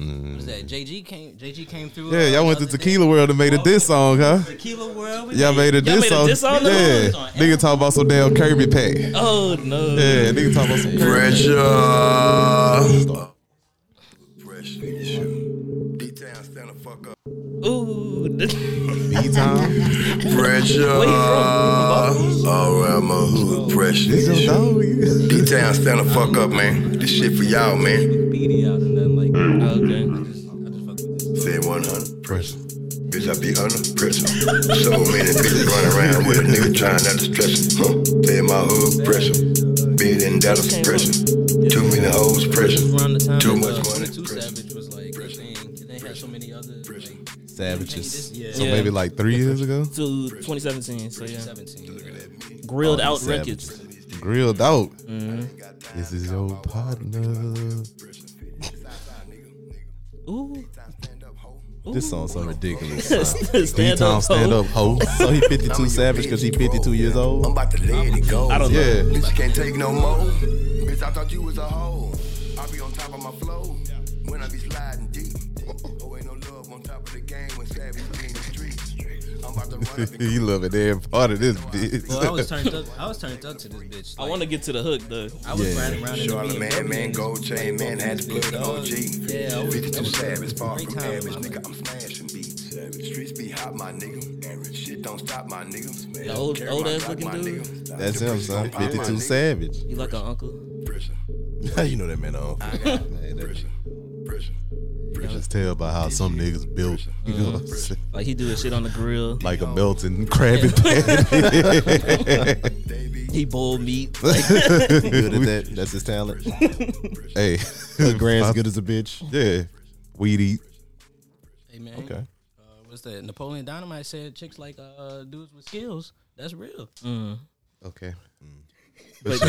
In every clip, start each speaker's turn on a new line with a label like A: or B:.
A: was that? JG came. JG came through. uh,
B: Yeah, y'all went to Tequila World and made a diss song, huh?
A: Tequila World.
B: Y'all made a diss
C: made a
B: song.
C: diss song?
B: Yeah,
A: No.
B: nigga talk about some damn Kirby pack. Yeah,
C: Oh no.
B: nigga talk about some Kirby.
D: Pressure. Pressure. issue. D-Town stand the fuck up.
C: Ooh. this-
B: time
D: Pressure.
C: Where he from?
D: All around my hood. Pressure. issue. D-Town stand the fuck up, man. This shit for y'all, man.
A: BD out and nothing like that.
C: Okay.
D: Say 100. Pressure. Bitch, I be under pressure. So many bitches running around with a nigga trying not to stress it. Huh? Say my hood pressure. Bid in Dallas pressure. Too many hoes pressure.
A: Around the time
D: Too
A: that,
D: much
A: uh,
D: money.
A: 22
D: Pressure.
A: Savage was like a thing, and they had so many other like
B: Savages.
A: Yeah.
B: So
C: Yeah.
B: maybe like three years ago,
C: To 2017. So yeah.
A: 17.
C: Grilled
B: Oh,
C: out
B: savage.
C: records.
B: grilled out.
C: Hmm?
B: This is your partner.
C: Ooh.
B: This song's so ridiculous.
C: stand
B: D-Tom
C: up.
B: stand
C: ho.
B: up ho. So he 52 savage because he 52 years
D: I'm
B: old.
D: about to let it go.
C: I don't know.
B: Yeah.
D: Bitch, can't take no more. Bitch, I thought you was a hoe. I be on top of my flow when I be sliding deep. Oh, ain't no love on top of the game when savage be in the streets. I'm about to run up and
B: he loving every part of this bitch.
A: Well, I was turned up. I was turned up to this bitch.
C: I
A: Like,
C: want to get to the hook though.
A: I was
B: Yeah.
A: riding around in the
D: Charlotte man,
A: BMW.
D: man, gold chain, man, had to plug the OG.
A: Yeah, that was-
D: 52
A: that was a
D: savage, far
A: great
D: from
A: time,
D: average,
A: my
D: nigga. I'm smashing beats. Savage streets be hot, my nigga. Average shit don't stop, my nigga. Man,
C: old-
D: carry
C: old
D: my
C: ass
D: Glock,
C: looking
D: my
C: dude?
D: nigga.
B: That's him, son.
D: Pop, my
B: 52
D: nigga.
B: savage.
C: You like an uncle?
D: Pressure,
B: you know that man on. Man, that-
D: pressure, pressure.
B: You just tell by how some niggas built. You know what I'm saying?
C: Like he do his shit on the grill.
B: Like a melting crabby patty.
C: He boiled meat.
E: good at that. That's his talent.
B: hey,
E: Grand's good as a bitch.
B: Yeah, weed eat.
A: Hey man,
B: Okay.
A: uh, what's that? Napoleon Dynamite said chicks like uh, dudes with skills. That's real.
C: Mm.
B: Okay.
C: But-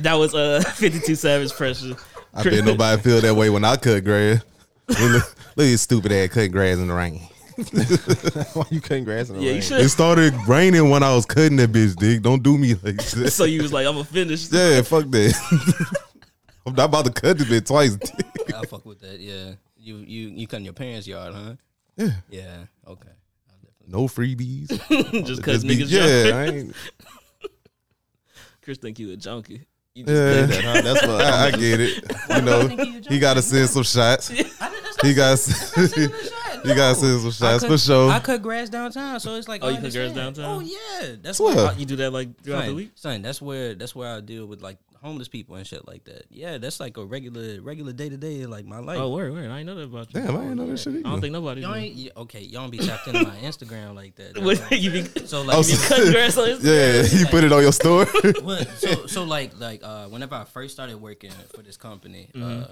C: that was uh 52 Savage pressure.
B: I bet nobody feel that way when I cut grass. look, look at this stupid ass cutting grass in the rain.
E: Why you cutting grass in the
C: Yeah, you
E: rain?
C: should.
B: It started raining when I was cutting that bitch, dick. Don't do me like that.
C: So you was like, I'm gonna finish.
B: yeah, fuck that. I'm not about to cut this bitch twice. dick.
A: I fuck with that. Yeah, you you you cut in your parents' yard, huh?
B: Yeah.
A: Yeah. Okay. I'll definitely-
B: No freebies.
C: just cause
B: Just be-
C: niggas.
B: yeah,
C: Yeah.
B: I ain't.
C: Chris think you a junkie. You just
B: Yeah.
E: That, huh? That's what
B: I, I get it. You know, he got to send some shots. He got he got to send some shots for
A: I
B: sure.
A: cut grass downtown, so it's like
C: Oh,
A: I
C: you cut grass
A: understand.
C: downtown?
A: Oh yeah, that's
B: Swear.
A: where I-
C: think- you do that like throughout the
A: son,
C: week.
A: son, that's where that's where I deal with like homeless people and shit like that. Yeah, that's like a regular regular day to day like my life.
C: Oh, word, word. I ain't know that about you.
B: Damn, I ain't know that shit
C: I don't
B: either.
C: think nobody.
A: y'all
C: knew.
A: ain't y- okay. Y'all don't be tapped into my Instagram like that. though.
C: Mm-hmm. What, you be
A: So
B: Oh,
A: like,
B: so-
C: cutting grass on his
B: Yeah, you put it on your story.
A: what, so so like like uh, whenever I first started working for this company,
C: Mm-hmm.
A: uh,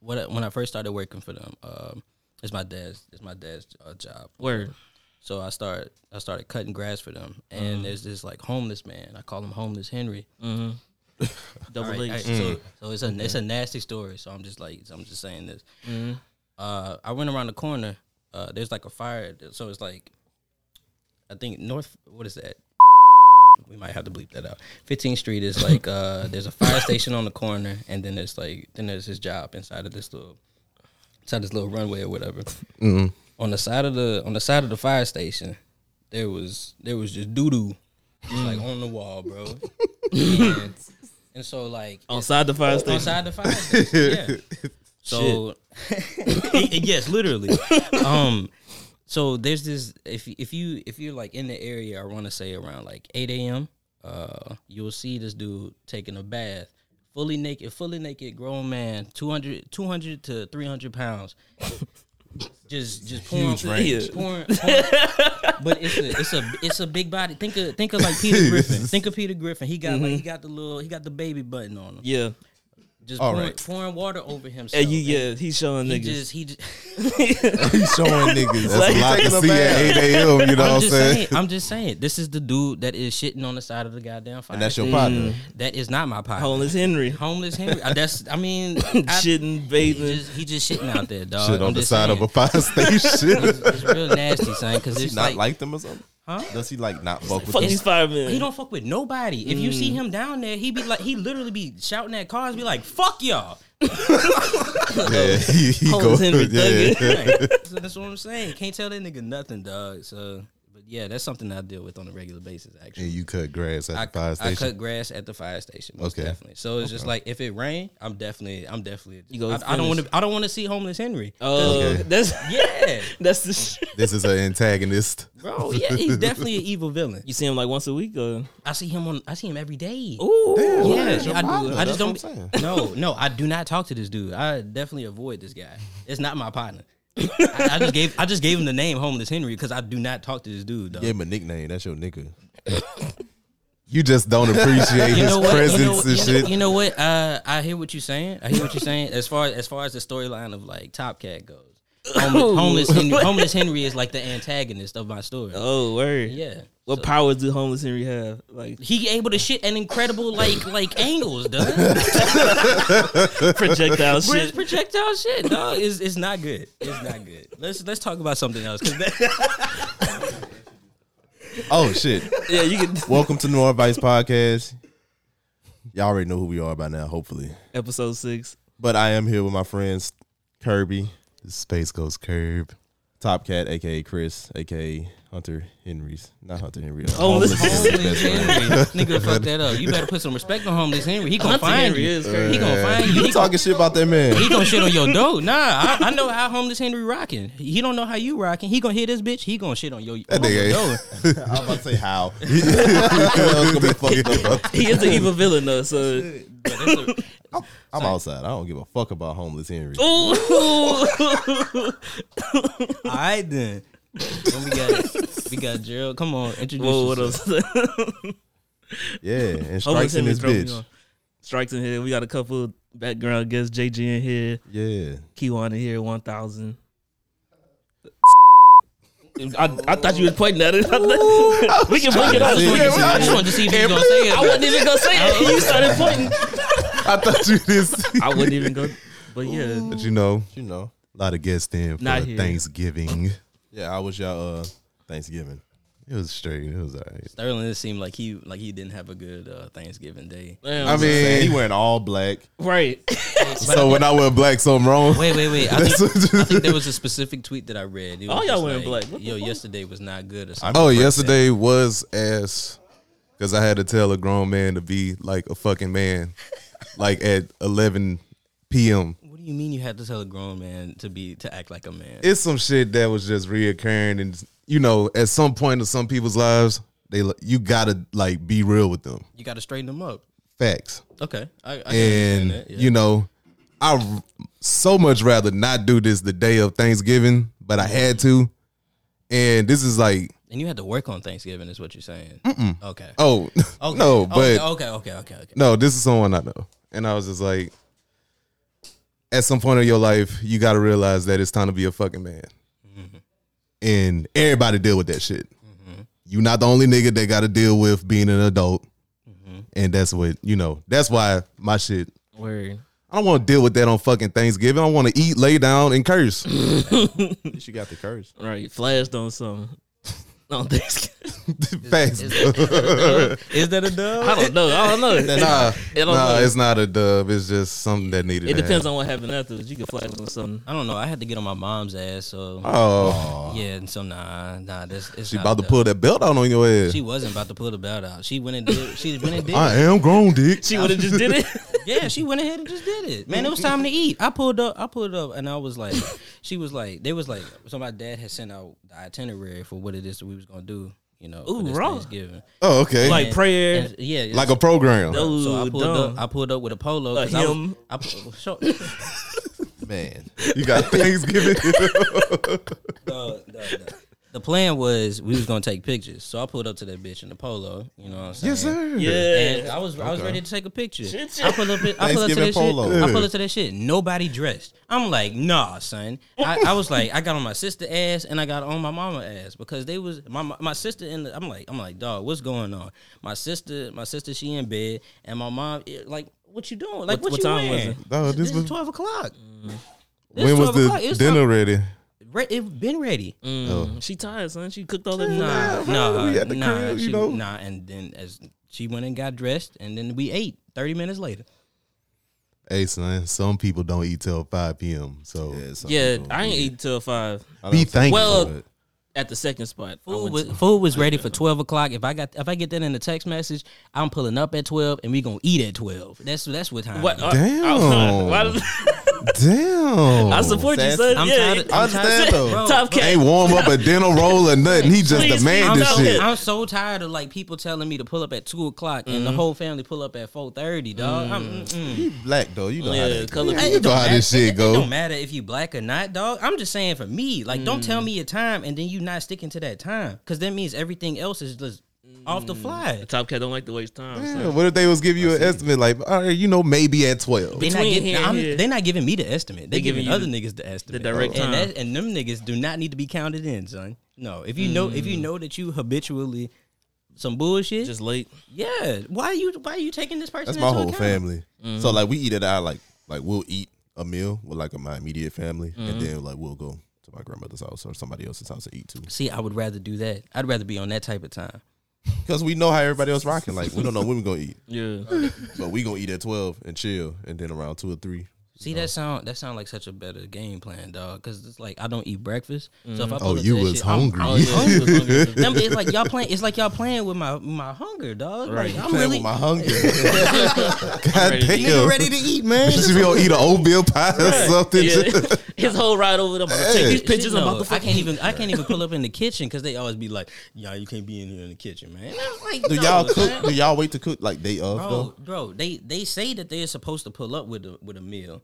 A: what I- when I first started working for them, um, it's my dad's it's my dad's uh, job.
C: word.
A: So I started I started cutting grass for them,
C: Mm-hmm.
A: and there's this like homeless man. I call him homeless Henry.
C: Double
A: All right,
C: H.
A: all right,
B: Mm.
A: So, so it's a it's a nasty story. So I'm just like I'm just saying this. Uh, I went around the corner. Uh, there's like a fire. So it's like, I think North. What is that? We might have to bleep that out. 15th Street is like uh, there's a fire station on the corner, and then there's like then there's his job inside of this little inside this little runway or whatever. On the side of the on the side of the fire station, there was there was just doo doo, like on the wall, bro. and, and so like
C: On side the fire station.
A: outside the fire station. Yeah. So yes, literally. Um so there's this if if you if you're like in the area, I wanna say around like eight AM, uh, you'll see this dude taking a bath. Fully naked, fully naked grown man, 200, 200 to 300 pounds. Just, just pouring,
C: range.
A: pouring, pouring, but it's a it's a it's a big body. Think of think of like Peter Griffin. Think of Peter Griffin. He got like he got the little he got the baby button on him.
C: Yeah.
A: Just
B: All
A: pouring,
B: right.
A: pouring water over himself.
C: And you, yeah, he's showing
A: He
C: niggas.
A: just he just
B: He's showing niggas. That's
C: Like,
B: a lot to
E: taking a
B: see at 8 a.m. You know
A: I'm
B: what I'm
A: just
B: saying?
A: saying. I'm just saying. This is the dude that is shitting on the side of the goddamn fire.
B: And that's your partner.
A: That is not my partner.
C: homeless Henry.
A: Homeless Henry. Uh, That's. I mean, I-
C: Shitting,
A: He
C: bathing.
A: just, he just shitting out there, dog.
B: Shit
A: Uh, I'm
B: on the
A: just
B: side
A: saying.
B: of a fire station.
A: It's real nasty, son. Because it's
E: not
A: like,
E: like them or something.
A: Huh?
B: Does he like not fuck with
C: Fuck
B: them?
C: these firemen.
A: He don't fuck with nobody. If you
C: Mm.
A: see him down there, he be like, he literally be shouting at cars, be like, "Fuck y'all."
F: Yeah, he, he
C: Hoes
F: go.
C: Henry
F: yeah,
C: Thugger.
A: Right. so that's what I'm saying. Can't tell that nigga nothing, dog. So, but yeah, that's something I deal with on a regular basis.
F: and
A: Actually,
F: you cut grass at
A: I,
F: the fire
A: I
F: station.
A: cut grass at the fire station. Most
F: Okay.
A: definitely. So it's just like if it rain, I'm definitely, I'm definitely.
C: You go
A: I, I don't want
C: finish.
A: to. I don't want to see homeless Henry.
C: Oh,
F: Okay.
C: that's
A: Yeah,
C: that's the. Sh-
F: This is an antagonist.
A: bro. Yeah, he's definitely an evil villain.
C: you see him like once a week or
A: I see him on. I see him every day.
C: ooh.
A: Yeah,
B: your
A: I do.
B: partner?
A: I just
B: That's
A: don't.
B: what I'm
A: No, no, I do not talk to this dude. I definitely avoid this guy. It's not my partner. I, I just gave. I just gave him the name Homeless Henry because I do not talk to this dude. Dog.
B: Gave him a nickname. That's your nigga.
F: You just don't appreciate
A: you
F: his
A: know what?
F: presence
A: you know,
F: and
A: you
F: shit.
A: know- you know what? Uh, I hear what you're saying. I hear what you're saying. As far as far as the storyline of like Top Cat goes, homeless homeless Henry, homeless Henry is like the antagonist of my story.
C: Oh word.
A: Yeah.
C: What powers do homeless Henry have? Like
A: He able to shit at incredible like like angles, dog.
C: projectile
A: Where's
C: shit.
A: projectile shit, dog? It's, it's not good. It's not good. Let's let's talk about something else. 'cause that-
B: Oh shit!
C: Yeah, you can.
B: Welcome to North Vice Podcast. Y'all already know who we are by now, hopefully.
C: Episode six.
B: But I am here with my friends Kirby,
F: Space Ghost Curb.
B: Top Cat, aka Chris, aka Hunter Henry's, not Hunter Henry. uh,
C: Oh,
B: Homeless
C: listen.
A: homeless
B: Henry's best friend.
A: Henry, nigga, fuck that up. You better put some respect on homeless Henry. He gonna
C: Hunter
A: find
C: Henry
A: you.
C: is crazy.
A: he gonna find you.
B: You
A: He gonna
B: talking shit about that man?
A: He gonna shit on your dough. Nah, I, I know how homeless Henry rocking. He don't know how you rocking. He gonna hit this bitch. He gonna shit on your
F: That
A: on your
F: nigga
A: dough.
F: ain't-
B: I was about to say how. I was gonna be fucked up.
C: He is the evil villain though. So
B: I'm outside. I don't give a fuck about homeless Henry.
C: ooh.
A: All right then. Then we got we got Gerald. Come on, introduce.
C: Whoa, what
A: yourself.
C: else?
B: Yeah, and
C: Homeless
B: strikes in
C: Henry
B: this
C: throw me
B: bitch.
C: off. Strikes in here. We got a couple background guests. JG in here.
B: Yeah,
C: Kiwan in here. One thousand. I, I thought you were pointing at it. we can bring it up.
B: see.
C: We can-
A: I just wanted to see if you gonna say it.
C: I wasn't even gonna say it. You started pointing.
F: I thought you did see.
C: I wouldn't even go. But yeah,
F: But you know,
B: you know.
F: a lot of guests in for
C: Not here.
F: Thanksgiving.
B: Yeah, I was y'all uh, Thanksgiving.
F: It was straight. It was all right.
A: Sterling it seemed like he like he didn't have a good uh, Thanksgiving day.
C: Damn,
F: I
B: Man, he
F: mean,
B: wearing all black.
C: right.
F: so when I wear black, something wrong.
A: Wait, wait, wait. I think, I think there was a specific tweet that I read. It was
C: All y'all
A: just
C: wearing
A: like,
C: black. What the
A: Yo,
C: fuck?
A: yesterday was not good or something.
F: Oh, yesterday was ass because I had to tell a grown man to be like a fucking man, like at 11 p.m.
A: What do you mean you had to tell a grown man to be to act like a man?
F: It's some shit that was just reoccurring, and you know, at some point of some people's lives, they li- you gotta like be real with them.
A: you got to straighten him up.
F: Facts,
A: Okay, I, I can understand
F: and
A: that, yeah.
F: you know, I r- so much rather not do this the day of Thanksgiving, but I had to, and this is like,
A: And you had to work on Thanksgiving, is what you're saying? Okay.
F: oh
A: okay.
F: no,
A: Okay,
F: but
A: okay, okay, okay, okay.
F: no, this is someone I know. And I was just like, at some point in your life, you got to realize that it's time to be a fucking man. And everybody deal with that shit. you not the only nigga that got to deal with being an adult. And that's what, you know, that's why my shit,
C: Word.
F: I don't want to deal with that on fucking Thanksgiving. I want to eat, lay down, and curse.
B: At least you got the curse.
C: Right. Flashed on something. No, thanks.
F: Facts.
A: Is that a dub?
C: I don't know. I don't know.
F: nah,
C: It don't
F: nah
C: matter.
F: it's not a dub. It's just something that needed
C: It
F: to
C: depends
F: happen.
C: on what happened afterwards. You can flash on something.
A: I don't know. I had to get on my mom's ass, so
F: Oh,
A: yeah. And so nah, nah. This it's
F: she
A: not
F: about
A: a
F: to
A: dub.
F: pull that belt out on your head.
A: She wasn't about to pull the belt out. She went and did. She went and did.
F: I
A: it.
F: am grown, dick.
C: She would have just did it.
A: Yeah, she went ahead and just did it. Man, it was time to eat. I pulled up. I pulled up, and I was like, she was like, they was like, so my dad had sent out the itinerary for what it is that we was gonna do. You know, for
C: Ooh,
A: this
C: raw.
A: Thanksgiving.
F: Oh, okay.
C: Like
A: And-
C: prayer.
A: and- yeah, it's-
F: like a program.
C: That was-
A: So I
C: Ooh,
A: pulled
C: dumb.
A: up. I pulled up with a polo.
C: A
A: 'cause I was-
C: him.
A: I oh, pu- sure.
B: Man,
F: You got Thanksgiving.
A: No, no, no. The plan was we was gonna take pictures. So I pulled up to that bitch in the polo. You know what I'm saying? And
C: Yeah.
A: I was I was ready to take a picture.
C: Shit,
A: I pull up it- I pull up to
B: Thanksgiving
A: that shit.
B: polo.
A: I pull up to that shit. Nobody dressed. I'm like, nah, son. I, I was like, I got on my sister ass and I got on my mama ass because they was my my, my sister and the, I'm like I'm like dog, what's going on? My sister my sister she in bed and my mom it- like what you doing? Like
C: What-
A: what,
C: what
A: you
C: time was
A: wearing?
C: it?
F: Dog,
A: this
F: this was-
A: is twelve o'clock. This
F: when was
A: 12 o'clock.
F: the
A: It's
C: Mm-hmm.
F: dinner ready?
A: re- it been ready.
F: Oh.
C: She tired, son. She cooked all that.
A: Nah,
F: bro,
A: nah,
F: we at the
A: nah,
F: crib,
A: she,
F: you know.
A: nah. And then as she went and got dressed, and then we ate. Thirty minutes later,
F: Hey, son, some people don't eat till 5 p.m. So
B: some
C: Yeah,
B: people-
C: I ain't eat till five
B: I
F: be
B: don't-
F: thankful.
C: Well,
B: but-
C: at the second spot. I
A: food
C: went
A: was,
C: to.
A: food was ready for twelve o'clock. If I got if I get that in a text message, I'm pulling up at twelve, and we gonna eat at twelve. That's that's what time.
C: What? uh,
A: it is.
C: I- I-
F: Damn.
C: why did-
F: Damn.
C: I support you,
B: Sassy.
C: son.
A: I'm
C: yeah,
A: tired. Of,
F: I
A: I'm tired
F: understand, though.
A: Bro,
C: Top cat.
F: Ain't warm up a dental roll or nothing. He just
C: Please,
F: the man
C: please
F: this
C: don't.
F: shit.
A: I'm so tired of like people telling me to pull up at two o'clock and the
F: Mm-hmm.
A: whole family pull up at four thirty, dog. I'm, mm, mm.
B: You black though, you know how
C: Yeah,
B: that
C: color
B: go.
F: Yeah, you know how this
A: It-
F: shit
A: It,
F: go.
A: don't matter if you black or not, dog. I'm just saying for me, like, don't tell
F: Mm.
A: me your time and then you not sticking to that time, because that means everything else is just off the
F: Mm.
A: fly.
C: Top cat don't like to waste time. son.
F: Yeah, what if they was give you an estimate like, all right, you know, maybe at twelve?
A: They not
C: Between
A: giving.
C: here and
A: I'm,
C: here.
A: they not giving me the estimate. They,
C: giving
A: giving,
C: you
A: other niggas the estimate.
C: direct
A: and,
C: time.
A: that- and them niggas do not need to be counted in, son. No, if you know if you know that you habitually some bullshit,
C: Mm. Just late.
A: yeah. Why are you why are you taking this person?
B: That's my
A: into
B: whole
A: account?
B: family. So like we eat it out like like we'll eat a meal with like my immediate family, and then like we'll go to my grandmother's house or somebody else's house and eat too.
A: See, I would rather do that. I'd rather be on that type of time.
B: Because we know how everybody else rocking. Like we don't know when we're gonna eat,
C: Yeah.
B: but we gonna eat at twelve and chill, and then around two or three.
A: See
C: Oh.
A: that sound? That sound like such a better game plan, dog. Because it's like I don't eat breakfast, so
C: Mm.
A: if I pull
F: Oh,
A: up to
F: you
A: that
F: was
A: shit, I'm-
F: hungry.
A: I was hungry. Them- it's like y'all playing. It's like y'all playing with my my hunger, dog.
C: Right.
A: Like, I'm
B: Playing
A: really
B: with my hunger.
F: God
C: ready to eat.
F: damn,
A: ready to eat, man.
F: should we gonna eat an oatmeal pie or something?
C: Yeah. His whole ride over there. I'm gonna take
F: Hey.
C: these pictures.
A: No,
C: I'm about to
A: I
C: fucking
A: can't even. I can't even pull up in the kitchen because they always be like, "Y'all, you can't be in here in the kitchen, man." And I'm like,
B: Do
A: no,
B: y'all cook?
A: man.
B: Do y'all wait to cook like day of
A: Bro,
B: though?
A: bro, they they say that they're supposed to pull up with a with a meal,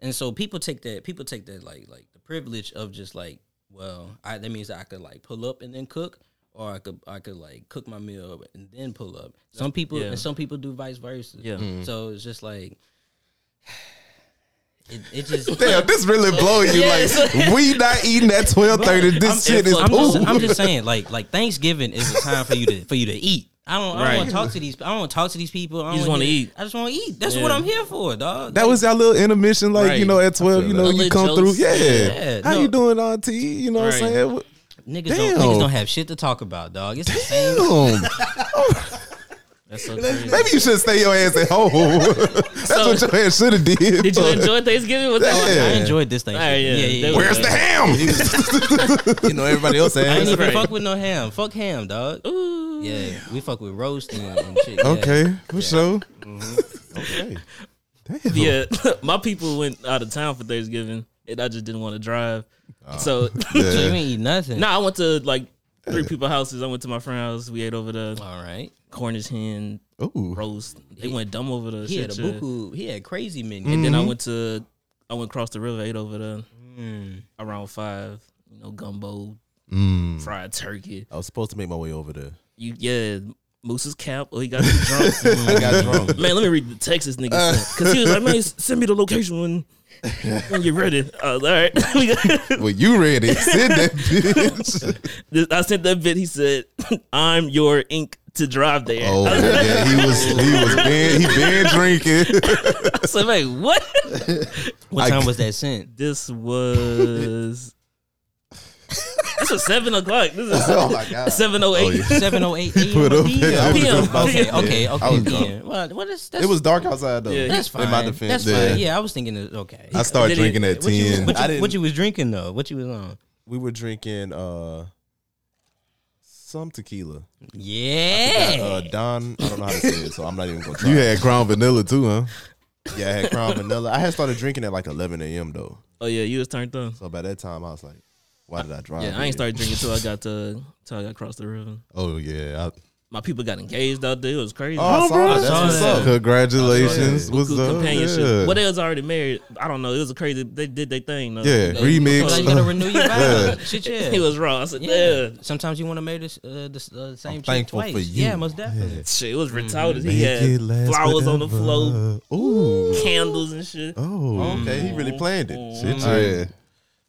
A: and so people take that people take that like like the privilege of just like, well, I, that means I could like pull up and then cook, or I could I could like cook my meal and then pull up. Some people
C: yeah.
A: and some people do vice versa.
C: Yeah. Mhm.
A: so it's just like. It, it just
F: Damn, this really blowing you. Like we not eating at twelve thirty. This
A: I'm-
F: shit is
A: I'm
F: poop.
A: just, I'm just saying, like, like Thanksgiving is a time for you to for you to eat. I don't, I
C: Right.
A: don't want to talk to these. I don't want to talk to these people. I
C: You just
A: want
C: wanna
A: to
C: eat.
A: I just want to eat. That's
C: Yeah.
A: what I'm here for, dog.
F: That was our little intermission, like you
C: Right.
F: know, at twelve, you know,
C: that.
F: you
C: Little
F: come through,
C: jokes.
F: yeah.
A: Yeah,
F: How
A: no.
F: you doing, Auntie? You know what I'm
C: Right.
F: saying? What-
A: niggas don't
F: Damn.
A: niggas don't have shit to talk about, dog. It's the same.
F: Damn.
C: That's so crazy.
F: Maybe you should stay your ass at home. That's
C: So-
F: what your ass should have did.
C: Did you enjoy Oh, Thanksgiving? What's
F: Yeah.
C: that?
A: I enjoyed this thing.
C: All right, Ah, yeah,
A: yeah, yeah.
C: they
A: yeah.
C: were-
F: Where's the ham?
B: You know everybody else
A: I ain't
B: has.
A: even
C: Right.
A: fuck with no ham. Fuck ham, dog. Ooh. Yeah, we fuck with roast and, and shit. yeah.
F: okay, for sure.
B: Okay.
F: Damn.
C: Yeah, my people went out of town for Thanksgiving, and I just didn't want to drive.
F: Oh.
C: So,
A: So you
F: Yeah.
A: ain't eat nothing.
C: no, I went to like three people houses. I went to my friend's house. We ate over the
A: All right.
C: Cornish hen
F: Ooh.
C: roast. They went dumb over the
A: He had a
C: shit, uh, yeah.
A: buku. He had crazy menu.
C: And then I
F: Mm-hmm.
C: went to I went across the river, ate over there around five. You know, gumbo,
F: Mm.
C: fried turkey.
B: I was supposed to make my way over there.
C: You yeah, Moose's cap. Oh, he got too drunk.
B: I got drunk.
C: Man, let me read the Texas nigga
F: Uh.
C: because he was like, "Man, s- send me the location when when you're ready." I was all right. We got-
F: Well, you ready? Send that bitch.
C: I sent that bit. He said, "I'm your ink to drive there."
F: Oh
C: I was
F: yeah, he was he was been he been drinking.
C: like, "Wait, what?"
A: What
F: I-
A: time was that sent?
C: This was this was seven o'clock. This is
B: Oh my god.
C: seven oh eight.
A: Seven oh eight a.m.
F: Put
A: or
F: up
A: PM.
F: there.
C: PM.
A: Okay,
C: Yeah.
A: okay,
B: I was
A: okay.
B: drunk.
A: PM. Well, what is that's,
B: It was dark outside though.
C: Yeah,
B: Yeah,
A: that's fine.
B: In my defense,
A: that's
F: yeah.
A: fine. Yeah, I was thinking it, okay.
F: I started
C: Did it-
F: drinking at
A: what you,
F: ten.
A: what,
B: I
A: you, what
B: didn't-
A: you was drinking though? What you was on?
B: we were drinking uh some tequila. Uh,
A: Yeah.
B: Don, I don't know how to say it, so I'm not even gonna try.
F: You had Crown Vanilla too, huh?
B: yeah, I had Crown Vanilla. I had started drinking at like 11 a.m. though,
C: Oh yeah, you was turned on.
B: so by that time I was like, "Why did I drive?"
C: Yeah, I
B: here?
C: ain't started drinking till I got to till I got across the river.
F: Oh yeah.
C: My people got engaged out there. It was crazy.
B: Oh, I saw
F: bro.
B: that. That's
A: I saw
B: what's
A: that.
B: up.
F: I, congratulations.
C: Yeah.
F: What's
C: Good
F: up?
C: companionship.
F: Yeah.
C: Well, they was already married. I don't know. It was a crazy. They did their thing. Though.
F: Yeah,
C: They-
F: remix.
A: So you gotta renew your vows. Shit, yeah.
C: He was raw. I said, yeah.
A: yeah. Sometimes you want to marry this, uh, this uh, same chick
F: thankful
A: twice.
F: for you.
A: Yeah, most definitely.
C: Shit, it was retarded.
F: Mm-hmm. Make
C: He
F: it
C: had
F: last
C: flowers on the
F: forever.
C: floor,
F: Ooh.
C: candles and shit.
F: Oh.
B: Okay, he really planned it.
C: Oh.
F: Shit,
B: All right.
F: yeah.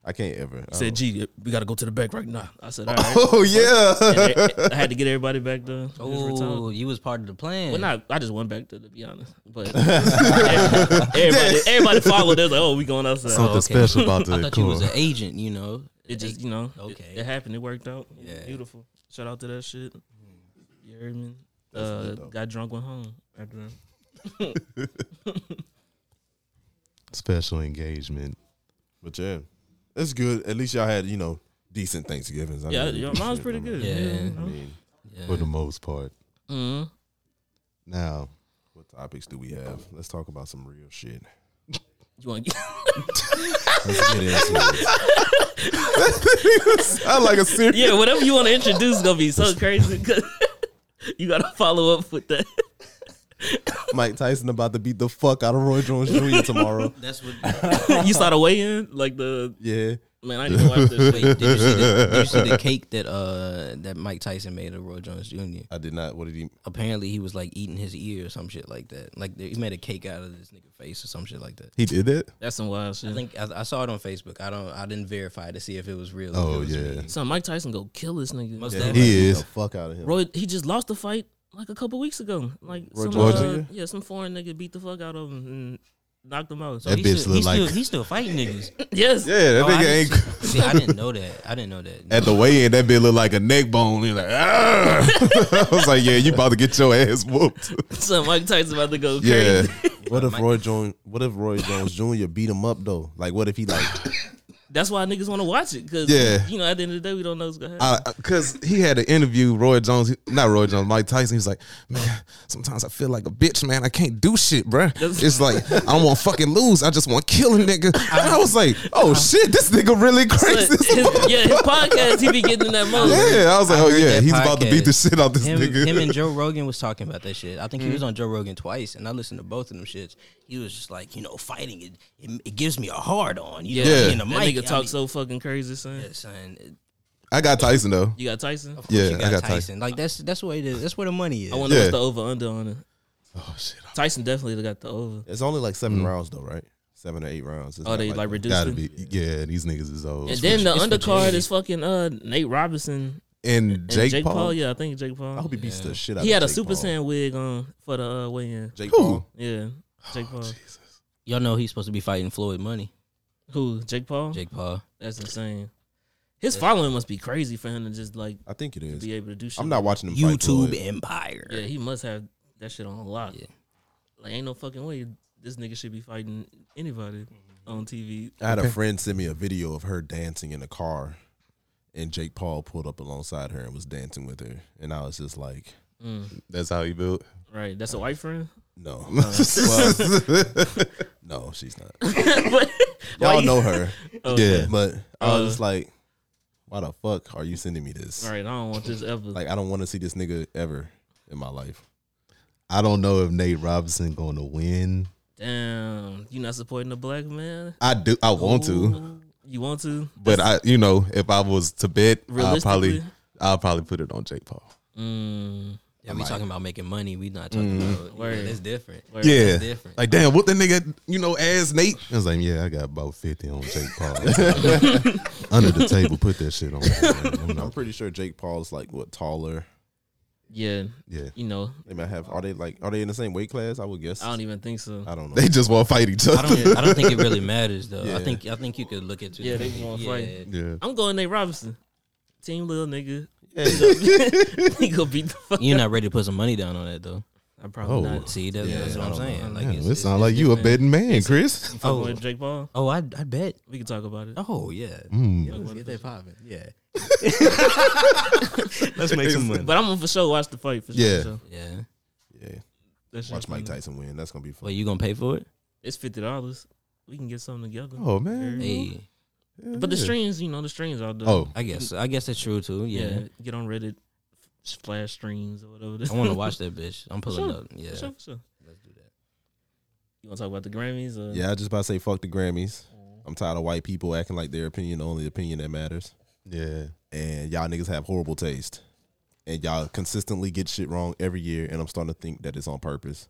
B: I can't ever. I
C: Said,
B: don't-
C: gee, we gotta go to the back right now. I said, all right.
F: Oh yeah.
C: And I- I had to get everybody back there. It was retarded.
A: Oh, you was part of the plan.
C: Well, not. I just went back there to be honest, but everybody, everybody followed. They're like, "Oh, we going outside."
F: Something
A: okay.
F: special about the
A: I thought you was
F: cool.
A: an agent. You know,
C: It just you know,
A: Okay.
C: okay, it, happened. It worked out.
A: Yeah. Hmm.
C: beautiful. Shout out to that shit. You heard me.
B: That's
C: Uh,
B: lit, though.
C: got drunk, went home after. that.
F: Special engagement.
B: But yeah, it's good. At least y'all had you know decent Thanksgivings. I
C: Yeah,
B: mean,
C: yeah, mine's
B: shit,
C: pretty
B: I mean,
C: good.
A: Yeah.
B: I mean,
A: Yeah.
F: for the most part.
C: hmm
F: Now,
B: what topics do we have? Let's talk about some real shit.
C: You want?
B: Let's get into it.
F: I like a serious.
C: yeah, whatever you want to introduce is gonna be so crazy. 'cause you gotta follow up with that.
B: Mike Tyson about to beat the fuck out of Roy Jones Jr. tomorrow.
A: That's what.
C: you saw the weigh in, like the
B: Yeah,
C: man. I need to watch this.
A: Wait, did you, see the, did you see the cake that uh that Mike Tyson made of Roy Jones Jr.?
B: I did not. What did he?
A: Apparently, he was like eating his ear or some shit like that. Like they- he made a cake out of this nigga face or some shit like that.
F: He did that?
C: That's some wild
A: I
C: shit.
A: think I, I saw it on Facebook. I don't. I didn't verify to see if it was real. or if
F: Oh,
A: it was
F: yeah.
A: made.
C: so Mike Tyson go kill this nigga.
A: Must
B: Yeah,
A: have.
F: He
B: beat
F: is.
B: the fuck out of him.
C: Roy, he just lost the fight like a couple weeks ago. Like
B: Roy
C: some,
B: Jones
C: uh,
B: Jr.?
C: yeah, some foreign nigga beat the fuck out of him and knocked him out. So
F: That
C: he
F: bitch
C: should-
F: look
A: He's
F: like-
A: still, he's still fighting niggas.
C: yes,
F: Yeah, that
A: Oh, I
F: nigga
A: didn't
F: ain't.
A: see- see, I didn't know that. I didn't know that.
F: At the weigh in, that bitch looked like a neck bone. He like, ah. I was like, yeah, you about to get your ass whooped.
C: so Mike Tyson about to go
F: yeah.
C: crazy.
B: What if Roy Jones? What if Roy Jones Jr. beat him up though? Like, what if he like?
C: That's why niggas want to watch it because
F: Yeah.
C: you know at the end of the day we don't know what's gonna happen.
F: Because he had an interview, Roy Jones, not Roy Jones, Mike Tyson. He's like, man, sometimes I feel like a bitch, man. I can't do shit, bruh. It's like, I don't want to fucking lose. I just want to kill a nigga. And I was like, oh shit, this nigga really
C: But
F: crazy.
C: his, yeah, his podcast he be getting in that mode.
F: Yeah, I was like, oh yeah,
A: that
F: he's about to beat the
A: podcast.
F: shit out this
A: him,
F: nigga.
A: him and Joe Rogan was talking about that shit. I think he was on Joe Rogan twice, and I listened to both of them shits. He was just like, you know, fighting it, it, it gives me a hard on. You know,
F: Yeah.
A: being a
C: That
A: mic,
C: nigga
A: I
C: talk
A: mean,
C: so fucking crazy, son.
A: yeah, Oh, son. it-
F: I got Tyson though.
C: You got Tyson?
F: Yeah,
A: you
F: I got Tyson.
A: Like that's that's what it is. That's where the money is.
C: I wonder
F: Yeah.
C: what's the over under on it.
F: Oh shit,
C: Tyson definitely got the over.
B: It's only like 7 rounds though, right? Seven or eight rounds. It's
C: Oh,
B: not
C: they like
F: I
C: reduced
F: Mm. gotta
C: it?
F: be. Yeah, these niggas is old.
C: And
F: And,
C: then the
A: it's
C: undercard
A: Virginia.
C: is fucking uh Nate Robinson and
F: Jake,
C: Jake,
F: Paul.
C: Paul. Yeah, I think Jake
B: I
C: Paul.
B: hope he beats the shit out.
C: He had a
B: of Jake
C: Super
B: Paul.
C: Saiyan wig on for the uh, weigh-in.
B: Jake
F: Who?
B: Paul.
C: Yeah,
B: Oh,
C: Jake Paul.
A: Y'all know he's supposed to be fighting Floyd Money,
C: Who? Jake Paul?
A: Jake Paul.
C: That's insane. His following must be crazy for him to just like
B: I think it is.
C: be able to do shit.
B: I'm not watching him. fight
A: YouTube
B: Floyd.
A: empire.
C: Yeah, he must have that shit on lock.
A: Yeah.
C: Like, ain't no fucking way this nigga should be fighting anybody
A: Mm-hmm.
C: on TV.
B: I had a friend send me a video of her dancing in a car, and Jake Paul pulled up alongside her and was dancing with her, and I was just like,
C: Mm.
F: That's how he built.
C: Right, that's a white friend.
B: no,
C: Uh,
B: Well, no, she's not.
C: but
B: Y'all know her,
F: Yeah,
B: but I was
C: Oh, Uh.
B: just like, why the fuck are you sending me this?
C: all right, I don't want this ever.
B: Like, I don't want to see this nigga ever in my life.
F: I don't know if Nate Robinson going to win.
C: Damn, you not supporting a black man?
F: I do. I want to,
C: Ooh, You want to?
F: but I, you know, if I was to bet, I'll probably,
C: Realistically?
F: I'll probably put it on Jake Paul.
C: Mm,
A: Yeah, we talking about making money. We not talking
B: Mm-hmm.
A: about. Yeah,
C: Word.
A: that's different.
C: word.
F: Yeah,
A: different.
F: like damn, what the nigga, you know, ass Nate. I was like, yeah, I got about fifty on Jake Paul. Under the table, put that shit on. I'm
B: I'm
F: not-
B: pretty sure Jake Paul's like what taller.
C: Yeah,
F: yeah,
C: you know,
B: They might have. Are they like? Are they in the same weight class? I would guess.
C: I don't even think so.
B: I don't know.
F: they just want to fight each
A: I
F: other.
A: don't. I don't think it really matters though.
B: Yeah.
A: I think. I think you could look at.
C: Yeah, they gonna fight.
F: Yeah.
C: I'm going Nate Robinson, team little nigga.
B: Yeah,
C: He gonna beat the fuck.
A: You're not ready to put some money down on that though.
C: I probably
F: Oh.
C: not.
A: See, that's, that's what I'm saying. Like,
F: Damn,
A: it's,
F: it
A: it's-
F: sound like you a betting man, Chris.
C: Oh,
A: Oh.
C: with Jake Paul,
A: oh, I, I bet.
C: we can talk about it.
A: Oh yeah,
F: Mm.
A: Yeah, let's get that popping. Yeah, let's make some money.
C: But I'm gonna for sure watch the fight for sure.
F: Yeah.
C: for sure.
A: Yeah,
B: yeah.
C: That shit's
B: Watch Mike
C: gonna-
B: Tyson win. That's gonna be
A: well,
B: fun.
A: you gonna pay for it?
C: It's fifty dollars. We can get something together.
F: Oh
C: Mm-hmm.
F: man.
A: Hey,
C: But the streams, you know, the streams out there.
F: Oh,
A: I guess. I guess that's true too.
C: yeah.
A: Yeah,
C: Get on Reddit, s- flash streams or whatever.
A: I want to watch that bitch. I'm pulling
C: Sure.
A: up. Yeah,
C: For sure, for sure.
A: let's do that.
C: You want to talk about the Grammys? Or?
B: Yeah, I just about to say fuck the Grammys. I'm tired of white people acting like their opinion the only opinion that matters,
F: yeah.
B: and y'all niggas have horrible taste, and y'all consistently get shit wrong every year. And I'm starting to think that it's on purpose.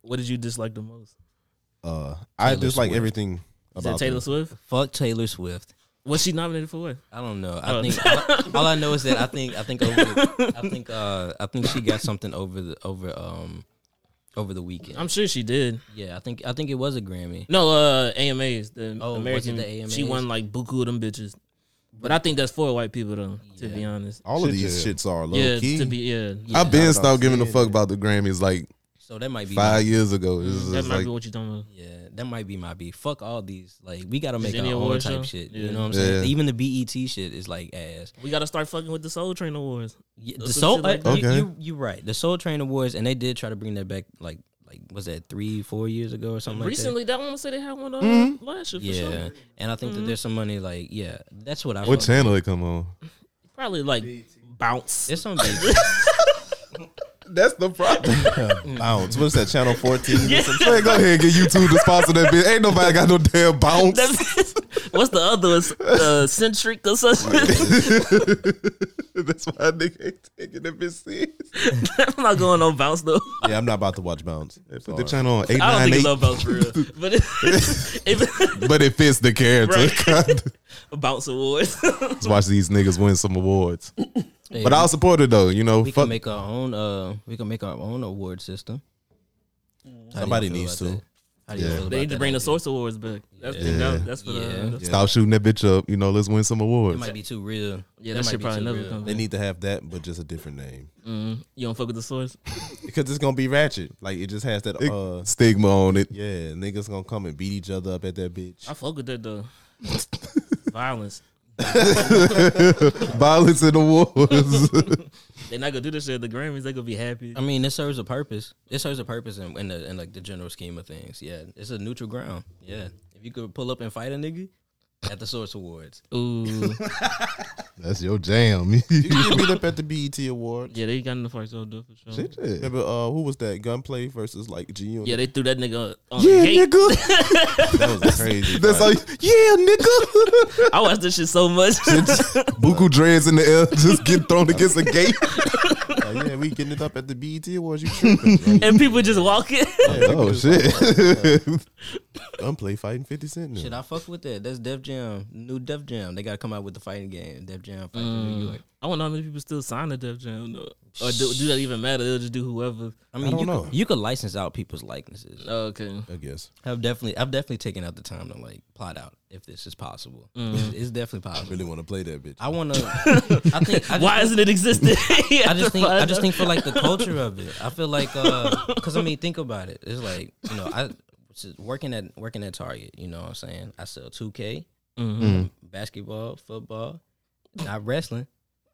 C: What did you dislike the most?
B: Uh, I
A: Taylor
B: dislike
A: Swift.
B: everything
C: Is
B: about
C: that Taylor
B: them.
C: Swift?
A: Fuck Taylor Swift.
C: Was she nominated for what?
A: I don't know. I
C: Oh.
A: think all, all I know is that I think I think over, I think uh I think she got something over the over um over the weekend.
C: I'm sure she did.
A: yeah, I think I think it was a Grammy.
C: No, uh, AMAs. The
A: Oh, was it
C: American.
A: the
C: She
A: AMAs?
C: won like buku of them bitches. But I think that's for white people though. To be honest,
B: All of
F: Shit,
B: these
F: yeah.
B: shits are low
C: yeah.
B: key.
C: To be yeah, yeah.
F: I've been
B: Yeah.
F: stopped giving a fuck about the Grammys like
A: So that might be
F: five years ago. It's just
C: Mm-hmm. that might
F: like,
C: be what you're talking about.
A: Yeah, that might be my beef. Fuck all these. Like we gotta make
C: any
A: our own
C: award
A: type
C: show?
A: shit.
C: Yeah.
A: You know what I'm saying?
F: Yeah.
A: Even the BET shit is like ass.
C: We gotta start fucking with the Soul Train Awards.
A: Y-
C: Or
A: The
C: some
A: Soul,
C: shit like
A: uh,
F: that.
A: you, you you right. The Soul Train Awards, and they did try to bring that back. Like like was that three four years ago or something?
C: Recently, that one said they had one uh, last year
A: like
C: for
A: that? yeah.
C: sure. Mm-hmm.
A: And I think that there's some money. Like yeah, that's what I.
F: what
A: fuck-
F: channel it come on?
C: Probably like bounce.
A: It's on BET.
F: That's the problem. Oh,
B: bounce. What's that? Channel fourteen.
F: Man, go ahead and get YouTube to sponsor that bitch. Ain't nobody got no damn bounce.
C: What's the other one? Uh, centric or something?
F: That's why a nigga ain't taking that bitch serious.
C: I'm not going on bounce though.
B: Yeah, I'm not about to watch bounce.
F: Put the channel on eight
C: I don't
F: nine
C: think
F: eight,
C: it's love bounce for real, but if, if
F: but it fits the character.
C: bounce awards,
F: Let's watch these niggas win some awards. But I'll support it though. You know,
A: we
F: fuck.
A: can make our own. Uh, we can make our own award system. How do you
B: Somebody
A: feel
B: needs
A: about
B: to.
A: that? How do you
F: Yeah.
A: feel
C: Mm. they
A: about
C: need to
A: that
C: bring the
A: idea?
C: source awards back. That's, yeah. that, that's for
A: Yeah.
C: the. That's
F: Stop shooting that bitch up. You know, let's win some
A: It
F: awards.
A: might be too real.
C: Yeah, that,
A: might
C: should
A: be
C: probably
A: too
C: never
A: real.
C: come.
B: They need to have that, but just a different name
C: You don't fuck with the source.
B: because it's gonna be ratchet. Like it just has that.
F: It-
B: uh
F: stigma on it.
B: Yeah, niggas gonna come and beat each other up at that bitch.
C: I fuck with that though. Violence.
F: Violence in awards.
C: They not gonna do this shit at the Grammys. They gonna be happy.
A: I mean, it serves a purpose. It serves a purpose in, in the in like the general scheme of things. Yeah, it's a neutral ground. Yeah, if you could pull up and fight a nigga at the Source Awards,
C: Ooh,
F: That's your jam.
B: You beat up at the BET Award.
C: yeah, they got in the fight so though for sure.
B: Remember uh, who was that? Gunplay versus like G Unit.
C: Yeah, they threw that nigga on
F: Yeah,
C: the gate.
F: nigga.
B: that was a crazy.
F: That's
B: fight.
F: like, yeah, nigga.
C: I watched this shit so much.
F: Buku dreads in the air, just get thrown against a gate.
B: Like, yeah, we getting it up at the BET Awards. You tripping? Like,
C: and people just walking.
F: Oh shit!
B: Gunplay fighting Fifty Cent.
A: shit,
B: Now.
A: I fuck with that. That's Def Jam, new Def Jam. They got to come out with the fighting game. Def Jam fighting New York.
C: I wonder how many people still sign the Def Jam though. Or do, do that even matter? They'll just do whoever.
A: I mean,
B: don't
A: you
B: know.
A: Could, you could license out people's likenesses.
C: Oh, okay.
B: I guess.
A: I've definitely, I've definitely taken out the time to like plot out if this is possible. It's, it's definitely
B: I
A: possible.
B: really want to play that bitch.
A: I want to. I think. I just
C: Why isn't it existing?
A: I just think I just think for like the culture of it. I feel like because I mean, think about it. It's like you know, I just working at working at Target. You know what I'm saying? I sell 2K,
B: Mm.
A: basketball, football, not wrestling.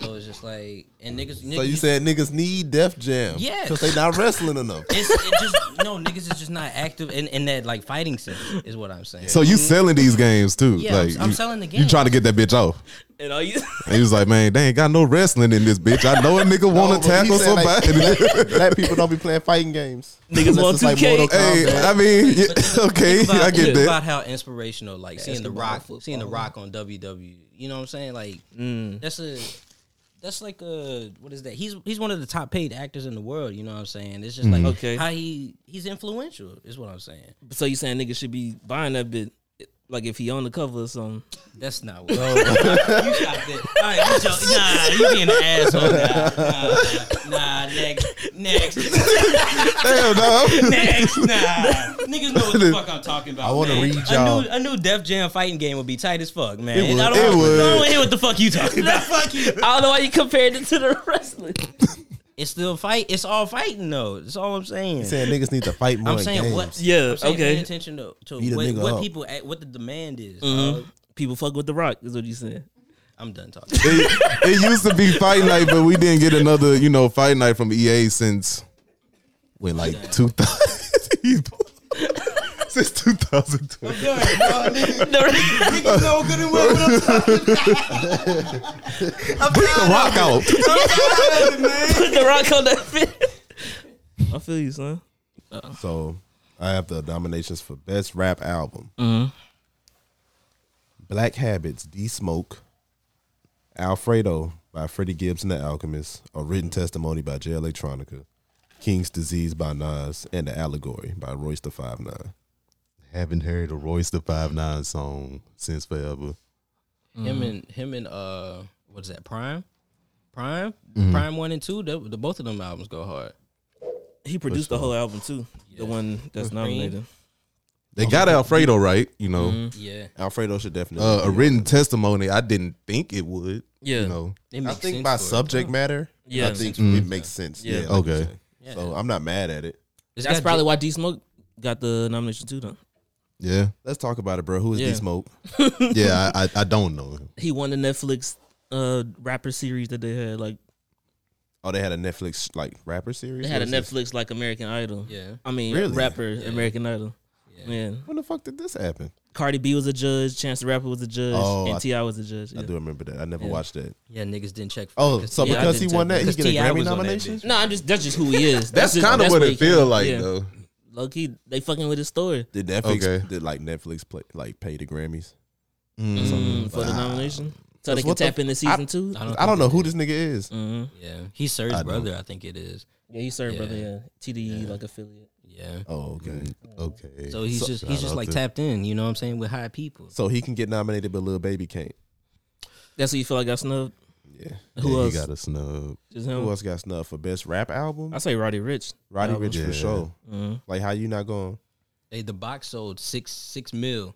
A: So it's just like and niggas. niggas
B: so you said niggas need Def Jam?
A: Yeah.
B: because they not wrestling enough.
A: It's, it just no niggas is just not active in, in that like fighting sense is what I'm saying.
F: So you selling these games too?
A: Yeah, I'm- I'm
F: you,
A: selling the
F: You
A: game.
F: trying to get that bitch off?
C: And all you,
F: And he was like, man, they ain't got no wrestling in this bitch. I know a nigga want
B: No,
F: to
B: but he
F: tackle
B: said, like,
F: somebody.
B: Black people don't be playing fighting games.
C: Niggas
B: Unless
C: want
B: it's like
C: 2K.
B: Mortal
F: hey,
B: Kombat.
F: I mean, yeah, okay,
A: Think about-
F: I get
A: think
F: that.
A: about how inspirational, like seeing the rock, seeing the rock on WWE. You know what I'm saying? Like that's a that's like a what is that? He's he's one of the top paid actors in the world. You know what I'm saying? It's just
F: Mm-hmm.
A: like
C: Okay.
A: how he he's influential is what I'm saying.
C: so you saying niggas should be buying that bit? Like if he on the cover or something.
A: That's not what. you stopped it. All right, you joke. Nah, you being an asshole. Nah, nah, nah, next, next,
F: Damn, dog.
A: next, nah. Niggas know what the fuck I'm talking about.
B: I wanna
A: man.
B: read
A: A
B: y'all-
A: new, a new Def Jam fighting game would be tight as fuck, man.
F: It would.
A: I don't,
F: It would.
A: I don't hear what the fuck you talking about. fuck you.
C: I don't know why you compared it to the wrestling.
A: It's still fight. It's all fighting though. That's all I'm saying.
B: saying niggas need to fight more.
A: I'm
B: in
A: saying
B: games.
A: what?
C: Yeah,
A: I'm saying
C: okay.
A: Pay attention to, to
B: Beat a
A: what,
B: nigga
A: what
B: up.
A: people, at- what the demand is. dog.
C: People fuck with the rock is what you saying.
A: I'm done talking.
F: It, it used to be fight night, but we didn't get another, you know, fight night from EA since
B: With like
F: 2000. since 2012.
A: Niggas know good and well what I'm
F: Bring the rock out.
C: Put the rock on that bit. I feel you, son.
B: So I have the nominations for best rap album. Black Habits, D Smoke, Alfredo by Freddie Gibbs and the Alchemist, a written testimony by Jay Electronica, King's Disease by Nas, and The Allegory by Royce the Five Nine.
F: Haven't heard a Royce the Five Nine song since forever.
A: Him and him and uh, what's that? Prime, Prime,
B: Mm-hmm.
A: Prime one and two. The, the both of them albums go hard.
C: He produced the whole album too. The one that's nominated.
F: They got Alfredo right, you know.
B: Mm-hmm.
A: Mm-hmm. Yeah,
B: Alfredo should definitely.
F: Uh, a written testimony. I didn't think it would.
C: Yeah.
F: You know.
A: it
B: I
A: makes
B: think
A: sense
B: by
A: for it.
B: subject matter,
C: Yeah.
B: I think it makes sense. Yeah.
C: Yeah.
B: like you
F: Mm-hmm. Okay.
B: said. So I'm not mad at it.
A: It's
C: That's
A: got
C: probably why D Smoke got the nomination too. Though
F: Yeah.
B: Let's talk about it, bro. Who is
C: Yeah.
B: D Smoke?
F: Yeah. I, I, I don't know him.
C: he won the Netflix uh rapper series that they had. Like
B: Oh, they had a Netflix like rapper series.
C: they had a
B: What is this?
C: Netflix like American Idol.
A: Yeah.
C: I mean
B: Really?
C: rapper American Idol. Yeah.
B: When the fuck did this happen?
C: Cardi B was a judge. Chance the Rapper was a judge.
B: Oh, I-
C: and Ti was a judge.
B: I
C: yeah.
B: do remember that. I never watched that.
A: Yeah, niggas didn't check. For
B: Oh,
A: it
B: so
C: Yeah, I
B: because he
A: didn't check
B: won that, he
A: because
B: get a
A: T.I.
B: Grammy
A: was on that
B: nomination.
A: bitch.
C: No, I'm just that's just who he is.
F: That's,
C: just-
F: kind of
C: that's
F: what
C: where
F: it
C: he came
F: feel
C: from.
F: like
C: Yeah.
F: though.
C: Low key, they fucking with his story
B: Did Netflix
F: Okay.
B: did like Netflix play like pay the Grammys?
C: Mm, for the nomination, so they can
B: what the
C: tap into season two.
A: I don't,
B: I
A: think
B: don't know who this nigga is.
C: Mhm.
A: it- Yeah, he's Sir's
F: I don't.
A: brother. I think it is.
C: Yeah, he served
A: Yeah.
C: brother. Yeah, TDE like affiliate.
A: Yeah.
B: Oh, okay.
F: Mm. Okay.
A: So he's just he's just like tapped in. You know what I'm saying with high people.
B: So he can get nominated, but Lil Baby can't.
C: That's who you feel like got snubbed.
B: Yeah.
C: Who
F: yeah,
C: else?
F: He got a snub.
C: Just him.
B: Who uh, else got snubbed for best rap album?
C: I say Roddy Mm-hmm. Rich.
B: Roddy
C: Album.
B: Rich
F: Yeah.
B: for sure. Like how you not going?
A: Hey, the box sold six six mil.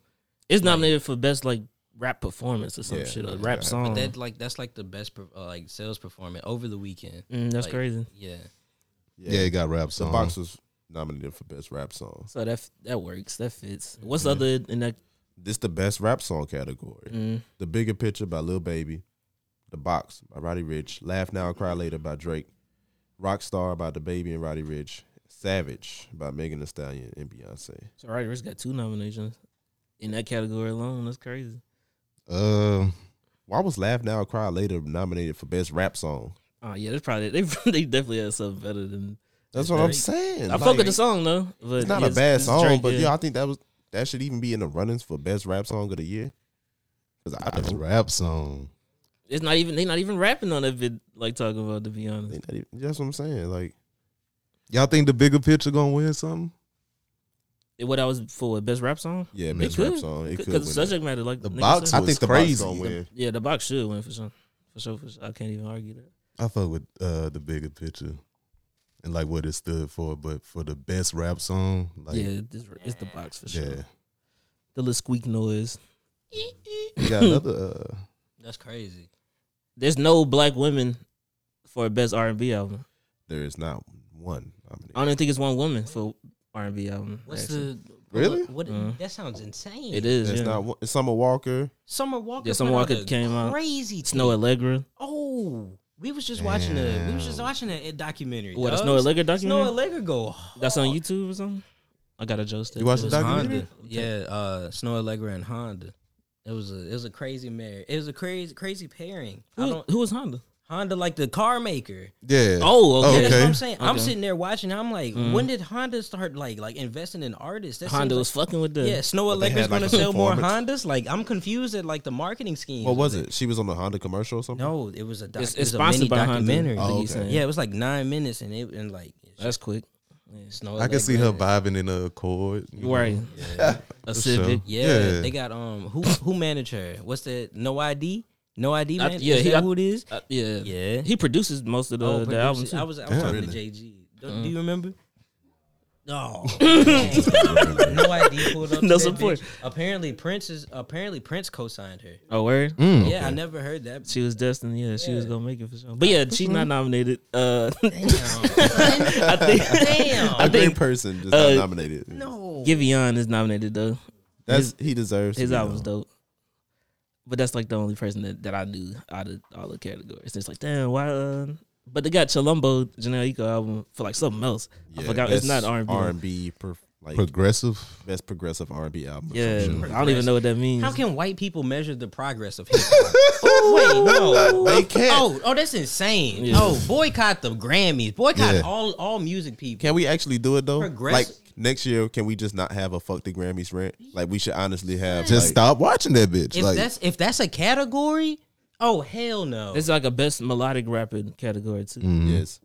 C: It's nominated for best like rap performance or some
B: Yeah,
C: shit, a rap
B: right.
C: song.
A: That like that's like the best per, uh, like sales performance over the weekend.
C: Mm, that's
A: Like,
C: crazy.
A: Yeah.
F: Yeah, he got rap
B: The
F: song.
B: box was nominated for best rap song.
C: So that that works. That fits. What's the other in that?
B: This the best rap song category.
C: Mm,
B: The Bigger Picture by Lil Baby. The Box by Roddy Rich. Laugh Now Cry Later by Drake. Rockstar by The Baby and Roddy Rich. Savage by Megan Thee Stallion and Beyonce.
C: so Roddy Rich got two nominations in that category alone. That's crazy.
F: Uh,
B: Why was Laugh Now Cry Later nominated for best rap song?
C: Oh yeah, that's probably they. They definitely had something better than.
B: That's what I'm
C: Drake.
B: saying.
C: I fuck
B: Like,
C: with the song though. But
B: It's not
C: yeah,
B: a bad
C: it's
B: song,
C: Drake,
B: but
C: yeah.
B: yeah. I think that was that should even be in the runnings for best rap song of the year. Because I
F: that's
B: don't
F: rap song.
C: it's not even they not even rapping on that vid like talking about to be honest.
B: think that even, that's what I'm saying. Like
F: Y'all think the bigger picture gonna win something?
C: What I was for best rap song.
B: yeah,
C: It
B: best
C: could.
B: rap song. It could
C: because
B: win
C: subject matter like
F: The
C: nigga
F: box
C: said.
B: I
F: was
B: think the
F: crazy.
B: box gonna win.
C: yeah, the box should win for sure. For sure, for sure. I can't even argue that.
F: I fuck with uh the bigger picture and like what it stood for, but for the best rap song, like yeah,
C: yeah, this, it's the box for sure. The little squeak noise.
F: we got another. Uh,
A: That's crazy.
C: There's no black women for best R and B album.
B: There is not one.
C: I
B: nominated.
C: don't even think it's one woman for R and B album.
A: What's
C: actually.
A: the
F: Really?
A: What, what-
C: Mhm.
A: that sounds insane.
C: It is.
B: There's
C: yeah.
B: not one. Summer Walker.
A: Summer Walker.
C: Yeah, Summer
A: put out
C: Walker
A: a
C: came out.
A: Crazy. tape.
C: Snow Allegra.
A: Oh, we was just watching a we was just watching a, a documentary.
C: What, a
A: dog.
C: Snow Allegra documentary?
A: Snow Allegra go.
C: That's on YouTube or something. I got a Joe
F: you watch
A: It
F: the
A: was
F: documentary?
A: Honda. Yeah, uh, Snow Allegra and Honda. It was a it was a crazy marriage. It was a crazy crazy pairing. I
C: Who,
A: don't
C: who was Honda?
A: Honda like the car maker.
F: Yeah.
C: Oh, okay.
A: That's what
F: Okay.
A: I'm saying. I'm
C: Okay. Mm-hmm.
A: sitting there watching. I'm like, when did Honda start like like investing in artists? That
C: Honda was
A: seems
C: fucking with the
A: like, yeah. Snow
B: had,
A: Allegra's
B: like,
A: gonna
B: a
A: sell more
B: performance.
A: Hondas. Like I'm confused at like the marketing scheme.
B: What was it? She was on the Honda commercial or something.
A: No, it was a doc-
C: It's,
A: it
C: it's
A: was a
C: sponsored
A: mini
C: by
A: documentary.
C: Honda. Oh, I think you
B: okay.
C: saying.
A: Yeah, it was like nine minutes, and it and like
C: that's quick.
A: Snow.
F: I can see her
A: Allegra.
F: vibing in a chord. you know?
C: Right. A Civic.
A: Yeah,
F: Yeah.
A: they got um who who managed her? What's that? No ID, no ID.
C: I-
A: Man?
C: yeah,
A: is
C: he
A: that
C: got-
A: who it is?
C: Uh, yeah.
A: Yeah.
C: He produces most of the,
A: Oh,
C: the albums.
A: producer. I
C: too.
A: was I was talking
F: really?
A: to JG. Do,
C: Mm.
A: do you remember? No, no ID pulled up. to that
C: No support.
A: bitch. Apparently Prince is apparently Prince co-signed her.
C: Oh, where?
A: Yeah, I never heard that.
C: She was destined. Yeah, she was gonna make it for sure. But yeah,
A: Mm-hmm.
C: she's not nominated. Uh, I think
A: Damn.
B: A
C: I
B: great
C: think
B: person just
C: uh,
B: not nominated.
A: No.
C: Giveon is nominated though.
B: That's he deserves.
C: His
B: to be
C: album's
B: nominated.
C: dope. But that's like the only person that, that I knew out of all the categories. It's like, damn, why? Uh, but they got Chalumbo Janelle Eco album for like something else. I
B: Yeah,
C: forgot. It's not
B: best
C: R and B.
B: R&B per, like
F: Progressive.
B: best progressive R&B album. or
C: Yeah,
B: some shit.
C: I don't even know what that means.
A: How can white people measure the progress of hip hop? oh, wait, no.
B: They can't.
A: Oh, oh, that's insane.
C: Yeah.
A: Oh, boycott the Grammys. Boycott
F: Yeah.
A: all all music people.
B: Can we actually do it though? Like
A: Progressive.
B: next year, can we just not have a fuck the Grammys rant? Like we should honestly have
F: Just
B: like,
F: stop watching that bitch.
A: If
F: like
A: that's if that's a category, oh hell no.
C: It's like a best melodic rapping category too.
F: Mm-hmm.
B: Yes.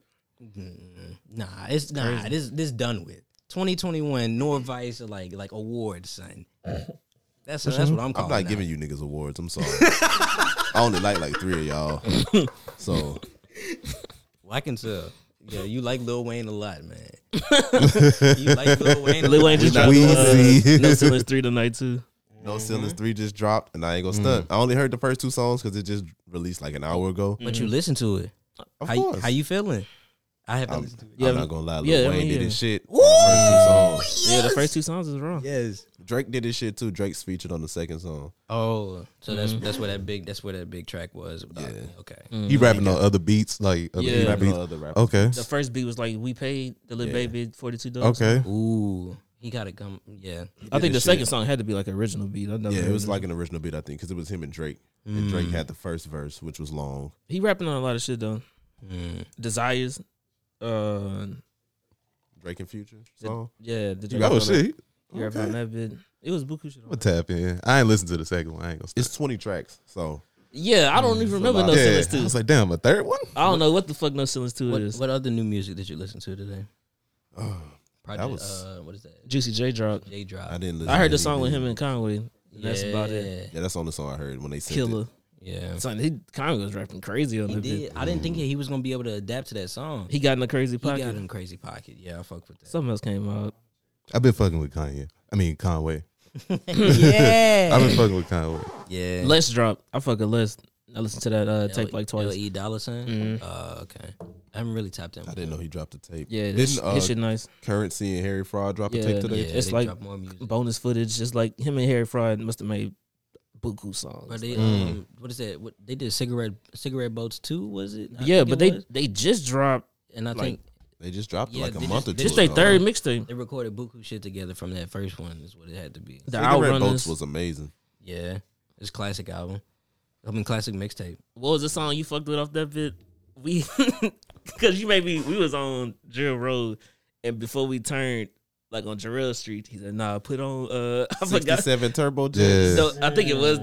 A: nah, it's nah. This this done with. 2021 Nor Vice like like awards, son. That's that's what I'm
B: I'm
C: Oh,
A: calling.
B: not
A: out.
B: giving you niggas awards. I'm sorry. I only like like three of y'all. So
A: Well, I can tell. Yeah, you like Lil Wayne a lot, man. you like Lil Wayne?
C: Lil Wayne just dropped uh,
B: Wheezy.
C: No Ceilings three tonight too.
B: No Ceilings 3 just dropped, and I ain't gonna stunt.
F: Mm.
B: I only heard the first two songs because it just released like an hour ago.
C: Mm.
A: But you listen to it.
B: Of
A: how, you-
B: course.
A: how you feeling? I haven't listened to it.
B: I'm
C: Yeah,
B: not gonna lie, Lil
C: yeah, I
B: Wayne
C: mean,
B: did
C: yeah.
B: his shit. on the first two songs.
C: Yeah, the first two songs is wrong.
A: Yes.
B: Drake did his shit too. Drake's featured on the second song.
A: Oh, so that's
C: Mm-hmm.
A: that's where that big that's where that big track was. Without me. Okay.
F: He
B: Mm-hmm.
F: rapping on other beats, like other
C: Yeah.
B: He
F: people
B: rapping on
F: beats.
B: other rappers.
F: Okay,
C: Mm. The first beat was like we paid the little baby forty two dollars.
F: okay.
A: Ooh, he got to come. Yeah.
C: I think the
B: his
C: second
B: shit.
C: song had to be like original beat. I never
B: Yeah, it
C: heard
B: was like an original beat, I think, because it was him and Drake. And Drake had the first verse, which was long.
C: he rapping on a lot of shit though.
A: Mm-hmm.
C: Desires, uh,
B: Drake and Future song.
C: yeah, the Drake
F: Oh
C: on
F: shit,
C: That, he rapping on that bit. It was buku shit. on
F: I'm gonna tap in. I ain't listened to the second one. I ain't gonna. Stop.
B: It's 20 tracks, so
C: Yeah, I don't even remember No
F: yeah,
C: Ceilings
F: I
C: 2.
F: was like, damn, a third one.
C: I don't know what the fuck No Ceilings 2
A: What,
C: is.
A: what other new music did you listen to today? Project,
B: was-
A: uh, what is that?
C: Juicy J drop.
A: J Drop.
B: I didn't listen.
C: I
B: to
C: heard the song
B: anything.
C: with him and Conway. and That's about it.
B: Yeah, that's the only song I heard when they sent Killer.
C: Killer.
B: It.
A: Yeah.
C: Son, he Conway was rapping crazy on
A: He
C: the
A: did.
C: bit.
A: I didn't think he was gonna be able to adapt to that song. He,
C: He got in a crazy
A: got
C: pocket.
A: in crazy pocket. Yeah, I fuck with that.
C: Something else came out.
F: I've been fucking with Kanye. I mean Conway.
A: yeah.
F: I've been fucking with Conway.
A: yeah.
C: Let's drop. I fuck with Less. I listened to that uh, tape
A: L-
C: like twice. Mm-hmm.
A: L.E. Dollar Sign. Uh, okay. I haven't really tapped in.
B: I didn't know he dropped the tape.
C: Yeah,
B: didn't
C: his, sh-
B: uh,
C: his shit nice.
B: Currency and Harry Fraud drop
C: Yeah,
B: a tape today?
A: Yeah,
C: It's
A: they
C: like
A: drop more music.
C: Bonus footage. It's like him and Harry Fraud must have made Buku songs.
A: But they, um, what is that? What they did? Cigarette, cigarette boats too? Was it? I
C: yeah,
A: think
C: but
A: it
C: they
A: was.
C: they just dropped.
A: and I think
B: They just dropped it
A: Yeah,
B: like a
A: they
B: month
A: just-
B: or two.
A: they
C: This
A: just
C: their
B: ago.
C: third mixtape.
A: they recorded buku shit together from that first one. Is what it had to be.
C: The
B: Cigarette Boats
C: Outrunners.
B: was amazing.
A: Yeah, it's classic album. I mean, classic mixtape.
C: What was the song you fucked with off that bit? We, because you made me. We was on Drill Road, and before we turned, like on Jarrell Street, he said, "Nah, put on." Uh, I forgot.
B: 67 Turbo
F: Yeah.
B: Jets.
C: No, I think it was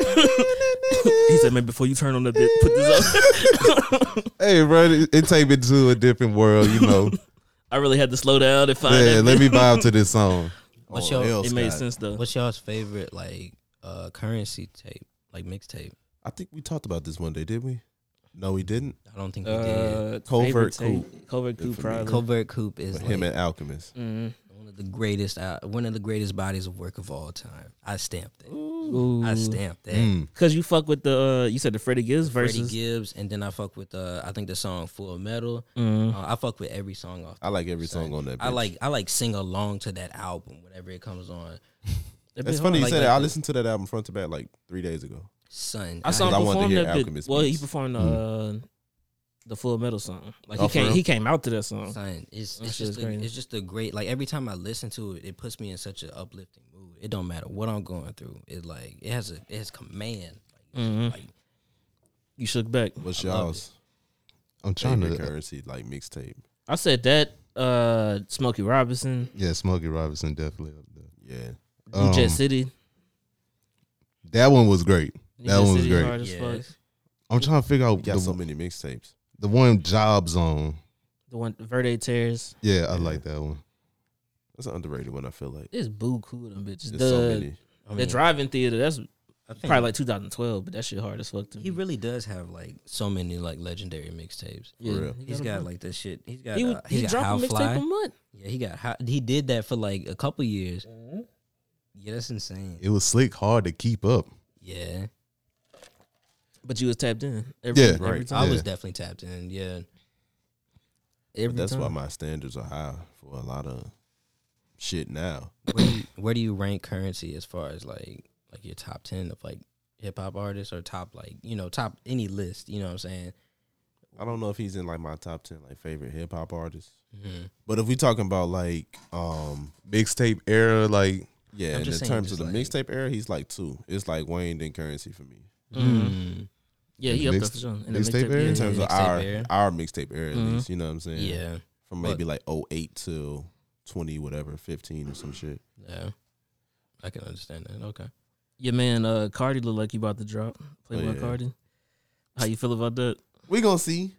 C: that. he said, "Man, before you turn on the bit, put this on."
F: Hey, bro, it, it take me to a different world, you know.
C: I really had to slow down and find.
F: yeah,
C: that
F: let
C: bit.
F: me vibe to this song.
A: What's
B: Oh,
A: your
B: hell,
C: It made
B: Scott.
C: sense though.
A: What's y'all's favorite like uh currency tape, like mixtape?
B: I think we talked about this one day, did we? No, we didn't.
A: I don't think we did.
C: Uh,
B: Covert
C: favorite tape- Covert
B: Good
C: Coup,
B: for me.
C: probably.
A: Covert Coop is
B: But him
A: like
B: and Alchemist.
C: Mhm.
A: one of the greatest, uh, one of the greatest bodies of work of all time. I stamped it. I stamped that.
B: Mm.
C: Cause you fuck with the uh, you said the Freddie Gibbs
A: Freddie
C: versus
A: Gibbs, and then I fuck with uh, I think the song Full Metal.
C: Mm. Mm-hmm.
A: Uh, I fuck with every song off.
B: I like every song on that.
A: I
B: bitch.
A: like I like sing along to that album whenever it comes on.
B: It's funny you
A: Like,
B: said
A: like
B: that. I
A: the-
B: listened to that album front to back like three days ago.
A: Son,
C: I saw
B: I wanted
C: him
B: to
C: perform
B: hear
C: that bit.
B: Alchemist
C: Well, he
B: beats. Hmm.
C: performed uh, the Full Metal song. Like
B: Oh,
C: he
B: for
C: came,
B: real?
C: he came out to that song.
A: son, it's
C: That
A: it's
C: shit
A: just
C: is
A: a,
C: crazy.
A: it's just a great like every time I listen to it, it puts me in such an uplifting mood. It don't matter what I'm going through. It like it has a it has command. Like, like
C: Mm-hmm. You shook back.
B: What's
A: love
B: y'all's
F: I'm trying
B: favorite
F: to.
B: currency like mixtape?
C: I said that. Uh, Smokey Robinson,
F: Yeah, Smokey Robinson definitely up there.
B: Yeah,
C: Blue Jet
F: Um,
C: City.
F: That one was great.
C: New
F: that
C: Jet
F: one was
C: City
F: great.
C: hard as
A: Yeah.
C: fuck.
F: I'm trying to figure out
B: we got
F: the,
B: so many mixtapes.
F: the one Job Zone.
C: The one Verde Tears.
F: Yeah, I like that one.
B: That's an underrated one. I feel like
C: It's boo cool them bitches.
B: there's
C: The,
B: so many.
A: I
C: the
A: mean,
C: driving theater. That's
A: I think
C: probably like 2012, but that shit hard as fuck to me.
A: he really does have like so many like legendary mixtapes.
C: Yeah,
B: real.
C: he
A: He's
C: a
A: got
C: bunch.
A: like this shit. He's got
C: he,
A: uh,
C: would- he
A: he's got How
C: dropped a
A: Fly.
C: mixtape a month.
A: Yeah, he got hot. He did that for like a couple years.
C: Mm-hmm.
A: Yeah, that's insane.
F: It was slick, hard to keep up.
A: Yeah,
C: But you was tapped in. Every,
F: Yeah,
C: every
B: right.
C: time.
A: I was
F: Yeah.
A: definitely tapped in. Yeah,
B: But
A: Every
B: that's why
A: time.
B: my standards are high for a lot of shit now.
A: Where do, you, where do you rank currency as far as like like your top ten of like hip hop artists or top like you know top any list? You know what I'm saying?
B: I don't know if he's in like my top ten like favorite hip hop artists.
A: Mhm.
F: Mm-hmm.
B: But if we talking about like um
F: Mixtape era, like
B: yeah,
A: I'm
B: and in
A: just saying
B: terms
A: just
B: of the
A: like-
B: mixtape era, he's like two. It's like Wayne then currency for me.
F: Mm-hmm.
A: Mm.
C: Yeah,
F: In
C: he
F: the
C: up there
F: mix-
C: for sure. In the
F: mixtape
C: mixtape,
F: era?
C: yeah,
B: In terms
A: yeah,
B: of
A: mixtape
B: our
A: era. Mm-hmm.
B: our mixtape era at least, you know what I'm saying?
A: Yeah,
B: From maybe like 08 to twenty whatever, fifteen or some shit.
A: yeah. I can understand that. Okay.
C: Your man uh, Cardi look like he about to drop. Playboy
B: yeah.
C: Cardi. How you feel about that?
B: We gonna see.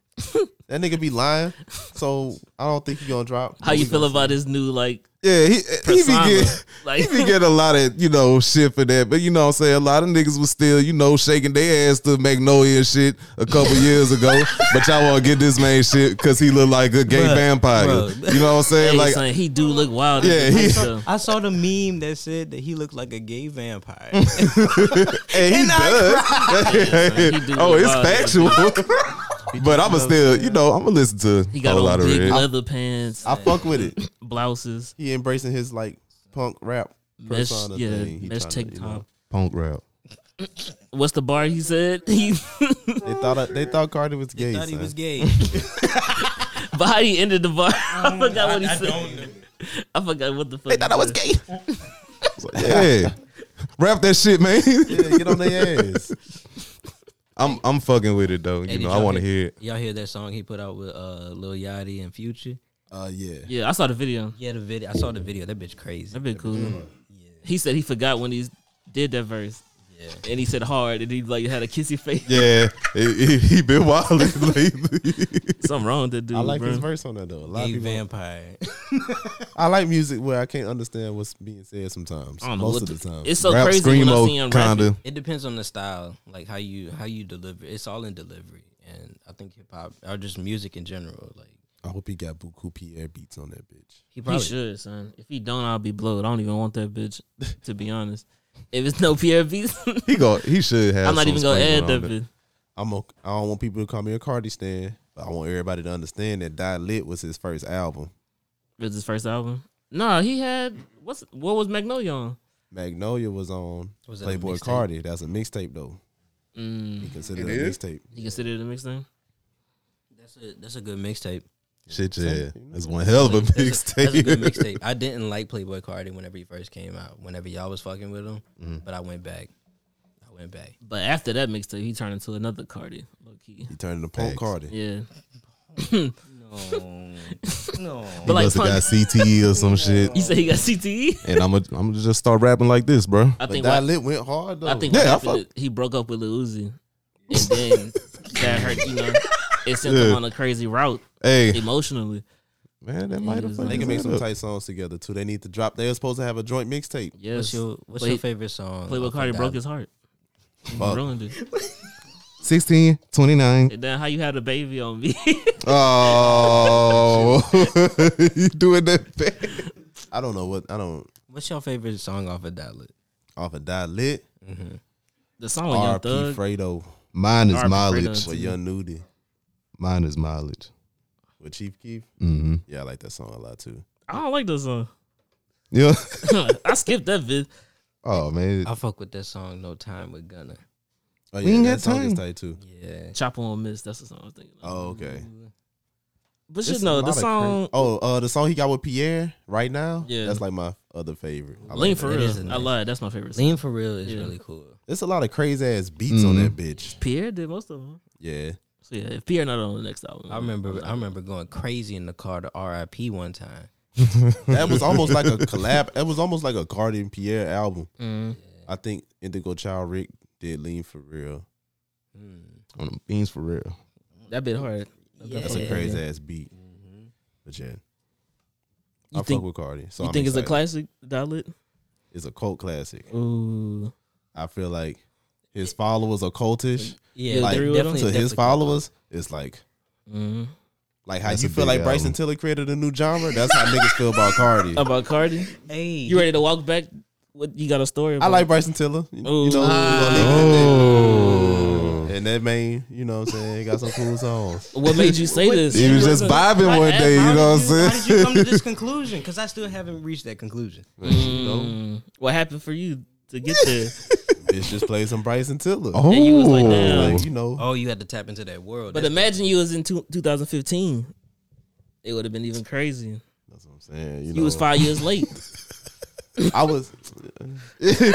B: That nigga be lying. So I don't think he gonna drop.
C: How you feel about this new like
F: Yeah, he, he be
C: persona?
F: getting.
C: like
F: He be getting a lot of, you know, shit for that. But you know what I'm saying? A lot of niggas was still, you know, shaking their ass to Magnolia and shit a couple years ago. But y'all want to get this man shit because he look like a gay
A: Bruh,
F: vampire.
A: bruh.
F: You know what I'm saying?
C: hey,
F: like,
C: son, he do look wild.
F: Yeah, he-
C: so,
A: I saw the meme that said that he looked like a gay vampire.
F: and he
C: he
F: does.
C: do
F: oh,
C: look
F: it's
C: wild.
F: factual. but I'ma still, you know, I'ma listen to
C: he
F: a
C: got
F: whole lot
C: on
F: of
C: big
F: red.
C: leather pants,
B: I fuck with it.
C: blouses,
B: He embracing his like punk rap
C: mesh,
B: persona
C: yeah,
B: thing. He
C: mesh
B: tryna,
C: tank
B: you
C: top.
B: know.
F: Punk rap.
C: What's the bar? He said he,
B: They thought I, they thought Cardi was gay.
A: Thought he
B: son.
A: was gay.
C: but how he ended the bar? Um, I forgot what he said. I forgot what the fuck. They thought I was gay.
F: Yeah. Rap that shit, man.
B: Yeah, get on their ass.
F: I'm I'm fucking with it though. You
A: Hey, did
F: know, I
A: y'all
F: want to hear it.
A: Y'all hear that song he put out with uh, Lil Yachty and Future?
B: Uh, yeah.
C: Yeah, I saw the video.
A: Yeah, the video. I saw the video. That bitch crazy.
C: That'd be cool. He said he forgot when he did that verse.
A: Yeah.
C: And he said hard, and he like had a kissy face.
F: Yeah, he, he- he been wild lately.
C: Something wrong with that dude.
B: I like
C: bro.
B: his verse on that though. A lot
A: Gay
B: of people,
A: vampire.
B: I like music where I can't understand what's being said sometimes.
C: I don't know
B: Most
C: what
B: of the,
C: the-
B: time.
C: It's so crazy when I see him rapping.
F: kinda.
A: It depends on the style, like how you how you deliver. It's all in delivery, and I think hip hop or just music in general. Like
B: I hope he got Buku Pierre beats on that bitch.
A: he
C: He
A: probably
C: should, son. If he don't, I'll be blowed. I don't even want that bitch. To be honest, if it's no PRVs,
F: He go. He should have.
C: I'm not
F: some
C: even gonna add
F: sprinkle
C: that
F: on it.
C: bitch.
B: I'm okay, I don't want people to call me a Cardi stan, but I want everybody to understand that Die Lit was his first album.
C: It's his first album. No, he had what's what was Magnolia on?
B: Magnolia was on
A: Was that a
B: Playboy
A: mixtape?
B: Cardi. That's a mixtape though.
C: Mm,
B: He considered
F: It
B: a
F: is?
B: mixtape.
C: you consider it a mixtape?
A: That's a that's a good mixtape.
F: Shit, yeah, that's one hell of a
A: That's a, that's a good
F: mixtape.
A: mixtape. I didn't like Playboy Cardi whenever he first came out. Whenever y'all was fucking with him,
B: Mm-hmm.
A: but I went back. I went back.
C: But after that mixtape, he turned into another Cardi. Low key.
B: He turned into Punk
F: Facts.
B: Cardi.
C: Yeah,
A: No, no.
C: but like
F: Must have
C: Punk,
F: got CTE or some shit,
C: you say he got E? CTE.
F: and I'm gonna I'm just start rapping like this, bro.
C: I
B: But
C: think
B: Die
C: what-
B: Lit went hard though.
C: I think
F: Yeah,
C: what
F: I
C: happened
F: fuck-
C: is he broke up with Lil Uzi, and then that hurt. You know, it sent him
F: Yeah.
C: on a crazy route
F: Hey,
C: emotionally.
F: man, that might have.
C: They
B: they
F: fucking
B: can make some
F: up.
B: tight songs together too. They need to drop. They were supposed to have a joint mixtape.
A: What's
C: Yes,
A: your what's
C: Play-
A: your favorite song?
C: Playboy
A: off of
C: Cardi broke
A: Dolly?
C: his heart. He
B: Fuck.
C: Ruined it.
F: 16, 29.
C: And then how you had a baby on me?
F: Oh, you doing that? Bad.
B: I don't know what I don't
A: What's your favorite song off of Dolly?
B: off of Die Lit.
C: the song with Young
B: R.P.
C: Thug.
B: Fredo
F: Mine is
C: Arby's
F: mileage.
C: Fritos.
B: for Young Nudie
F: Mine is mileage.
B: with Chief Keef.
F: Mm-hmm.
B: Yeah, I like that song a lot too.
C: I don't like that song.
F: Yeah.
C: I skipped that bit.
F: Oh man,
A: I fuck with that song No Time with Gunna.
B: Oh
F: We ain't
B: yeah,
F: got
B: that song is
F: time.
B: tight too.
A: Yeah.
C: Chopper on Miss. That's the song I was thinking. Of.
B: Oh okay.
C: but
B: It's
C: you
B: a
C: know
B: lot
C: the
B: of cra-
C: song.
B: oh, uh, the song he got with Pierre right now.
C: Yeah.
B: that's like my other favorite. I
C: Lean
B: like
C: for
B: that.
A: It
C: real.
A: is a
C: I
A: nice-
C: lied. That's my favorite. Song.
A: Lean for real is
C: Yeah.
A: really cool.
B: There's a lot of crazy ass beats on that bitch.
C: Pierre did most of them.
B: Yeah,
C: So yeah, if Pierre not on the next album,
A: I remember I remember going crazy in the car to R.I.P. one time.
B: that was almost like a collab. That was almost like a Cardi and Pierre album.
C: mm,
B: I think Indigo Child Rick did Lean for real.
F: on them beans for real.
C: Hmm. that bit hard.
B: That's a crazy ass beat. But yeah, I
C: You Mm-hmm. think
B: fuck with Cardi. So
C: you
B: I'm
C: think it's a
B: excited.
C: classic? Dalit.
B: It's a cult classic.
C: Ooh.
B: I feel like his followers are cultish.
A: Yeah,
C: Yeah,
B: like
C: agree
B: to
C: with him?
A: definitely-
B: his
A: definitely.
B: followers, it's like
C: Mm.
B: like how
F: That's
B: you
F: a
B: feel
F: big
B: like Bryson
F: album.
B: Tiller created a new genre. That's how niggas feel about Cardi.
C: About Cardi,
A: Hey,
C: you ready to walk back? What you got a story?
B: I
C: About?
B: like Bryson Tiller. You know,
C: Ooh.
B: you know,
F: Oh,
B: and that man, you know what I'm saying, got some cool songs.
C: What made you say this?
F: he was just vibing
A: Why-
F: one
A: how
F: day. You
A: did
F: know what I'm
A: How did you come
F: saying?
A: to this conclusion? Because I still haven't reached that conclusion.
C: Mm. What happened for you to get there?
B: Bitch just played some Bryson Tiller.
F: Oh,
C: And you was like, damn.
B: Like, you know,
A: Oh, you had to tap into that world.
C: But
A: That's-
C: imagine you was in two, 2015. It would have been even crazy.
B: that's what I'm saying. You,
C: You was
B: know,
C: five years late.
B: I was
F: That's it.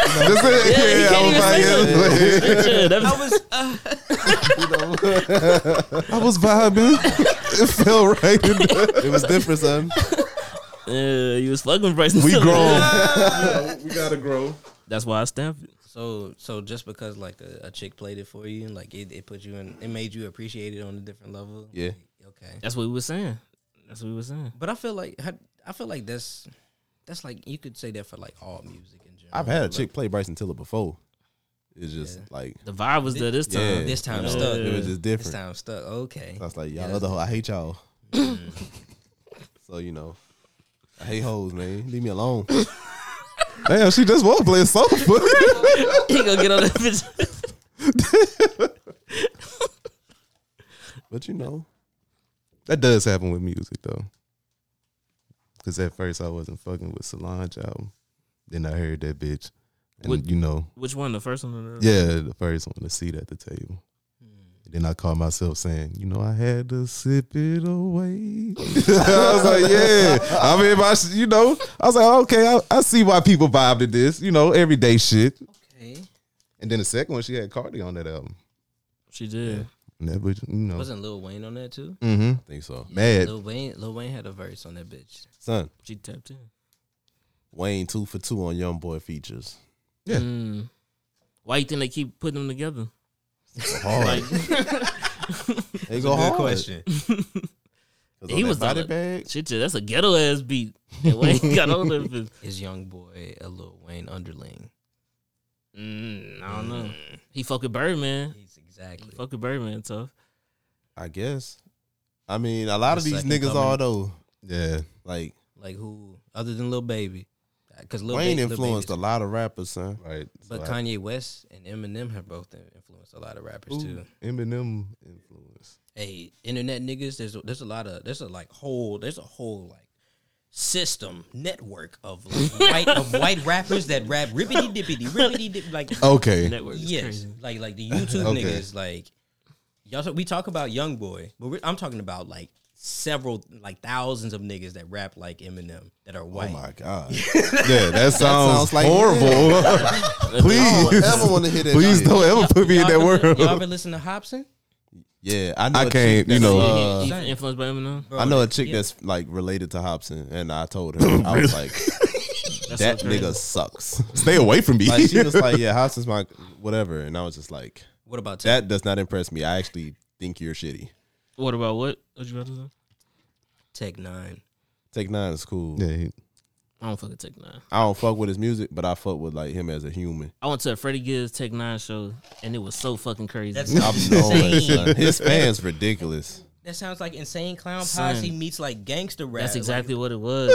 F: Yeah, I was
C: Yeah, that
F: like, yeah,
C: was-
F: I was vibing. It felt right. in the-
B: it was different, son.
C: Yeah, you was fucking with Bryson.
F: We
C: Tiller.
F: grown.
B: we gotta grow.
C: That's why I stamped it.
A: so, so just because like a, a chick played it for you, like it, it put you in, it made you appreciate it on a different level.
B: Yeah.
A: Like, Okay.
C: That's what we were saying. That's what we were saying.
A: But I feel like I, I feel like that's that's like you could say that for like all music in general.
B: I've had a chick play Bryson Tiller before. It's just like
C: The vibe was there this time.
B: yeah,
A: This time
B: you know,
A: stuck.
B: It was just
A: This
B: different.
A: time stuck. Okay.
B: I was like, y'all other hoe, I hate y'all. so you know, I hate hoes, man. Leave me alone.
F: Damn, she just was playing soul food.
C: he gonna get on that bitch.
B: But you know,
F: that does happen with music though. Cause at first I wasn't fucking with Solange album. Then I heard that bitch. And
C: What-
F: you know,
C: Which one? The first one? Or the
F: yeah, the first one, the seat at the table. Then I caught myself saying, you know, I had to sip it away. I was like, yeah. I mean, my, sh- you know, I was like, okay, I, I see why people vibe to this, you know, everyday shit.
A: Okay.
F: And then the second one, she had Cardi on that album.
C: She did.
F: And that bitch, you know,
A: Wasn't Lil Wayne on that too?
F: mm-hmm,
B: I think so.
F: mad.
A: Lil Wayne Lil Wayne had a verse on that bitch.
B: Son,
C: She tapped in.
B: Wayne two for two on Young Boy features.
F: Yeah.
C: Mm. Why you think they keep putting them together?
B: Hard. they go hard.
C: He was
B: body
C: the-
B: bag.
C: Shit, that's a ghetto ass beat. And Wayne got on that bitch.
A: Is Young Boy a Lil Wayne underling?
C: Mm, I don't know. He fuck with Birdman.
A: He's exactly.
C: Fuck with Birdman, tough.
B: I guess. I mean, a lot
A: The
B: of these
A: second
B: niggas
A: coming.
B: are though.
F: Yeah.
B: Like
A: Like who other than Lil Baby? Because Lil
B: Wayne
A: Ba- Lil
B: influenced a
A: Baby's-
B: lot of rappers, son.
F: Right.
A: But
F: So I-
A: Kanye West and Eminem have both influenced a lot of rappers too.
F: Eminem influence.
A: hey, internet niggas, there's a, there's a lot of there's a like whole there's a whole like system network of like, white of white rappers that rap ribbity dippity ribbity dip like
F: Okay.
C: Network. is
A: yes
C: crazy.
A: like like the YouTube
F: Okay.
A: niggas like y'all so we talk about YoungBoy, but we're, I'm talking about like several like thousands of niggas that rap like Eminem that are
B: Oh
A: white.
B: my god!
F: Yeah, that sounds,
B: sounds like-
F: horrible.
B: I
F: please,
B: don't ever want to hear that.
F: please
B: shit.
F: don't ever put me in
A: Y'all
F: that
A: ever-
F: world.
A: Y'all ever listen to Hobson?
B: Yeah, I know.
F: I
B: a chick
F: can't, you
B: that's,
F: know.
B: uh,
C: He influenced by Eminem.
A: Bro,
B: I know a
A: that-
B: chick
A: yeah.
B: that's like related to Hobson, and I told her I was like,
C: That's
B: "That
C: so crazy.
B: nigga sucks."
F: Stay away from me.
B: Like she was like, "Yeah, Hobson's my whatever," and I was just like,
A: What about that?
B: "That does not impress me. I actually think you're shitty."
C: What about what? What you about to say?
A: Tech Nine?
B: Take Nine is cool.
F: yeah, he-
C: I don't fucking take nine.
B: I don't fuck with his music, but I fuck with like him as a human.
C: I went to a Freddie Gibbs Tech Nine show and it was so fucking crazy.
A: That's
B: I'm knowing, son. His fans ridiculous.
A: That sounds like insane clown
C: Son.
A: posse meets like gangster rap.
C: That's
A: Like,
C: exactly what it was.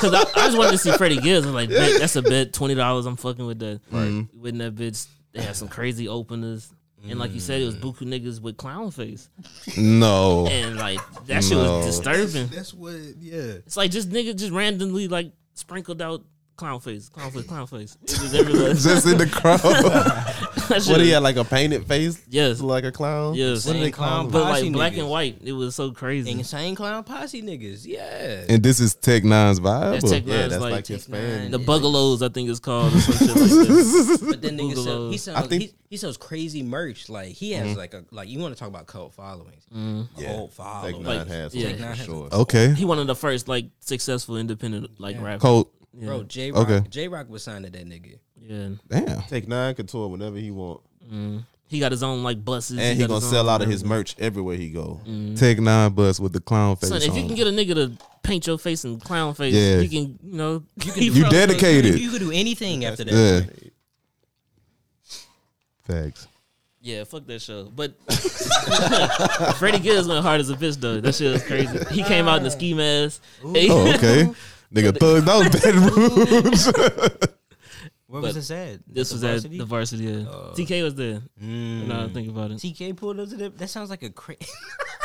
C: Cause I, I just wanted to see Freddie Gibbs. I'm like, bet, that's a bet. Twenty dollars. I'm fucking with that. Right.
B: Mm-hmm.
C: With that bitch, they had some crazy openers, and like you said, it was buku niggas with clown face,
F: no.
C: and like that shit was disturbing.
F: That's what. Yeah.
C: It's like just niggas just randomly like sprinkled out clown face, clown face, clown face. It was everywhere.
F: Just in the crowd.
C: That shit
B: What he
C: was-
B: had like a painted face,
C: Yes.
B: like a clown.
C: Yes.
B: what do they
A: Same clown
B: clown?
C: But
A: Posse
C: like black
A: niggas.
C: and white, it was so crazy.
A: Insane clown posse niggas. Yeah.
F: and this is Tech Nine's vibe.
C: That's Tech
F: or-
C: Nine.
B: Yeah,
C: It's
B: that's
C: like
B: like, his
A: Tech
B: fan.
A: Nine.
C: The Bugalows, I think it's called, or some shit like that.
A: But then niggas sell, he
C: Boogaloo.
A: sells
B: I think- Mm-hmm.
A: he, he sells crazy merch. Like he has like a like you want to talk about cult followings.
B: Yeah.
A: Cult
B: Tech Nine
A: following.
C: Like,
B: has
C: yeah.
B: one
C: Tech
A: Nine
B: for
A: has-
B: sure.
F: Okay.
C: He one of the first like successful independent like rappers.
F: Colt.
C: Yeah.
A: Bro, J Rock
F: Okay.
A: J Rock was signed to that nigga.
C: Yeah.
F: Damn.
B: Take Nine can tour whenever he want,
C: He got his own like buses.
B: and he
C: got
B: gonna
C: own- Mm.
B: sell out of his merch everywhere he go.
F: Tech Nine bus with the clown face
C: Son, if you
F: on.
C: can get a nigga to paint your face and clown face,
F: Yeah.
C: you can you know you,
F: you dedicated.
A: You could do anything after that.
F: yeah. Facts.
C: Yeah, fuck that show. But Freddie Gibbs went hard as a bitch though. That shit was crazy. He came out in a ski mask.
F: Oh, okay. Nigga, thug, that was bad rules.
A: What was
C: But
A: it said?
C: this
A: The
C: was
A: varsity?
C: at the varsity. Uh. Yeah. TK was there.
B: Mm.
C: Now I think about it.
A: TK pulled up to that. That sounds like a crazy.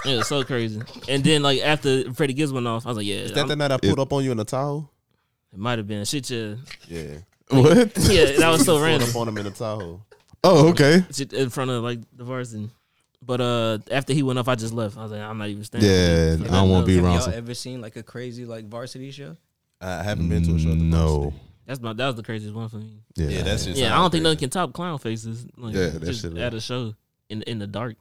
C: It was so crazy. And then like after Freddie Gibbs went off, I was like, yeah,
B: That the
C: I'm-
B: night I pulled up on you in a towel.
C: it might have been shit. Yeah,
B: Yeah.
F: what?
C: yeah, that was so
B: Pulled
C: random.
B: up on him in a Tahoe.
F: Oh, okay.
C: Shit in front of like the varsity. But uh, after he went off, I just left. I was like, I'm not even standing.
F: Yeah, I don't want to be
A: Have
F: wrong.
A: y'all ever seen like a crazy like varsity show?
B: I haven't been to a show. at the
F: No.
C: That's my that was the craziest one for me.
F: Yeah.
B: Yeah, that's just.
C: yeah, I don't think nothing can top clown faces. Like,
F: Yeah, that
C: just
F: shit is-
C: at a show in in the dark.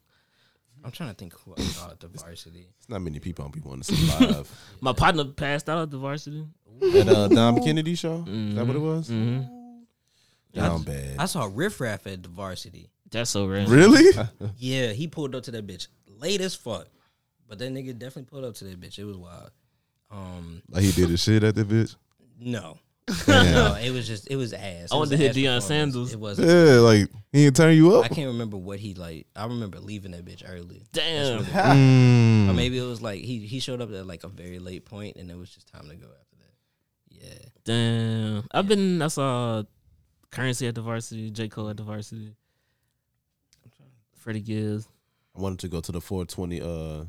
A: I'm trying to think who I saw at the varsity.
B: It's not many people be wanting to see live.
C: My partner passed out at the varsity.
B: At uh, Dom Kennedy show, is that what
C: Mm-hmm.
B: it was? Down
A: I
B: bad.
A: saw Riff Raff at the varsity.
C: That's so random.
F: Really?
A: Yeah, he pulled up to that bitch late as fuck. But that nigga definitely pulled up to that bitch. It was wild. Um,
F: Like he did his shit at that bitch.
A: no,
F: Damn.
A: no, it was just it was ass.
C: I
A: It
C: wanted
A: was
C: to
A: an
C: hit
A: ass
C: Deion
A: performance.
C: Sanders.
A: It wasn't.
F: yeah, like he didn't turn you
A: I
F: up.
A: can't remember what he like. I remember leaving that bitch early.
C: Damn.
A: Or
F: Mm.
A: maybe it was like he he showed up at like a very late point, and it was just time to go after that. Yeah,
C: Damn. I've been I saw currency at the varsity, J. Cole at the varsity. Freddie Gibbs.
B: I wanted to go to the 420 uh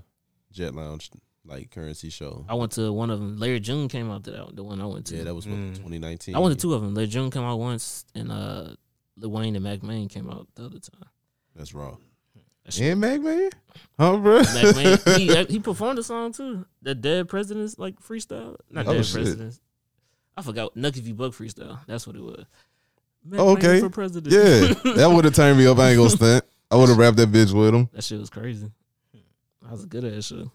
B: Jet Lounge like currency show.
C: I went to one of them. Larry June came out to that the one I went to. Mm.
B: Yeah, that was what, 2019.
C: I went to two of them. Larry June came out once, and uh, Lil Wayne and Mac Main came out the other time.
B: That's raw.
F: And Mac Man, huh, bro?
C: Mac Main, he, he performed a song too. The Dead Presidents like freestyle, not
F: Oh,
C: Dead
F: shit.
C: Presidents. I forgot Nuck if you buck freestyle. That's what it was. Mac
F: Oh,
C: Main
F: okay.
C: for president.
F: Yeah, that would have turned me up. I ain't gonna stunt. I would have wrapped that bitch with him.
C: that shit was crazy. That was a good ass show.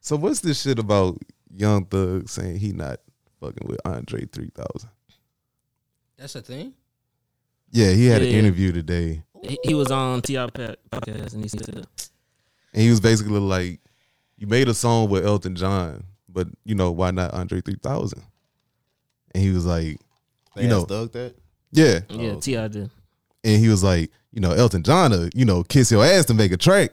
F: So what's this shit about Young Thug saying he not fucking with Andre three thousand?
A: that's a thing.
F: Yeah, he had an
C: Yeah.
F: interview today,
C: He, he was on Ti Pat podcast, and he said,
F: and he was basically like, "You made a song with Elton John, but you know why not Andre three thousand? And he was like,
B: They
F: You know-
B: asked Doug that?
F: "Yeah,"
C: "Yeah, Ti did."
F: and he was like, "You know, Elton John, to, you know, kiss your ass to make a track."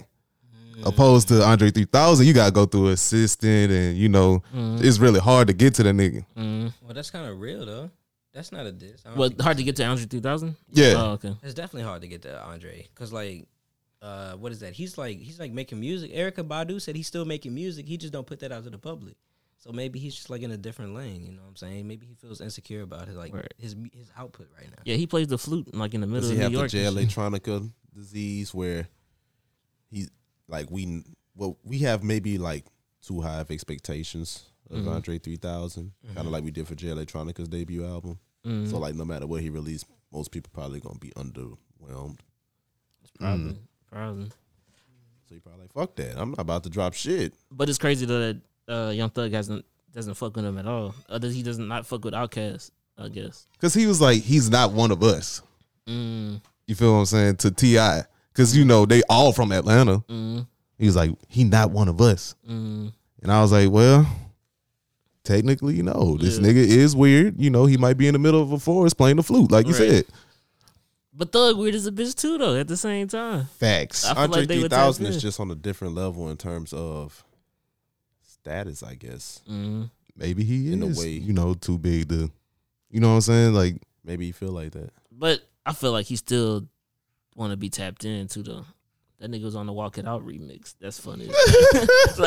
F: Opposed to Andre 3000, you gotta go through an assistant, and you know
C: Mm-hmm.
F: it's really hard to get to that nigga.
C: Mm.
A: Well, that's kind of real though. That's not a diss. I don't
C: Well,
A: think-
C: hard to get to Andre three thousand.
F: Yeah.
C: Oh, okay.
A: It's definitely hard to get to Andre because like, uh, what is that? He's like he's like making music. Erica Badu said he's still making music. He just don't put that out to the public. So maybe he's just like in a different lane. You know what I'm saying? Maybe he feels insecure about his like
C: Right.
A: his his output right now.
C: Yeah, he plays the flute like in the middle
B: Does
C: of
B: he
C: New
B: have
C: York.
B: the J electronica disease where he's like we well we have maybe like too high of expectations of
C: Mm-hmm.
B: Andre 3000, kind of like we did for J electronica's debut album.
C: Mm-hmm.
B: So like no matter what he released, most people probably gonna be underwhelmed.
F: Mm.
C: Probably, probably.
B: So you probably like fuck that. I'm not about to drop shit.
C: But it's crazy though that uh, Young Thug hasn't doesn't fuck with him at all. Other he doesn't not fuck with Outkast, I guess.
F: Cause he was like, he's not one of us.
C: Mm,
F: You feel what I'm saying? To Ti, because you know they all from Atlanta.
C: mm,
F: He was like, he not one of us,
C: mm.
F: and I was like, well, technically, no. This
C: Yeah.
F: nigga is weird. You know, he might be in the middle of a forest playing the flute, like you
C: Right.
F: said.
C: But Thug weird as a bitch too though. At the same time,
F: Facts.
C: I feel
B: Andre
C: like they were
B: 3000
C: tapped
B: is
C: in.
B: just on a different level in terms of status, I guess.
C: mm.
F: Maybe he is.
B: In a way.
F: you know, too big to. You know what I'm saying? Like,
B: Maybe you feel like that.
C: but I feel like he still want to be tapped into though. That nigga was on the Walk It Out remix. That's funny.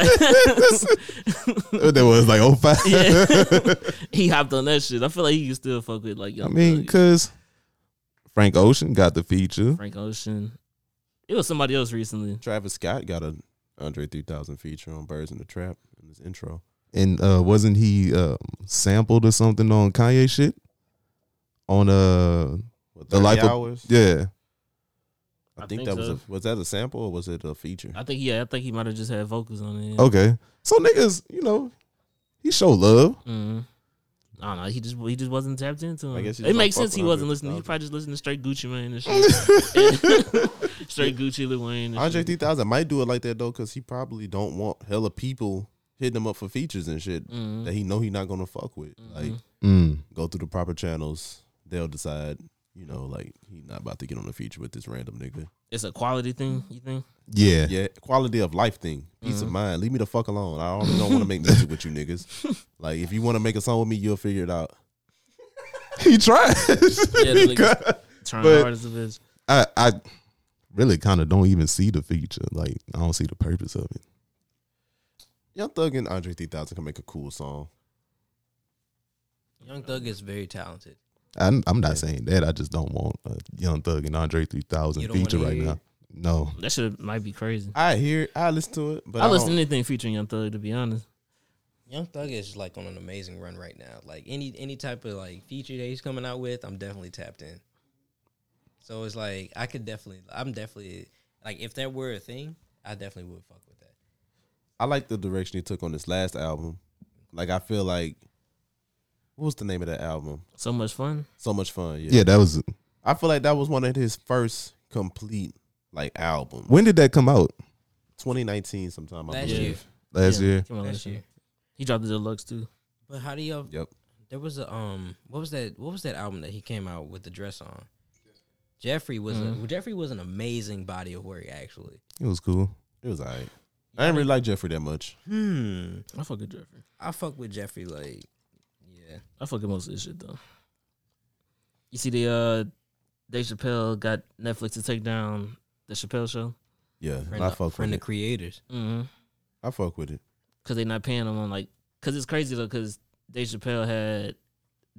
C: Like-
F: that was like oh five.
C: yeah, he hopped on that shit. I feel like he can still fuck with like
F: I
C: Young
F: mean,
C: Thug.
F: cause Frank Ocean got the feature.
C: Frank Ocean. It was somebody else recently.
B: Travis Scott got a Andre 3000 feature on Birds in the Trap in his intro.
F: and uh wasn't he um sampled or something on Kanye shit? On uh
B: What,
F: The
B: 30
F: Life of-
B: hours?
F: yeah.
B: I,
C: I
B: think,
C: think
B: that was
C: so.
B: a, was that a sample or was it a feature?
C: I think yeah, I think he might have just had vocals on it.
B: Oh.
F: Okay. So niggas, you know, he show love.
C: Mm-hmm. I don't know. He just he just wasn't tapped into him.
B: I guess he
C: it
B: just
C: makes
B: don't fuck
C: sense he
B: with 100,000.
C: wasn't listening. He probably just listened to straight Gucci Mane and shit. straight Gucci, Lil Wayne. And
B: Andre
C: shit.
B: 3000 might do it like that though cuz he probably don't want hella people hitting him up for features and shit
C: Mhm.
B: that he know he not going to fuck with. Like
F: Mm.
B: go through the proper channels, they'll decide, you know, like he not about to get on a feature with this random nigga.
C: It's a quality thing. You think?
F: Yeah.
B: Yeah, quality of life thing, peace of mind. Leave me the fuck alone. I already don't want to make music with you niggas. Like if you want to make a song with me, you'll figure it out.
F: He tried.
C: Yeah, the niggas trying
F: But-
C: hard as a bitch.
F: I I really kind of don't even see the feature. Like I don't see the purpose of it.
B: Young Thug and Andre 3000 can make a cool song.
A: Young Thug is very talented.
F: I'm, I'm not saying that. I just don't want a Young Thug and Andre 3000
A: You don't
F: feature
A: wanna
F: right
A: hear
F: now.
A: it?
F: No.
C: That shit might be crazy.
B: I hear, I listen to it, but I,
C: I listen
B: don't-
C: to anything featuring Young Thug to be honest.
A: Young Thug is like on an amazing run right now. Like any any type of like feature that he's coming out with, I'm definitely tapped in. So it's like I could definitely, I'm definitely like if that were a thing, I definitely would fuck with that.
B: I like the direction he took on this last album. Like I feel like, what was the name of that album?
C: So much fun.
B: So much fun. Yeah.
F: Yeah, that was
B: I feel like that was one of his first complete like album.
F: When did that come out?
B: 2019, sometime I
A: Last
B: believe.
A: year.
F: last year.
C: Came out
A: Last
C: last year.
A: year.
C: He dropped the deluxe too.
A: But how do y'all?
B: Yep.
A: There was a um. What was that? What was that album that he came out with the dress on? Jeffrey was
B: Mm-hmm.
A: a, Jeffrey was an amazing body of work actually.
F: It was cool.
B: It was alright. I didn't really like Jeffrey that much.
A: Hmm.
C: I fuck with Jeffrey.
A: I fuck with Jeffrey like, yeah.
C: I fuck with most of this shit though. You see the uh Dave Chappelle got Netflix to take down the Chappelle show.
B: Yeah, and
A: Friend,
B: I
A: of-
B: fuck with
A: friend of
B: it.
A: creators.
C: Mm-hmm.
B: I fuck with it.
C: Cause they not paying them on like. Cause it's crazy though. Cause Dave Chappelle had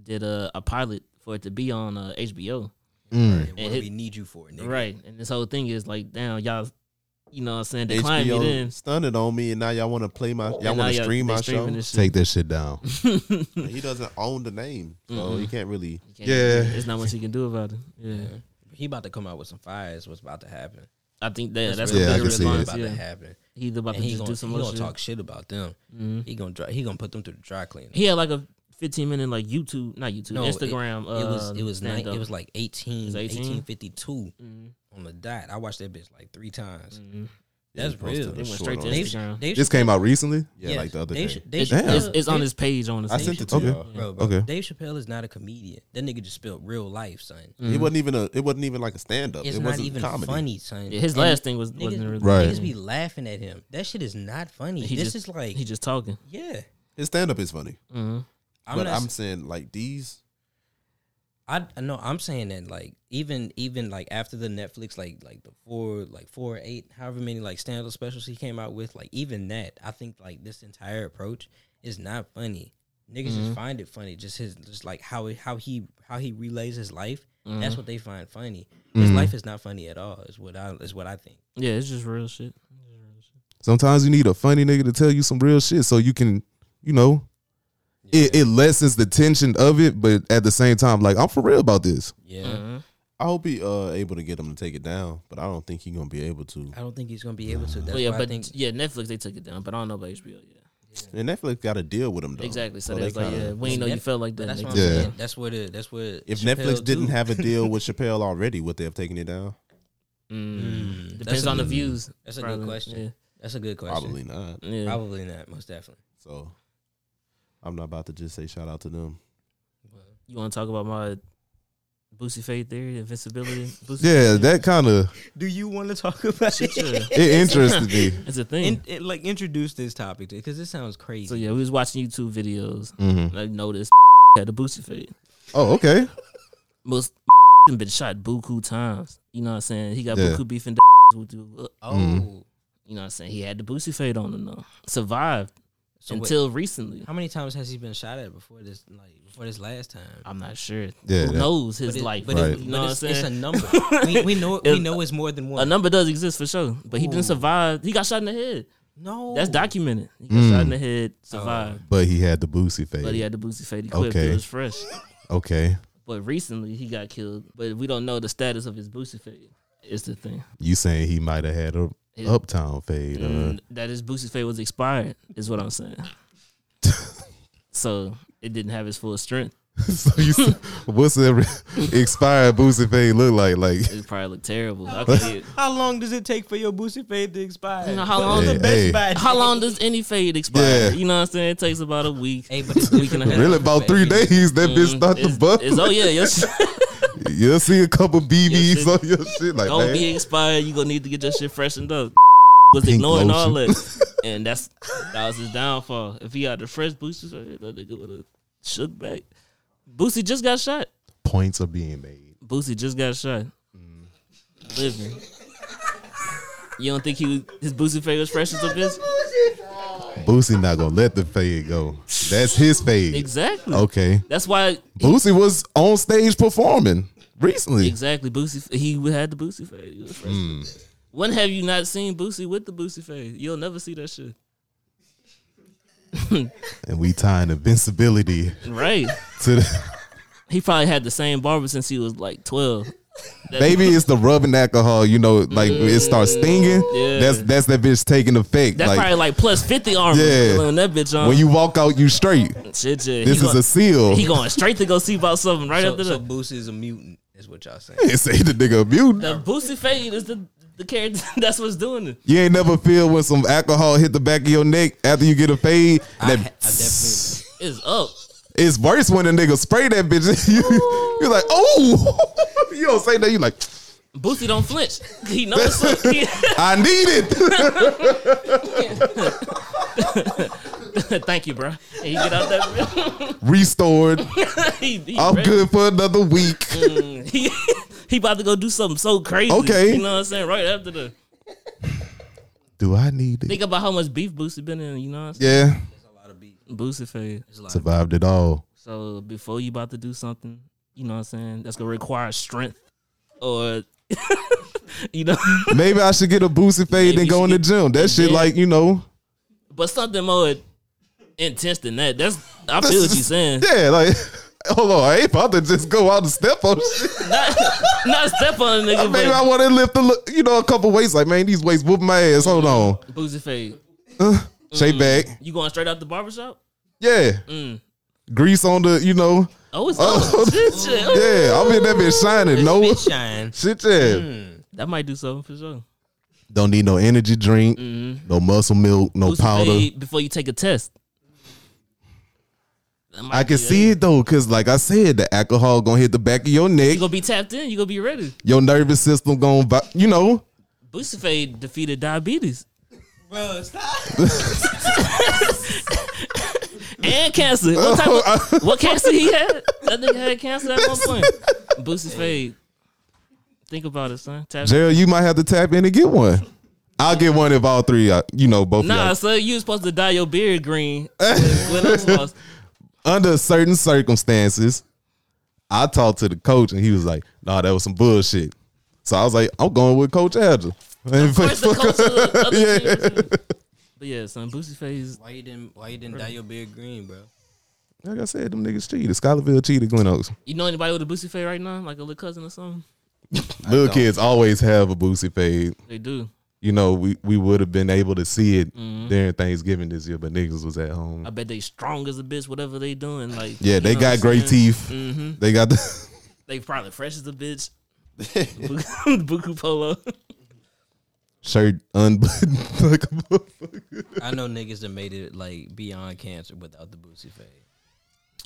C: did a, a pilot for it to be on uh, HBO.
B: Mm.
F: Mm.
A: Right, What
C: And
A: do
C: hit-
A: we need you for, nigga?
C: Right. And this whole thing is like, damn, y'all, you know what I'm saying, decline me
B: HBO
C: then.
B: stunted on me, and now y'all want to play my, y'all
C: And now
B: want to stream
C: they
B: my show.
C: streaming this shit.
F: Take that shit down.
B: he doesn't own the name, so he can't really.
C: You can't-
F: Yeah.
C: There's not much he can do about it. Yeah.
A: He about to come out with some fires. What's about to happen?
C: I think that
A: That's
C: that's a
F: Yeah, I
C: yeah,
F: can see it.
C: response.
A: About
C: Yeah.
A: to happen.
C: He about to
A: And he
C: just
A: gonna,
C: do some
A: he
C: more
A: gonna
C: shit. Mm-hmm.
A: talk shit about them. He gonna dry, he gonna put them through the dry cleaner.
C: He had like a 15 minute like YouTube, not YouTube,
A: No, it-
C: Instagram.
A: it was
C: uh,
A: it was nine,
C: stand-up. Mm.
A: it was like 18,
C: was 18?
A: 1852 on the dot. I watched that bitch like three times. That's
B: posted
A: real.
B: it.
C: Mm-hmm. They went
B: short
C: straight to
B: on
A: They,
C: Instagram.
A: they
F: This came out recently.
B: Yeah, like the other
A: they
B: day.
A: should- they
C: It's,
A: should-
C: it's,
A: Dave-
C: it's on his page on his.
B: I
C: thing.
B: sent it to
F: Okay.
B: y'all.
A: bro, bro.
F: Okay.
A: Dave Chappelle is not a comedian. That nigga just spilled real life, son.
F: Mm.
B: It wasn't even a. It wasn't even like a stand up.
A: It's
B: It
A: not
B: wasn't
A: even
B: comedy.
A: funny, son.
C: Yeah, his
A: And
C: last thing was
A: niggas-
C: wasn't really.
F: Right.
A: Niggas be laughing at him. That shit is not funny.
C: He
A: this
C: just,
A: is like,
C: he just talking.
A: yeah.
B: His stand up is funny,
C: hmm
A: I'm
B: but
A: not,
B: I'm saying like these.
A: I I know I'm saying that like even even like after the Netflix like like the four like four or eight however many like stand up specials he came out with like even that I think like this entire approach is not funny. Niggas
B: Mm-hmm.
A: just find it funny. Just his just like how he- how he how he relays his life.
C: Mm-hmm.
B: Mm-hmm.
A: That's what they find funny. His life is not funny at all. Is what I is what I think.
C: Yeah, it's just real shit.
F: Sometimes you need a funny nigga to tell you some real shit so you can, you know, it, it lessens the tension of it, but at the same time, like I'm for real about this.
A: Yeah,
C: Mm-hmm.
B: I hope he uh able to get him to take it down, but I don't think he's gonna be able to.
A: I don't think he's gonna be able to. That's
C: But yeah,
A: why I
C: but
A: think
C: yeah, Netflix they took it down, but I don't know about HBO. Yeah,
B: And Netflix got to deal with him though.
C: exactly. So,
B: So
C: they was like,
B: kinda-
C: yeah, we ain't know you felt like that.
A: that's
C: nigga.
A: what I'm
F: Yeah.
A: saying. That's what it. That's what.
B: If
A: Chappelle
B: Netflix didn't
A: do.
B: have a deal with Chappelle already, would they have taken it down?
C: Mm.
A: Mm-hmm. That's
C: Depends
A: a
C: on the
A: good-
C: views.
A: that's a good
C: probably.
A: question. that's a good question.
B: Probably not.
C: Yeah. yeah.
A: Probably not. Most definitely.
B: So I'm not about to just say shout out to them.
C: You want to talk about my Boosie Faye theory, invincibility? Boosie
F: Yeah,
C: Faye
F: that kind of
A: Do you want to talk about
C: theory? Shit, yeah.
F: it interested me.
C: It's a thing.
A: In, it, like introduce this topic because it sounds crazy.
C: so yeah, we was watching YouTube videos.
F: Mhm.
C: And I noticed had the Boosie Faye.
F: Oh, okay.
C: Most been shot buku times. You know what I'm saying? He got
F: Yeah.
C: buku beef and with you.
A: oh,
C: Mm-hmm. You know what I'm saying? He had the Boosie Faye on and all. Survived
A: so wait,
C: until recently.
A: how many times has he been shot at before this? Like before this last time.
C: I'm not sure. Who
F: Yeah, that-
C: knows his
A: But it-
C: life?
A: but,
F: Right.
A: it,
C: You
A: but
C: know what I'm
A: it's, it's
C: saying?
A: a number. we, we know we
C: It's-
A: know it's more than
C: A
A: one.
C: number does exist for sure, but he didn't survive. He got shot in the head.
A: no,
C: That's documented. He got shot in
F: Mm.
C: the
A: Oh,
C: head, survived,
F: But he had the Boosie face.
C: but he had the Boosie fade equipped.
F: Okay.
C: It was fresh.
F: okay,
C: But recently he got killed, but we don't know the status of his Boosie fade. It's the thing.
F: you saying he might have had a uptown fade? Uh,
C: Mm, that his Boosie fade was expired is what I'm saying. so it didn't have its full strength.
F: so you, s- what's the re- expired Boosie fade look like? Like,
C: It probably looked terrible.
F: Oh.
C: I could see it.
A: How long does it take for your Boosie fade to expire?
C: You know, how long?
F: Hey,
C: the-
F: hey.
C: how long does any fade expire?
F: Yeah.
C: You know what I'm saying? It takes about a week.
A: Hey, but it's
C: We can
A: different
C: have-
F: really about three days that bitch
C: Mm,
F: start
C: it's,
F: to buck.
C: it's- oh yeah, your shit
F: You'll see a couple BBs
C: shit-
F: on your shit. Like,
C: gonna
F: man,
C: be expired. You gonna need to get your shit freshened up. Was
F: Pink
C: ignoring all
F: lotion.
C: that, and that's that was his downfall. If he had the fresh boosters, that nigga would have shook back. Boosie just got shot.
F: points are being made.
C: Boosie just got shot.
A: Mm.
C: Living. You don't think he was, his Boosie fade was fresh as a bitch?
F: Boosie not gonna let the fade go. That's his fade.
C: Exactly.
F: Okay.
C: That's why
F: Boosie was on stage performing recently.
C: exactly Boosie. He had the Boosie fade. He was fresh.
F: Mm.
C: When have you not seen Boosie with the Boosie fade? You'll never see that shit.
F: And we tying invincibility
C: Right.
F: to the
C: He probably had the same barber since he was like twelve. That-
F: maybe it's the rubbing alcohol, you know, like it starts stinging.
C: Mm, Yeah.
F: That's that's that bitch taking effect.
C: That's
F: like
C: probably like plus fifty armor.
F: Yeah.
C: on that bitch on.
F: when you walk out, you straight.
C: shit, yeah.
F: This
C: he
F: is
C: go-
F: a seal.
C: He going straight to go see about something right
A: So,
C: after
A: so
C: that.
A: Boosie's a mutant, is what y'all saying.
F: Say the nigga a mutant.
C: The Boosie fade is the the character. That's what's doing it.
F: You ain't never feel when some alcohol hit the back of your neck after you get a fade.
A: I,
F: That-
A: ha- I definitely.
C: It's up.
F: it's worse when a nigga spray that bitch. you, you're like, oh, you don't say that. You like,
C: Boosie don't flinch. He knows something.
F: I need it.
C: Thank you, bro. And he get out that.
F: Restored.
C: he, he
F: I'm
C: ready. Mm.
F: good for another week.
C: He, he about to go do something so crazy.
F: Okay.
C: you know what I'm saying. Right after the
F: Do I need it?
C: think about how much beef Boosie been in. You know what I'm saying.
F: Yeah.
A: A lot of beef.
C: Boosie fade.
A: It's a lot of
F: Survived it all.
C: So before you about to do something, you know what I'm saying. That's gonna require strength, or you know,
F: Maybe I should get a boosted fade
C: Maybe
F: and go in
C: you
F: the gym. That shit,
C: then-
F: like, you know.
C: but something more intense than that. That's I feel what you're saying.
F: Yeah, like, hold on. I ain't about to just go out and step on shit.
C: not, not step on a nigga,
F: Maybe I
C: but
F: want to lift a look, you know, a couple weights. Like, man, these weights whoop my ass. Hold on.
C: Boosie fade. Mm.
F: Shape back.
C: You going straight out the barbershop?
F: Yeah.
C: Mm.
F: Grease on the, you know.
C: Oh, it's
F: Oh.
C: oh. shit, shit. Oh,
F: Yeah, I'm in that bitch shining. No
A: beef. shine.
F: shit, yeah.
C: That might do something for sure.
F: Don't need no energy drink, no muscle milk, no
C: Boosie
F: Oh, powder.
C: Mm. fade before you take a test. That might
F: I can
C: be
F: see it though, cause like I said, the alcohol gonna hit the back of your neck.
C: You gonna be tapped in. You gonna be ready.
F: Your nervous system gonna, vi- you know,
C: Boosie fade defeated diabetes
A: Bro, stop.
C: and cancer. What type of what cancer he had? That nigga had cancer at one point. Boosie fade. Think about it, son. Tap.
F: Gerald, you might have to tap in and get one. I'll get one if all three, uh, you know, both. of
C: Nah,
F: y'all.
C: son, you was supposed to dye your beard green when, when I'm supposed.
F: Under certain circumstances, I talked to the coach and he was like, "Nah, that was some bullshit." So I was like, "I'm going with Coach Adler."
C: Where's the coach of the other team? But yeah, son, Boosie Phase.
A: Why you didn't? Why you didn't dye your beard green, bro?
F: Like I said, them niggas cheated. Schuylerville cheated Glen Oaks.
C: You know anybody with a Boosie Phase right now? Like a little cousin or something?
F: Little kids always have a boosie fade.
C: They do.
F: You know, we, we would have been able to see it
C: Mm-hmm.
F: during Thanksgiving this year, but niggas was at home.
C: I bet they strong as a bitch, whatever they doing. Like
F: Yeah,
C: you
F: they
C: know what
F: got
C: I'm
F: great
C: saying? Mm-hmm.
F: teeth. They got the
C: They probably fresh as a bitch. Buku Polo.
F: shirt unbuttoned like a motherfucker.
A: I know niggas that made it like beyond cancer without the boosie fade.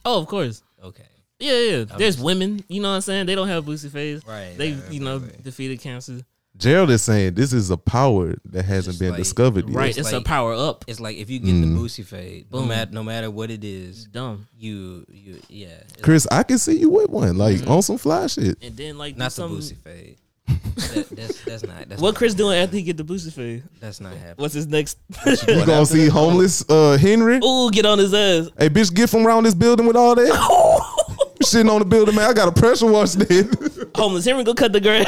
C: Oh, of course.
A: Okay,
C: Yeah, yeah. There's women, you know what I'm saying? They don't have Boosie Phase.
A: Right,
C: They,
A: right,
C: you
A: right,
C: know,
A: right.
C: defeated cancer.
F: Gerald is saying this is a power that hasn't
A: just
F: been
A: like-
F: discovered yet.
C: Right.
A: it's
C: It's, a
A: like-
C: power up. It's
A: it's like if you get
F: Mm.
A: the boosie fade,
C: Mm.
A: no matter no matter what it is,
C: dumb.
A: you you yeah, it's
F: Chris, I can see you with one, like
C: Mm-hmm.
F: on some fly shit.
C: And then like
A: not
C: not
A: the
C: some,
A: boosie fade. That, that's that's not that's
C: What
A: not,
C: Chris doing after he get the Boosie Phase?
A: That's not happening.
C: What's his next?
F: You gonna see homeless uh, Henry?
C: Ooh, get on his ass.
F: Hey, bitch, get from around this building with all that. You Shitting on the building, man. I got a pressure wash then.
C: homeless. Here we go cut the grass.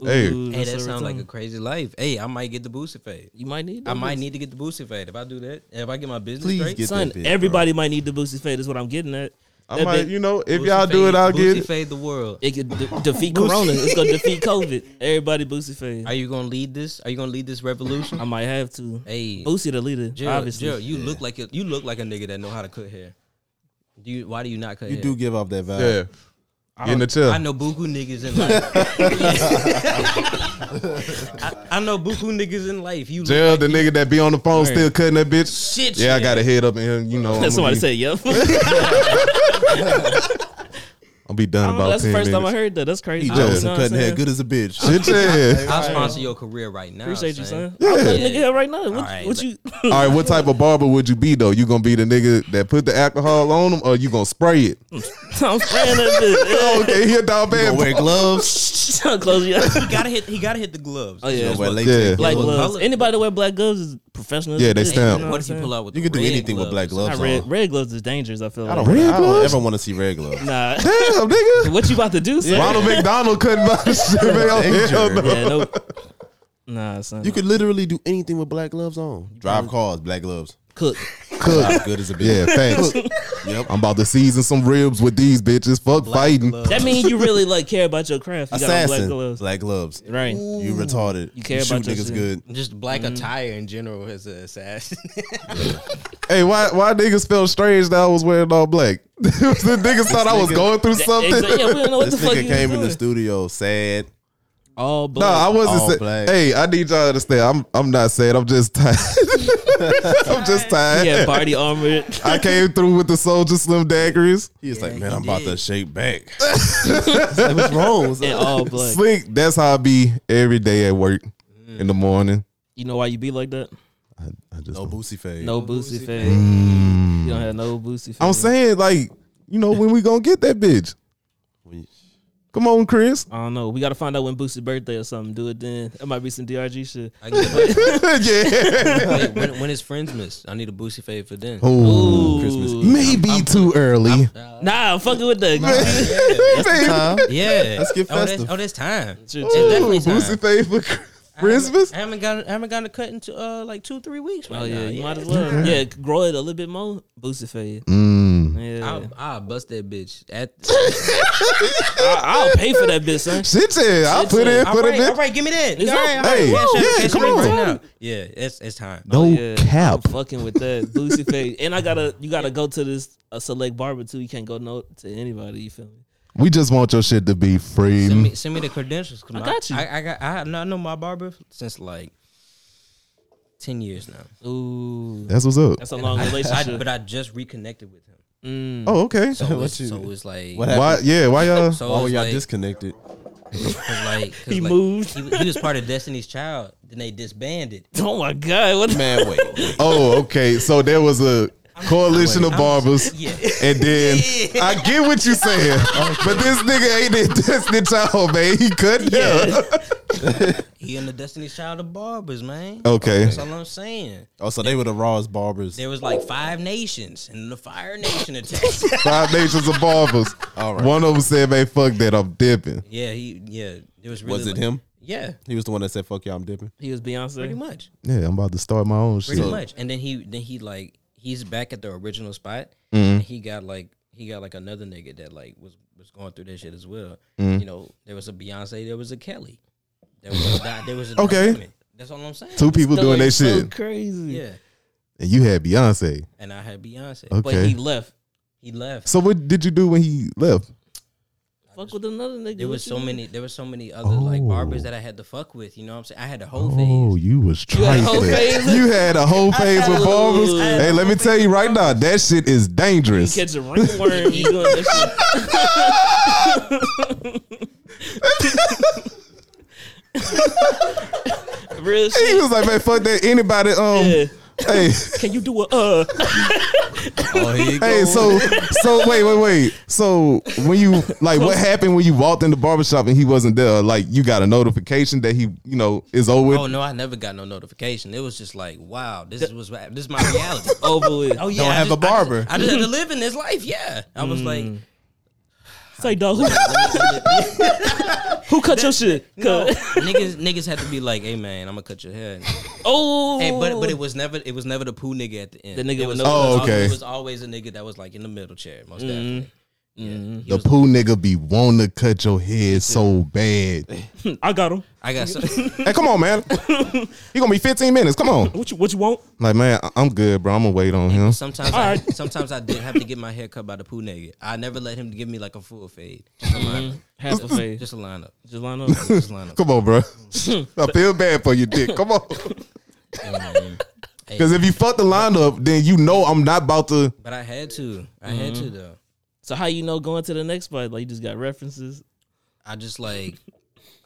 F: Hey.
A: Hey, that sounds like a crazy life. Hey, I might get the boosie fade.
C: you might need.
A: I might need to get the boosie fade if I do that. If I get my business
B: Please
A: straight,
B: get
C: Son,
B: that bitch,
C: everybody might need the Boosie fade. Is what I'm getting at.
F: I
C: That
F: might,
C: bitch-
F: you know, if
A: Boosie
F: y'all do
A: fade-
F: it, I'll
A: boosie
F: get it.
A: fade the world.
C: It could de- defeat Corona. It's gonna defeat COVID. Everybody Boosie fade.
A: Are you gonna lead this? Are you gonna lead this revolution?
C: I might have to.
A: hey,
C: Boosie the leader,
A: Gerald,
C: obviously.
A: Gerald, you look like a, you look like a nigga that know how to cut hair. Do you? Why do you not cut
B: You
A: hair?
B: do give off that vibe.
F: Yeah. Get in the chair.
A: I know buku niggas in life. I, I know buku niggas in life. You look
F: Gerald, the nigga that be on the phone still cutting that bitch.
A: shit.
F: Yeah, I got a head up in here. You know, I'm gonna
C: Somebody
F: be,
C: said, "Yep." that's
F: I'll be done about
C: the
F: ten
C: first time I
F: minutes.
C: heard that. That's crazy.
B: He
C: You know
B: Johnson
C: what I'm
B: cutting hair
C: saying?
B: good as a bitch.
F: Shit, yeah.
A: I'll sponsor your career right now.
C: Appreciate you,
A: son.
C: son. I'm cutting
A: Yeah.
C: nigga hair right now. What,
A: right,
C: what
A: let-
C: you?
F: All right, what type of barber would you be though? You gonna be the nigga that put the alcohol on him, or you gonna spray it?
C: I'm spraying that
F: Oh, Okay, he a dog
B: Gonna
F: bad.
B: wear gloves.
C: bitch. Close your eyes.
A: He gotta hit. He gotta hit the gloves.
C: Oh yeah.
B: Gonna wear
F: Yeah.
B: latex
C: Black
B: gloves.
A: What
C: gloves.
A: color?
C: Anybody that wear black gloves is professional. as
F: Yeah,
C: a
F: they
C: bitch,
F: stamp.
C: you know
A: What if you
C: I'm
A: pull out with?
B: You
A: the
B: can do
A: red
B: anything with black
A: gloves?
B: gloves.
C: saying? Red,
B: on.
C: red gloves is dangerous. I feel like.
B: I don't,
F: Red
B: wanna, I don't
F: gloves?
B: ever want to see red gloves.
C: Nah.
F: Damn, nigga.
C: what you about to do? Son?
F: Ronald McDonald couldn't buy the shit. man. Oh, hell no.
C: Yeah, no. Nah, son.
B: You could literally do anything with black gloves on. Drive cars, black gloves.
C: cook.
F: Cook.
B: Good as a bitch.
F: Yeah, thanks.
B: Yep.
F: I'm about to season some ribs with these bitches. Fuck fighting.
A: gloves.
C: That means you really like care about your craft. You got on black
B: Assassin.
C: gloves,
B: Black gloves.
C: right?
B: You retarded.
C: You care
B: shoot
C: about your
B: niggas
C: shit.
B: good.
A: Just black attire in general is an assassin.
F: Hey, why why niggas felt strange that I was wearing all black? the niggas thought I was
B: nigga-
F: going through
C: Exa-
F: something.
C: yeah, we don't know what
B: This
C: the fuck
B: nigga
C: you was
B: came in the
C: doing.
B: studio sad.
C: all
F: No,
C: black.
F: I wasn't
B: All
F: saying.
B: black.
F: Hey, I need y'all to understand. I'm I'm not saying. I'm just tired. I'm just tired.
C: he had body armor.
F: I came through with the soldier slim daggers.
B: He was like,
A: Yeah,
B: man,
A: he
B: I'm about
A: did.
B: to shake back. It's like, what's wrong? It's
C: and
B: like,
C: all black.
F: Slick. That's how I be every day at work in the morning.
C: You know why you be like that?
F: I, I just.
B: no boosie fade.
C: No boosie fade. You don't have no boosie fade.
F: I'm saying like you know when we gonna get that bitch.
B: When you-
F: Come on, Chris.
C: I don't know. We got to find out when Boosie's birthday or something. Do it then. It might be some DRG shit.
A: I can get
F: yeah.
A: Wait, when, when is Friends miss? I need a Boosie fade for then.
F: Oh,
C: Ooh.
B: Christmas Eve.
F: maybe too early.
C: Nah, I'm fucking with that. Nah.
F: Maybe.
A: Yeah,
B: Let's get
A: oh,
B: festive.
A: that's, oh, that's time. It's
F: Ooh,
A: definitely time.
F: Boosie Faye for Christmas.
A: I haven't got I haven't gotten a cut into uh like two three weeks. Right
C: Oh
A: now.
C: yeah, you might as well. Yeah, grow it a little bit more. Boosie fade.
F: Mm.
C: Yeah,
A: I'll, I'll bust that bitch. At,
C: I'll pay for that bitch, son.
F: Shit, yeah. I put in,
A: all
F: put
A: right,
F: it
A: all
F: in.
A: right, give me that.
C: It's
A: all right,
C: up.
A: all right,
F: Hey,
A: cash
F: yeah,
A: app, cash
F: come
A: app
F: on.
A: now. Yeah, it's it's time.
F: No
C: Yeah,
F: cap.
C: I'm fucking with that Boosie fade. And I gotta, you gotta go to this a select barber too. You can't go no to anybody. You feel me?
F: We just want your shit to be free.
A: Send me, send me the credentials. 'cause
C: I
A: my-
C: got you.
A: I, I got. I know, I know my barber since like ten years now.
C: Ooh,
F: That's what's up.
C: that's a long
A: I,
C: relationship.
A: but I just reconnected with him.
C: Mm.
F: Oh, okay.
A: So,
B: What
A: it's,
B: you- Oh.
A: so it's like
B: what happened?
F: Why? Yeah. Why uh, y'all?
A: so
B: Why
A: it's
B: were y'all
A: like,
B: disconnected?
A: 'cause like 'cause
C: He
A: like,
C: moved.
A: He, he was part of Destiny's Child. Then they disbanded.
C: Oh my god, what the
B: Man, wait.
F: Oh, okay. So there was a coalition of barbers,
A: Yeah.
F: and then I get what you saying, but this nigga ain't in Destiny Child, man. He couldn't.
A: He and the Destiny's Child of barbers, man.
C: Oh.
F: Okay.
A: That's all I'm saying.
B: Oh, so they were the rawest barbers.
A: There was like five nations and the Fire Nation attacked.
F: Five nations of barbers.
B: All right.
F: One of them said, "Man, fuck that. I'm dipping."
A: yeah, he yeah. It was really
B: Was it
A: like-
B: him?
A: Yeah,
B: He was the one that said, "Fuck y'all, I'm dipping."
C: He was Beyonce.
A: pretty much.
F: Yeah, I'm about to start my own shit.
A: Pretty much. And then he then he like he's back at the original spot.
F: Mm-hmm.
A: And he got like he got like another nigga that like was was going through that shit as well.
F: Mm-hmm.
A: You know, there was a Beyonce, there was a Kelly. There was a Di- there was a
F: Okay.
A: Diamond. That's all I'm saying.
F: Two people
C: That
F: doing
C: was
F: their
C: so
F: shit,
C: Crazy.
A: Yeah.
F: and you had Beyonce.
A: And I had Beyonce.
F: Okay.
C: But he left.
A: He left.
F: So what did you do when he left?
C: Fuck with another nigga.
A: There
C: What
A: was
C: you
A: so
C: mean?
A: many there was so many other like barbers that I had to fuck with, you know what I'm saying? I had the whole
F: Oh,
A: phase.
F: you was
C: had a whole
F: trifling.
C: phase?
F: You had a whole phase with
C: Ooh.
F: barbers.
C: I had
F: Hey, let me tell you right now, that shit is
C: You
F: dangerous.
C: catch a ringworm. you doing this shit. Real
F: He
C: shit.
F: was like, man, fuck that. Anybody, um,
C: Yeah.
F: hey,
C: Can you do a uh?
B: Oh, here you
F: hey, so, so, wait, wait, wait. So, when you, like, what happened when you walked in the barbershop and he wasn't there? Like, you got a notification that he, you know, is over with?
A: Oh no, I never got no notification. It was just like, wow, this was this is my reality.
C: Over with.
A: Oh yeah,
B: Don't
A: I
B: have
A: just-
B: a barber.
A: I just, I just had to live in this life. Yeah, I was like,
C: Say dog. Who, who cut your shit?
A: no.
C: Cut.
A: niggas, niggas had to be like, hey man, I'm gonna cut your hair.
C: Oh.
A: Hey, but but it was never it was never the poo nigga at the end.
C: The nigga
A: it
C: with
A: was,
C: no-
F: Oh,
A: it was al-
F: okay.
A: It was always a nigga that was like in the middle chair, most definitely. Yeah, He
F: The
A: was-
F: poo nigga be wanting to cut your head so bad.
C: I got him.
A: I got some.
F: Hey, come on, man. He gonna be 15 minutes. Come on.
C: What you What you want?
F: Like, man, I- I'm good, bro. I'm gonna wait on him.
A: Sometimes,
C: All
A: I,
C: right.
A: sometimes I did have to get my hair cut by the poo nigga. I never let him give me like a full fade. Just a lineup.
C: Half a face. Just,
A: Just a lineup.
C: just line up.
A: Just a lineup.
F: Come on, bro. I feel bad for you, dick. Come on. Because if you fuck the lineup, then you know I'm not about to.
A: But I had to. I had to though.
C: So how you know going to the next fight? Like you just got references.
A: I just like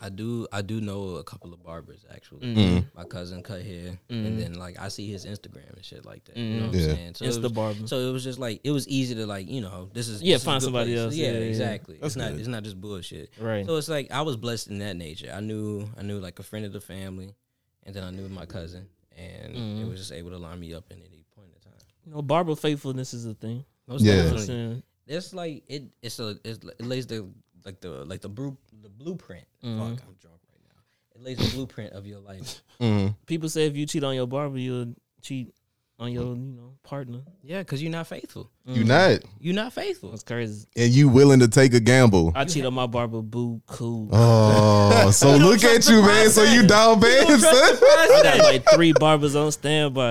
A: I do I do know a couple of barbers actually.
C: Mm-hmm.
A: My cousin cut hair and then like I see his Instagram and shit like that. You know what
F: Yeah.
A: I'm saying? So
C: Insta
A: it was,
C: barber.
A: So it was just like it was easy to like, you know, this is
C: Yeah,
A: this is a
C: find
A: good
C: somebody
A: place.
C: else.
A: Yeah,
C: Yeah, yeah, yeah.
A: exactly. It's not it's not just bullshit.
C: Right.
A: So it's like I was blessed in that nature. I knew I knew like a friend of the family and then I knew my cousin and
C: Mm-hmm.
A: it was just able to line me up in any point in time.
C: You know, barber faithfulness is a thing.
A: Most
F: Yeah.
C: You know what I'm
A: definitely
C: saying?
A: it's like it it's a it's, it lays the like the like the bru- the blueprint. Fuck, I'm drunk right now. It lays the blueprint of your life.
C: People say if you cheat on your barber, you'll cheat on your you know partner.
A: Yeah, because you're not faithful.
F: You not,
A: You're not faithful.
C: That's crazy.
F: and you willing to take a gamble.
C: I cheat on my barber. Boo, cool.
F: Oh, so look at you, man. So you down bad, son.
C: I got like three barbers on standby.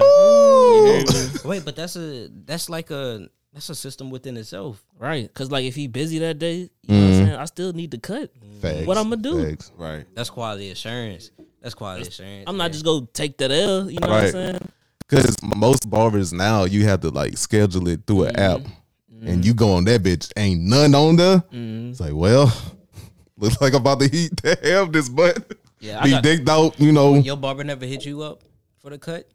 C: You
F: Ooh.
C: hear me?
A: Wait, but that's a that's like a That's a system within itself.
C: Right. Because, like, if he busy that day, you know
F: Mm-hmm.
C: what I'm saying? I still need to cut.
B: Facts.
C: What I'ma do?
B: Facts.
F: Right.
A: That's quality assurance. That's quality assurance.
C: I'm not just going to take that L. You know what I'm
F: Right.
C: saying?
F: Because most barbers now, you have to like schedule it through an app, and you go on that bitch. Ain't none on there. It's like, well, looks like I'm about to eat the hell this butt.
A: Yeah, I
F: be
A: got-
F: dicked out. You know
A: Your barber never hit you up for the cut.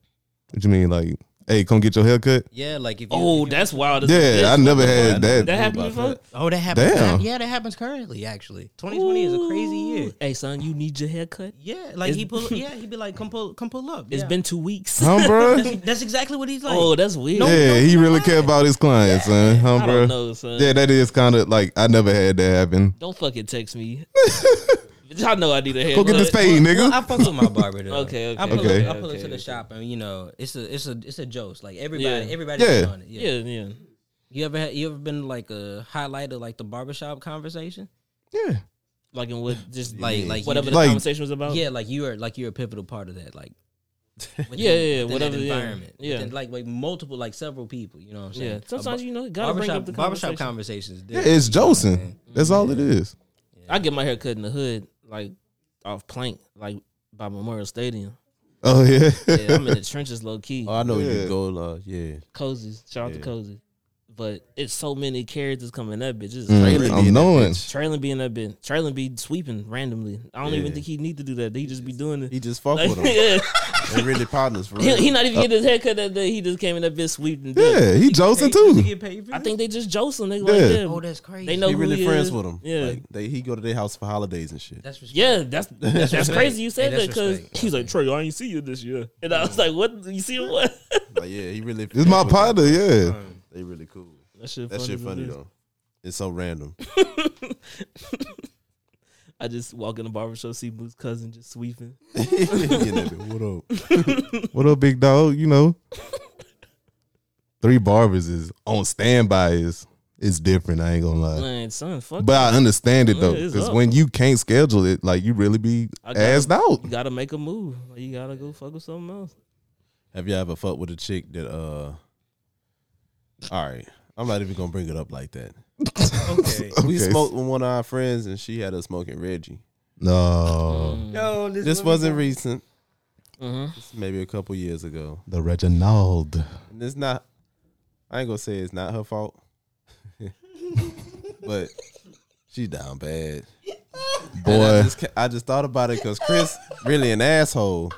F: what you mean? Like, hey, come get your hair cut.
A: Yeah, like if you,
C: Oh,
A: if you-
C: that's wild. as-
F: Yeah, I never had that.
C: That happened before?
A: oh, that happens.
F: Damn.
A: Yeah, that happens currently. Actually, 2020 is a crazy year.
C: Ooh. Hey, son, you need your haircut?
A: Yeah, like he pull. Yeah, he'd be like, "Come pull, come pull up."
C: It's
A: yeah.
C: been two weeks.
F: Huh, bro?
A: That's, that's exactly what he's like.
C: Oh, that's weird.
F: yeah, he really care about his clients, son. Huh,
C: I
F: bro?
C: don't know, son.
F: Yeah, that is kind of like I never had that happen.
C: Don't fucking text me. Bitch, I know I need a haircut.
F: Go get this paid, nigga.
A: I fuck with my barber though.
C: Okay, okay,
A: I pull,
F: Okay.
A: Up, I pull up
C: okay,
A: to the
C: okay.
A: shop and you know it's a it's a it's a joke. Like everybody
C: Yeah.
A: everybody
F: Yeah.
A: on it.
C: Yeah, yeah.
A: You ever had, you ever been like a highlight of like the barbershop conversation?
F: Yeah.
C: Like in what just
A: Like- like you
C: whatever
A: just-
C: the
F: Like-
C: conversation was about.
A: Yeah, like you are like you're a pivotal part of that. Like within-
C: Yeah, yeah, yeah,
A: within that
C: whatever, yeah.
A: environment.
C: Yeah.
A: Within, like like multiple like several people. You know what I'm saying?
C: Yeah. Sometimes
A: A
C: you know, you
A: bar-
C: gotta bring
A: barbershop
C: up the
A: barbershop
C: conversation.
A: conversations.
F: Yeah, it's Joseph. That's all it is.
C: I get my hair cut in the hood, like off plank, like by Memorial Stadium.
F: Oh yeah.
C: Yeah, I'm in the trenches low key.
B: Oh, I know
F: Yeah.
B: you go. Uh, yeah.
C: Cozy's. Shout out to
B: Yeah.
C: Cozy. But it's so many characters coming that bitch. It's
F: Mm,
C: trailing.
F: I'm knowing.
C: Traylon be in that bitch. Traylon be sweeping randomly. I don't even
B: Yeah.
C: think he need to do that. He just be doing it.
B: He just fuck
C: Like,
B: with him.
C: yeah.
B: They really partners for
C: he,
B: real.
C: he not even get his haircut that day. He just came in that bitch sweeping.
F: Yeah, he Joseph
A: You
F: too.
A: get paid for
C: I
A: it?
C: think they just jose him. They
F: Yeah.
C: like them.
A: Oh, that's crazy.
C: They know
B: He
C: who
B: really
C: he
B: friends
C: is.
B: with him.
C: Yeah.
B: Like, they, he go to their house for holidays and shit.
A: that's respect.
C: yeah, that's that's,
A: respect.
C: crazy. You said
A: Hey, that's
C: that because
A: respect.
C: he's like Trey. I ain't see you this year, and I was like, "What? You see him? What?"
B: Like, yeah, he really.
F: It's my partner. Yeah.
B: They really cool.
C: That shit.
B: That shit
C: as a
B: funny
C: bitch.
B: though. It's so random.
C: I just walk in the barbershop, see Moose cousin just sweeping.
B: Yeah, nigga, what up?
F: What up, big dog? You know, three barbers is on standby. Is is different. I ain't gonna lie.
C: Man, son, fuck.
F: But I understand it
C: Yeah,
F: though,
C: it's
F: because
C: up.
F: when you can't schedule it, like you really be
C: I got
F: assed out.
C: you gotta make a move. Like, you gotta go fuck with something else.
B: Have you ever fucked with a chick that uh? All right, I'm not even gonna bring it up like that.
A: Okay.
B: We
F: Okay.
B: smoked with one of our friends, and she had us smoking Reggie.
F: No,
C: Mm.
A: Yo,
B: This wasn't recent.
C: Mhm.
B: This is maybe a couple years ago,
F: the Reginald.
B: and it's not. I ain't gonna say it's not her fault, but she down bad. And I
F: Boy.
B: just, ca- I just thought about it because Chris really an asshole.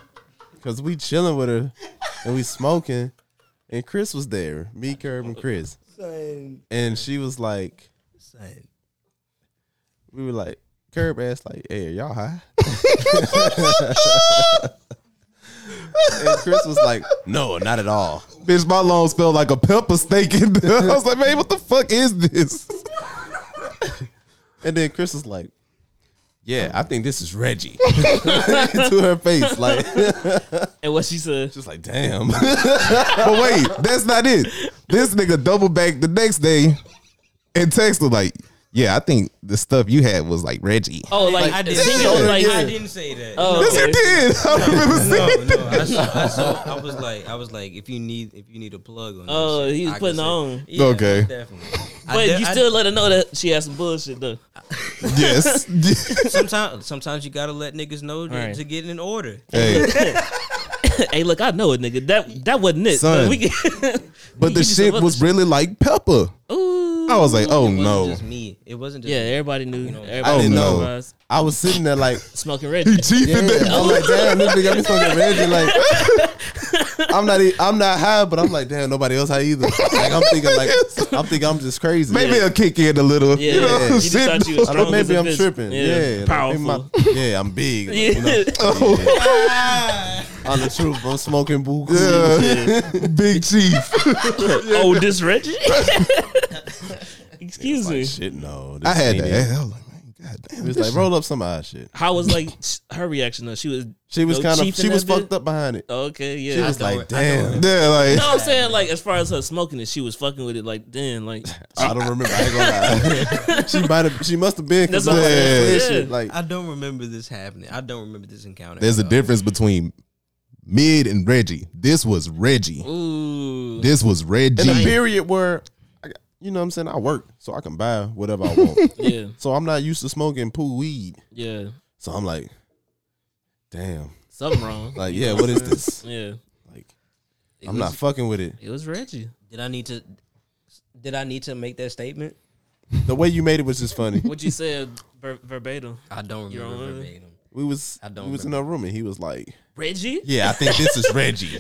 B: Because we chilling with her and we smoking, and Chris was there, me, Curb, and Chris, and she was like, we were like, Curb asked like, hey, are y'all high? and Chris was like, no, not at all.
F: Bitch, my lungs felt like a pepper steak. In there. I was like, man, what the fuck is this?
B: And then Chris was like, yeah, I think this is Reggie to her face, like
C: And what she said,
B: just like damn.
F: But wait, that's not it. This nigga double back the next day and text him like, "Yeah, I think the stuff you had was like Reggie."
C: "Oh, like,
A: I
C: I
A: didn't,
C: didn't,
A: say
F: Yeah.
A: that.
C: like,
A: I didn't say that.
C: oh,
F: Yes,
C: okay.
F: you did. I remember seeing.
A: No, no, I, saw, I, saw, I was like, I was like, if you need, if you need a plug on. that
C: Oh,
A: shit,
C: he was
A: I can
C: putting
A: say-
C: on.
A: Yeah,
F: Okay.
A: definitely.
C: but you still let her know that she has some bullshit though.
F: Yes.
A: sometimes, sometimes you gotta let niggas know that-
C: Right.
A: to get in order.
F: hey,
C: hey, look, I know it, nigga. That that wasn't it.
F: Son.
C: But we can-
F: but the
C: You just
F: shit
C: look-
F: was really like Pepper.
C: Ooh.
F: I was like, "Oh
A: It wasn't
F: no."
A: just me. It wasn't just
C: Yeah,
A: me.
C: everybody knew. Everybody
B: I didn't
C: knew
B: know.
C: I was
B: I was sitting there like,
C: smoking Reggie.
F: Chief
B: Yeah,
F: in there.
B: I'm like, damn, this nigga be smoking Reggie. Like, I'm not, e- I'm not high, but I'm like, damn, nobody else high either. Like, I'm thinking, like, I'm thinking, I'm just crazy.
F: Maybe it'll kick in a little.
C: Yeah,
F: you know,
C: yeah. You just
F: shit.
C: thought you was
B: I don't,
C: strong as
B: maybe
C: a
B: I'm
C: bitch.
B: tripping. Yeah, like, maybe
C: powerful.
B: my- yeah, I'm big. like, you know?
C: yeah. Ah.
B: I'm the truth. I'm smoking boo.
F: Yeah. Big Chief.
C: Oh, this Reggie. Excuse me.
B: Like, shit, no. This
F: I had
B: ain't
F: to
B: it.
F: ask. I was like, man, goddamn.
B: It was like roll up some odd shit.
C: How was like s- her reaction though? She was
B: She was
C: no
B: kind
C: chief
B: of,
C: in
B: she
C: that
B: was
C: bit?
B: fucked up behind it.
C: Okay, yeah.
B: She
C: I
B: was
C: know
B: like,
A: it. I know
B: damn.
F: Yeah, like
C: No, I'm saying like as far as her smoking it, she was fucking with it. Like then, like
B: I don't remember. I ain't gonna lie. she might have. She must have been.
C: That's
B: Cause I'm
C: what
B: like,
C: I'm saying.
B: yeah.
C: Yeah.
B: shit, like
A: I don't remember this happening. I don't remember this encounter.
F: there's a
A: at all.
F: difference between mid and Reggie. This was Reggie.
C: ooh,
F: This was Reggie.
B: in a period where I, You know what I'm saying? I work, so I can buy whatever I want.
C: Yeah,
B: so I'm not used to smoking poo weed.
C: yeah.
B: So I'm like, damn.
C: Something wrong.
B: Like, yeah, what is this?
C: yeah,
B: Like,
A: It
B: I'm
A: was-
B: not fucking with it.
C: it was Reggie.
A: Did I need to? Did I need to make that statement?
B: The way you made it was just funny.
C: What you said ver- verbatim.
A: I don't
C: You're
A: remember
C: on it?
A: verbatim.
B: We was
A: I don't
B: we was in our room and he was like,
C: Reggie?
B: Yeah, I think this is Reggie.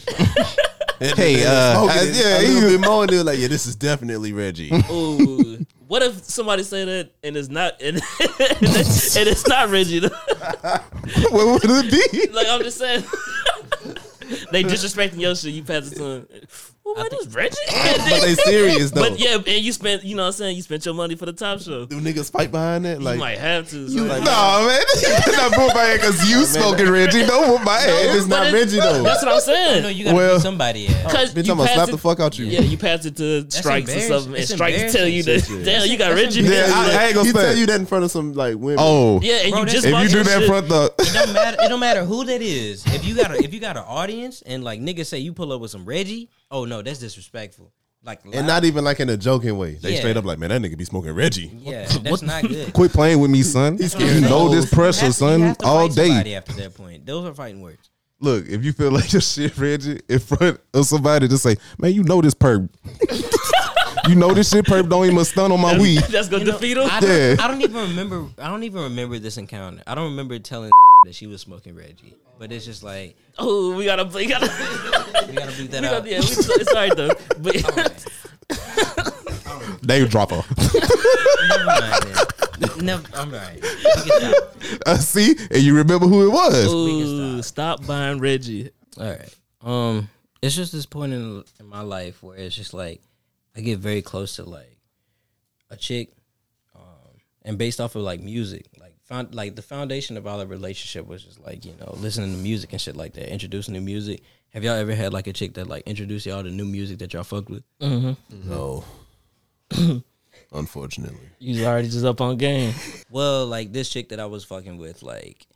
B: hey,
F: uh, I-
B: yeah, a
F: yeah,
B: little bit more and they were like, Yeah, this is definitely Reggie.
C: Ooh. what if somebody say that and it's not and, and it's and it's not Reggie? though?
F: what would it be?
C: like I'm just saying. they disrespecting your shit. You pass it to them. Well, what is Reggie? And
B: but
C: then-
B: they serious though.
C: but yeah, and you spent. You know what I'm saying. You spent your money for the top show.
B: Do niggas fight behind that?
C: you
B: Like,
C: might have to.
B: you
C: so-
B: like-
F: No, man. Not whoop my head because you smoking Reggie. Don't whoop my
B: Hey,
F: head.
B: it's not
C: But it-
B: Reggie though.
C: That's what I'm saying.
A: No, you gotta
F: Well-
A: well, somebody. Yeah.
C: Cause
B: Bitch,
C: you
B: I'm gonna
C: pass
B: slap
C: it-
B: the fuck out you.
C: Yeah, you pass it to strikes or
A: embarrassing.
C: something, and
A: It's
C: strikes tell you that.
A: embarrassing.
C: Damn, you got
A: That's
C: Reggie.
F: Yeah, I, I ain't gonna
B: He
F: spell.
B: tell you that in front of some like women.
F: Oh,
C: yeah, and
A: Bro,
C: you
A: that-
C: just
F: if
C: bought
F: you do
C: your
F: that
C: shit.
F: front the
A: It don't matter. It don't matter who that is. If you got a, if you got an audience and like niggas say you pull up with some Reggie, oh no, that's disrespectful. Like
B: and not even like in a joking way. They
A: Yeah.
B: straight up like, man, that nigga be smoking Reggie.
A: yeah, that's not good.
F: quit playing with me, son. You know this pressure,
A: You
F: son.
A: have to
F: All
A: fight
F: day.
A: somebody After that point, those are fighting words.
F: Look, if you feel like your shit, Reggie, in front of somebody, just say, man, you know this perp. you know this shit perp don't even stun on my weed.
C: That's gonna
A: You know,
C: defeat him.
A: I don't,
F: Yeah.
A: I don't even remember. I don't even remember this encounter. I don't remember telling that she was smoking Reggie. But it's just like
C: oh, we gotta, we gotta,
A: we gotta beat that
C: we
A: out.
C: gotta yeah, we, it's alright though. But
F: Name dropper.
A: Never mind. Then. Never. I'm all right. We can stop.
F: uh, see, and you remember who it was.
C: Ooh, stop buying Reggie.
A: All right. Um, it's just this point in, in my life where it's just like I get very close to like a chick, um, and based off of like music, like found like the foundation of our relationship was just like you know listening to music and shit like that, introducing new music. Have y'all ever had like a chick that like introduced y'all to new music that y'all fucked with?
B: No. Unfortunately.
C: You was already just up on game.
A: Well, like this chick that I was fucking with, like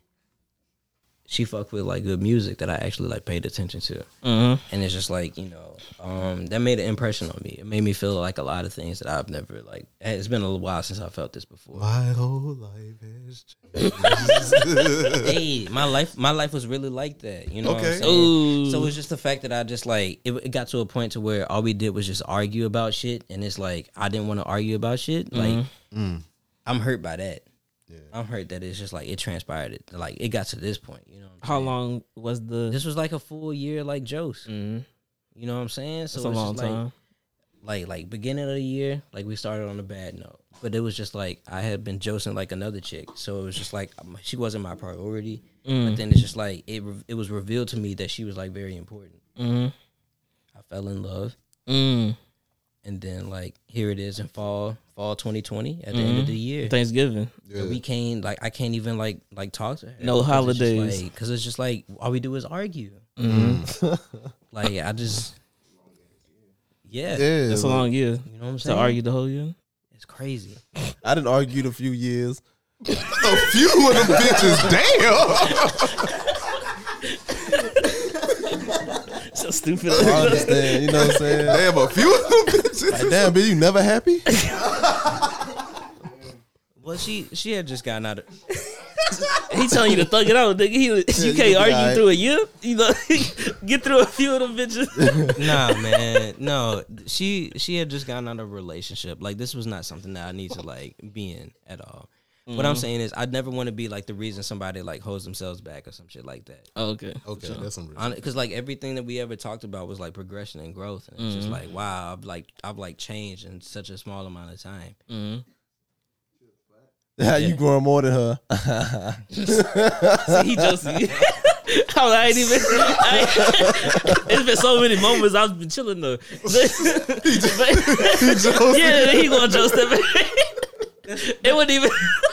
A: she fucked with like good music that I actually like paid attention to, mm-hmm. and it's just like you know um, that made an impression on me. It made me feel like a lot of things that I've never like. It's been a little while since I felt this before.
F: My whole life is
A: hey, my life, my life was really like that. You know. What
F: Okay.
A: I'm saying? So it's just the fact that I just like it, it got to a point to where all we did was just argue about shit, and it's like I didn't want to argue about shit. Like I'm hurt by that. I'm hurt that it's just like it transpired. It like it got to this point. You know. what I'm
C: How
A: saying?
C: long was the?
A: This was like a full year, like Joe's.
C: Mm,
A: You know what I'm saying? So
C: that's a
A: it's
C: long
A: just like,
C: time.
A: like like beginning of the year, like we started on a bad note. But it was just like I had been josing like another chick, so it was just like um, she wasn't my priority.
C: Mm.
A: But then it's just like it re- it was revealed to me that she was like very important.
C: Mm,
A: I fell in love,
C: mm.
A: and then like here it is in fall fall 2020 at the end
C: Mm-hmm.
A: of the year.
C: Thanksgiving.
A: And we can't like I can't even like like talk to her.
C: No holidays.
A: because it's just like all we do is argue. like I just yeah,
B: Yeah.
C: That's a long year.
A: you know what I'm
C: To
A: saying.
C: argue the whole year.
A: It's crazy.
B: I didn't argue a few years.
F: a few of them bitches. Damn.
C: So stupid.
B: I understand, you know what I'm saying?
F: Damn, a few of them bitches.
B: Like, damn, bitch, you never happy?
A: Well, she she had just gotten out of
C: He telling you to thug it out, nigga. He, you
B: you
C: can't
B: be
C: argue
B: alright.
C: through a year. You know, get through a few of them bitches.
A: nah, man. No, she she had just gotten out of a relationship. Like this was not something that I need to like be in at all. What
C: Mm-hmm.
A: I'm saying is, I'd never want to be like the reason somebody like holds themselves back or some shit like that.
C: okay.
B: Okay, that's some
A: because like everything that we ever talked about was like progression and growth, and it's just like wow, I've like I've like changed in such a small amount of time.
B: How you growing more than her?
C: So he just. I, was- I ain't even. I, it's been so many moments. I've been chilling though. But- yeah, he gonna just step. It wouldn't even.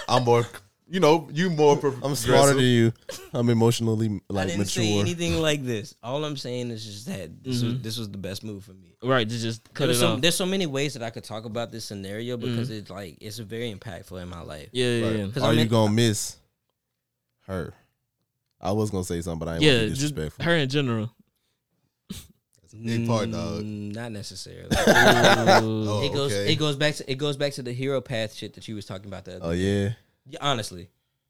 F: I'm more, you know, you more. Pro-
B: I'm smarter than you. I'm emotionally
A: I
B: like
A: didn't say
B: mature.
A: anything like this. All I'm saying is just that this was this was the best move for me.
C: Right, to just cut it
A: There's so,
C: off.
A: there's so many ways that I could talk about this scenario because it's like it's very impactful in my life.
C: Yeah, yeah, yeah.
A: Because
B: Are
A: I'm
B: you
A: in-
B: gonna miss her? I was gonna say something, but I ain't
C: yeah
B: want to be
C: just
B: disrespectful.
C: her in general.
F: It's a big part, dog.
A: Mm, Not necessarily.
F: Oh,
A: it goes.
F: okay.
A: It goes back to. It goes back to the hero path shit that you was talking about. That
B: Oh yeah,
A: honestly,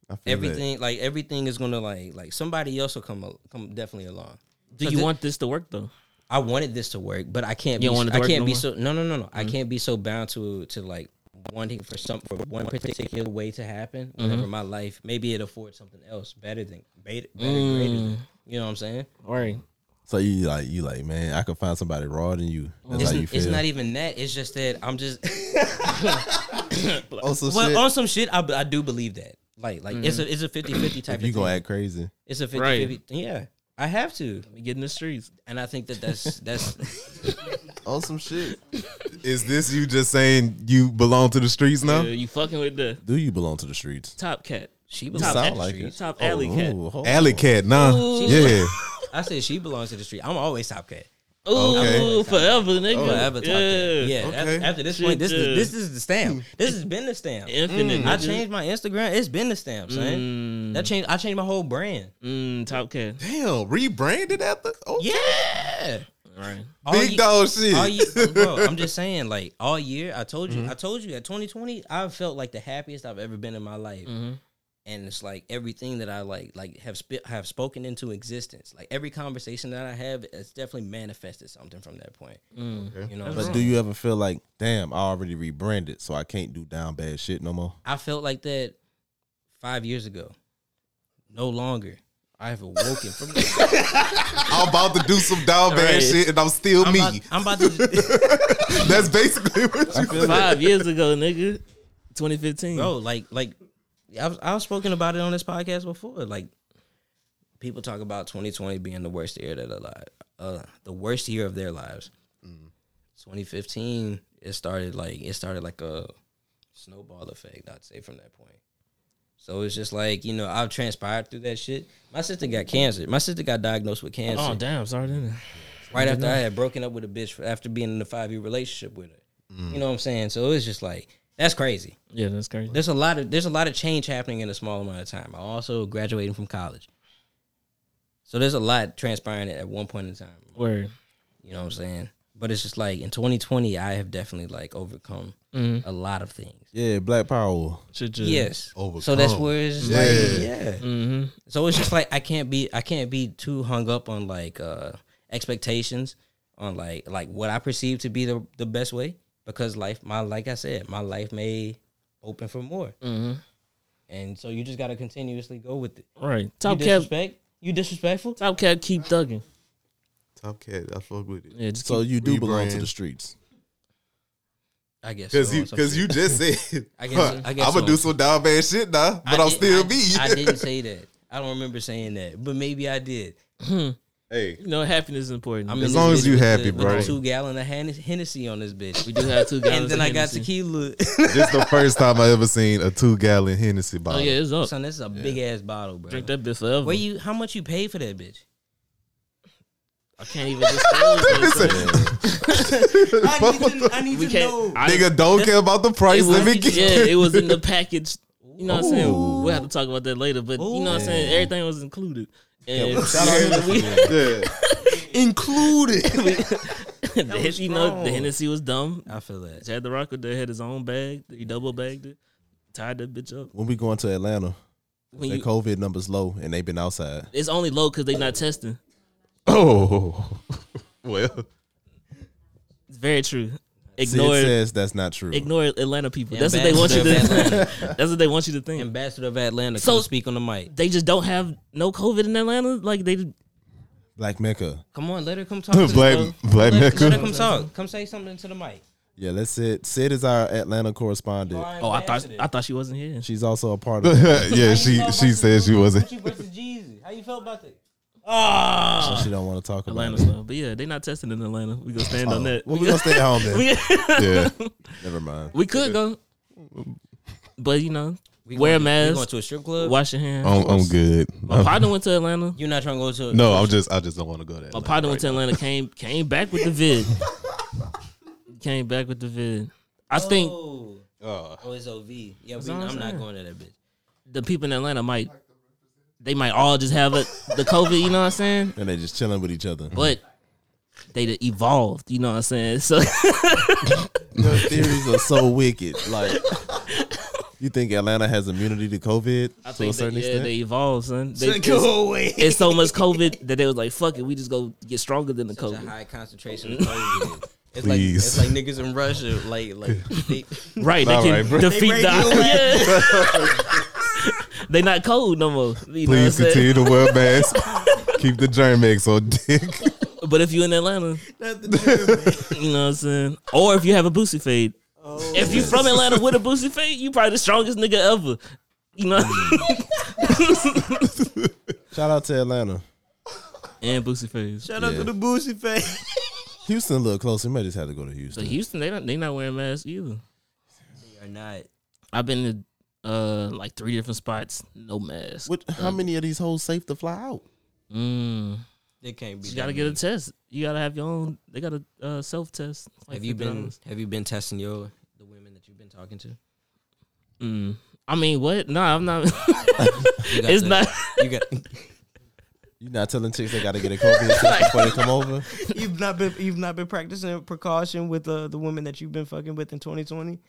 B: I feel
A: everything like everything is gonna like like somebody else will come al- come definitely along.
C: Do
A: Cause
C: you
A: it-
C: want this to work though?
A: I wanted this to work, but I can't.
C: You
A: be,
C: don't want it to
A: I
C: work
A: can't
C: no
A: be
C: more? Mm-hmm.
A: so. No, no, no, no. I can't be so bound to to like wanting for some for one particular way to happen.
C: Mm-hmm.
A: Whenever my life, maybe it affords something else better than better, better greater.
C: Mm.
A: than- You know what I'm saying?
C: All right.
B: So you like you like man, I could find somebody raw than you. That's
A: It's,
B: how you feel.
A: it's not even that. It's just that I'm just.
B: also,
A: well,
B: Oh, shit,
A: on some shit, I, I do believe that. Like, like it's a it's a 50-50 type.
B: if you
A: of
B: gonna
A: thing.
B: act crazy,
A: It's a 50-50.
C: Mm-hmm. Right.
A: Yeah, I have to,
C: We get in the streets.
A: and I think that that's that's.
B: on some shit.
F: Is this you just saying you belong to the streets now?
C: Yeah, you fucking with the
B: Do you belong to the streets?
C: top cat,
A: she
C: top,
A: belongs
B: sound
A: to the
B: like
A: street.
C: top alley cat. Oh.
B: Ooh, hold
F: Alley cat, nah. Yeah.
A: I said she belongs to the street. I'm always top cat.
C: Ooh,
F: Okay.
C: forever, nigga.
A: Forever top cat. Yeah.
F: Okay. Hmm.
A: af- After this
C: Shit,
A: point, this
C: yeah.
A: is this is the stamp. This has been the stamp.
C: Infinite.
A: Mm, I
C: nigga.
A: changed my Instagram. It's been the stamp, son. That changed. I changed my whole brand.
C: Mm, top cat.
F: Damn, rebranded after? Oh,
A: Yeah.
C: Right.
A: All
F: Big
A: ye-
F: dog shit.
A: all year, bro, I'm just saying, like all year, I told
F: Mm-hmm.
A: you, I told you that 2020, I felt like the happiest I've ever been in my life,
C: Mm-hmm.
A: and it's like everything that I like, like have sp- have spoken into existence. Like every conversation that I have, it's definitely manifested something from that point. You know, what I'm
B: But
A: saying?
B: do you ever feel like, damn, I already rebranded, so I can't do down bad shit no more?
A: I felt like that five years ago. No longer, I have awoken from.
F: I'm about to do some dog bad
C: Right.
F: shit and I'm still
A: I'm
F: me.
A: about, I'm about to,
F: That's basically what you said.
C: Five years ago, nigga. 2015.
A: bro. Like, like I've I've spoken about it on this podcast before. Like, people talk about 2020 being the worst year of their life, uh, the worst year of their lives. 2015, it started like it started like a snowball effect. I'd say from that point. So it's just like you know I've transpired through that shit. My sister got cancer. My sister got diagnosed with cancer.
C: Oh damn, sorry. Didn't
A: right after I had broken up with a bitch for- after being in a five year relationship with her.
F: Mm.
A: You know what I'm saying? So it's just like that's crazy.
C: Yeah, that's crazy.
A: There's a lot of there's a lot of change happening in a small amount of time. I also graduating from college, so there's a lot transpiring at one point in time.
C: Word.
A: You know what I'm saying? But it's just like in 2020, I have definitely like overcome a lot of things.
B: Yeah, Black Power.
C: Shit, just-
A: Yes. So
F: Overcome.
A: that's where it's just like
F: Yeah.
A: yeah. So it's just like I can't be I can't be too hung up on like uh expectations on like like what I perceive to be the the best way because life my like I said my life may open for more. Mm-hmm. And so you just got to continuously go with it.
C: Right.
A: You
C: Top cat.
A: disrespect? You disrespectful?
C: Top cat. Keep thugging.
F: Top cat, I fuck with it.
C: Yeah. Just
B: So
C: keep,
B: you do belong to
F: Rebrand.
B: the streets.
A: I guess Um,
F: Cause
A: so,
F: you,
A: some
F: cause
A: shit.
F: you just said,
A: I guess- I guess
F: am gonna
A: so.
F: do some dog bad shit now, but
A: I
F: I'm
A: did-
F: still
A: I-
F: me.
A: I didn't say that. I don't remember saying that, but maybe I did.
F: hey,
C: you know, happiness is important.
A: I'm in
F: As
A: this
F: long as
A: bitch
F: you
A: with
F: happy,
A: the, with
F: bro.
A: the Two gallon of Hennes- Hennessy on this bitch.
C: we do have two guys.
A: and then I got tequila.
F: this the first time I ever seen a two gallon Hennessy
C: Oh
F: bottle.
C: yeah, it's up.
A: Son, this is a big ass bottle, bro.
C: Drink that bitch forever.
A: Where you? How much you paid for that bitch?
C: I can't even disclose this. son.
A: I need to, I need
C: We can't. I,
F: Nigga, don't care about the price.
C: it was,
F: Let me get
C: yeah, it was in the package. You know what I'm saying? We'll have to talk about that later. But you know what I'm saying? Everything was included. And we-
F: included.
C: the Hen- you know, the Hennessy was dumb.
A: I feel that.
C: Chad the Rocker that had his own bag. He double bagged it, tied that bitch up.
B: When we going to Atlanta,
C: When
B: their
C: you,
B: COVID numbers low and they been outside.
C: it's only low because they not testing.
F: Oh, well,
C: It's very true.
B: See, it
C: Ignore
B: says that's not true.
C: ignore Atlanta people. That's what they want you
A: Ambassador of
C: to.
A: Atlanta.
C: that's what they want you to think.
A: Ambassador of Atlanta.
C: So-
A: come speak on the mic.
C: They just don't have no COVID in Atlanta. Like they
B: Black Mecca.
A: Come on, let her come talk. to the-
F: Black- Black
A: let,
F: Mecca.
A: Let her come talk. Come say something to the mic.
B: Yeah, that's it. Sid is our Atlanta correspondent.
C: Oh, I thought I thought she wasn't here.
B: She's also a part of it.
F: yeah. She she said she wasn't.
A: What you versus Jeezy? How you felt about that?
C: Ah!
B: so she don't want to talk about
C: Atlanta
B: it.
C: stuff. But yeah, they not testing in Atlanta. We gonna stand on that.
B: Oh. Well, we gonna stay at home then.
C: We,
F: Yeah,
B: Never mind.
C: we could go, but you know,
A: We
C: wear a
A: going to- we
C: mask,
A: going to a strip club?
C: wash your hands.
B: Oh,
F: I'm, I'm good.
B: uh,
C: My partner went to Atlanta.
A: You're not trying to go to? A,
F: No, I'm just I just don't want to go there.
C: My partner went to Atlanta. Came came back with the vid. came back with the vid. I think
A: Oh,
F: Oh.
A: oh, it's OV. Yeah, we,
C: what
A: I'm,
C: I'm
A: not
C: saying.
A: going to that bitch.
C: the people in Atlanta might they might all just have a, the COVID. You know what I'm saying?
B: And they just chilling with each other.
C: But they done evolved. You know what I'm saying? So
B: Your theories are so wicked. Like, you think Atlanta has immunity to COVID to
C: I
B: a
C: think they,
B: certain
C: yeah,
B: extent?
C: they evolved, son. They, it's,
A: Go away.
C: it's so much COVID that they was like, "Fuck it, we just go get stronger than the
A: Such a
C: COVID."
A: high concentration of COVID. It's
F: Please.
A: like it's like niggas in Russia, like like they,
C: Right? They
B: All
C: can
B: right, bro.
C: defeat
A: They
C: the.
A: radioactive.
C: Yeah. they not cold no more. You know what I'm
F: Please
C: saying?
F: continue to wear masks. Keep the Germex on dick.
C: But if you in Atlanta, you know what I'm saying? Or if you have a boosie fade. if you from Atlanta with a boosie fade, you probably the strongest nigga ever. You know?
B: Shout out to Atlanta.
C: and boosie fades.
A: shout out to the bougie face.
B: Houston a little closer. We might just have to go to
C: So
B: Houston.
C: Houston, they not they not wearing masks either.
A: They are not.
C: I've been to uh like three different spots, no mask.
B: What, how many of these hoes safe to fly out?
C: Mm,
A: They can't be.
C: you gotta
A: that
C: get a
A: many.
C: test. You gotta have your own. They got a uh, self test.
A: Have you been Have you been testing your the women that you've been talking to?
C: Mm. I mean, what? No, I'm not.
A: You got
C: it's
A: the-
C: not.
A: You got.
B: You not telling chicks they got to get a COVID test before they come over?
G: You've not been you've not been practicing precaution with uh, the women that you've been fucking with in 2020.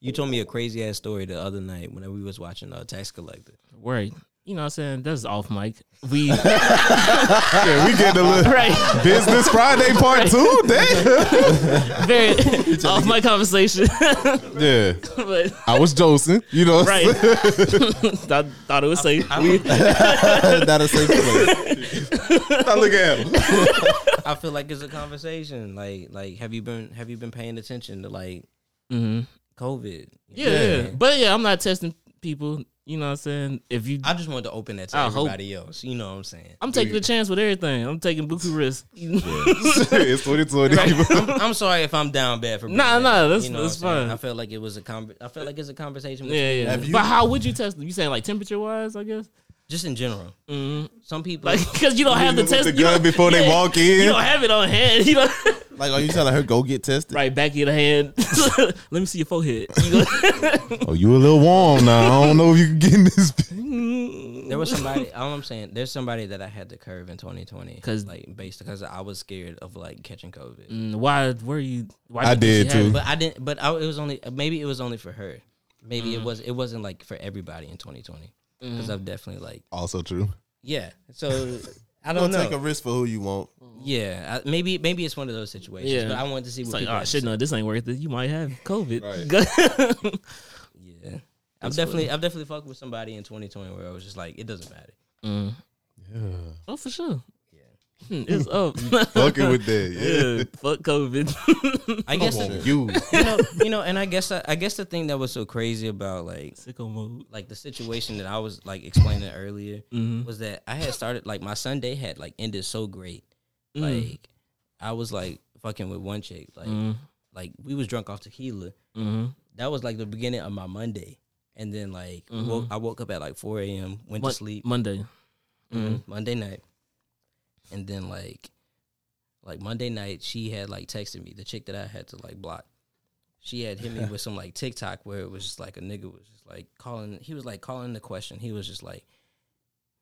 A: You told me a crazy ass story the other night when we was watching uh, Tax Collector.
C: Right. You know what I'm saying? That's off mic. We
F: Yeah, we get a little
C: right.
F: business Friday part two. Damn.
C: Very off my conversation.
F: Yeah,
C: but
F: I was Joseph. You know,
C: right. I thought it was safe. We-
B: not a safe place.
F: I look at him.
A: I feel like it's a conversation. Like like have you been have you been paying attention to like
C: Mhm.
A: COVID?
C: yeah, yeah. But yeah, I'm not testing people. You know what I'm saying? If you
A: I just wanted to open that to
C: I hope-
A: everybody else. You know what I'm saying?
C: I'm taking a chance with everything. I'm taking buku risk.
F: it's 2020.
A: I'm, I'm sorry if I'm down bad for.
C: Nah,
A: bringing
C: nah,
A: that up,
C: that's-
A: you know what
C: that's
A: I'm saying?
C: fine.
A: I felt like it was a con- I felt like it's a conversation.
C: Yeah,
A: between-
C: yeah.
B: Have you-
C: but how would you test them? You saying like temperature wise, I guess?
A: Just in general,
C: Mm-hmm.
A: some people.
C: Like because you don't have the
F: With
C: test
F: the
C: you
F: gun
C: don't-
F: before they
C: yeah,
F: walk
C: You
F: in.
C: don't have it on hand. You know,
B: Like, are you telling her go get tested?
C: right back of your hand. Let me see your forehead. You know?
F: Oh, you a little warm now. I don't know if you can get in this.
A: there was somebody. All I'm saying, there's somebody that I had to curve in 2020
C: 'Cause-
A: like based because I was scared of like catching COVID.
C: Mm, why were you? Why
F: I
C: you
F: did
C: have
F: too.
C: it?
A: But I didn't. But I, it was only maybe it was only for her. Maybe it was it wasn't like for everybody in 2020 because I've definitely like
F: Also true.
A: Mm. yeah. So I
B: Go
A: don't know.
B: take a risk for who you want.
A: yeah, I, maybe maybe it's one of those situations.
C: Yeah.
A: But I wanted to see
C: It's
A: what
C: like,
A: people
C: oh
A: had to
C: shit,
A: say.
C: no, this ain't worth it. You might have COVID.
A: Yeah. I'm definitely I'm definitely fucked with somebody in 2020 where I was just like it doesn't matter. Mm.
C: oh, for sure. Hmm, It's up.
F: Fucking with that. Yeah.
C: yeah, fuck COVID.
A: I guess
F: Come
A: the,
F: on, you.
A: you know you know and I guess I, I guess the thing that was so crazy about like
C: Sicko mode.
A: like the situation that I was like explaining earlier
C: Mhm.
A: was that I had started like my Sunday had like ended so great.
C: Mm.
A: Like I was like fucking with one chick like
C: Mm,
A: like we was drunk off tequila.
C: mhm.
A: That was like the beginning of my Monday. And then like we
C: Mm-hmm.
A: woke, I woke up at like 4 a.m. went
C: Mon-
A: to sleep.
C: Monday. Mm-hmm.
A: Mhm. Monday night, and then like, like Monday night, she had like texted me the chick that I had to like block. She had hit me with some like TikTok where it was just like a nigga was just like calling. He was like calling the question. He was just like,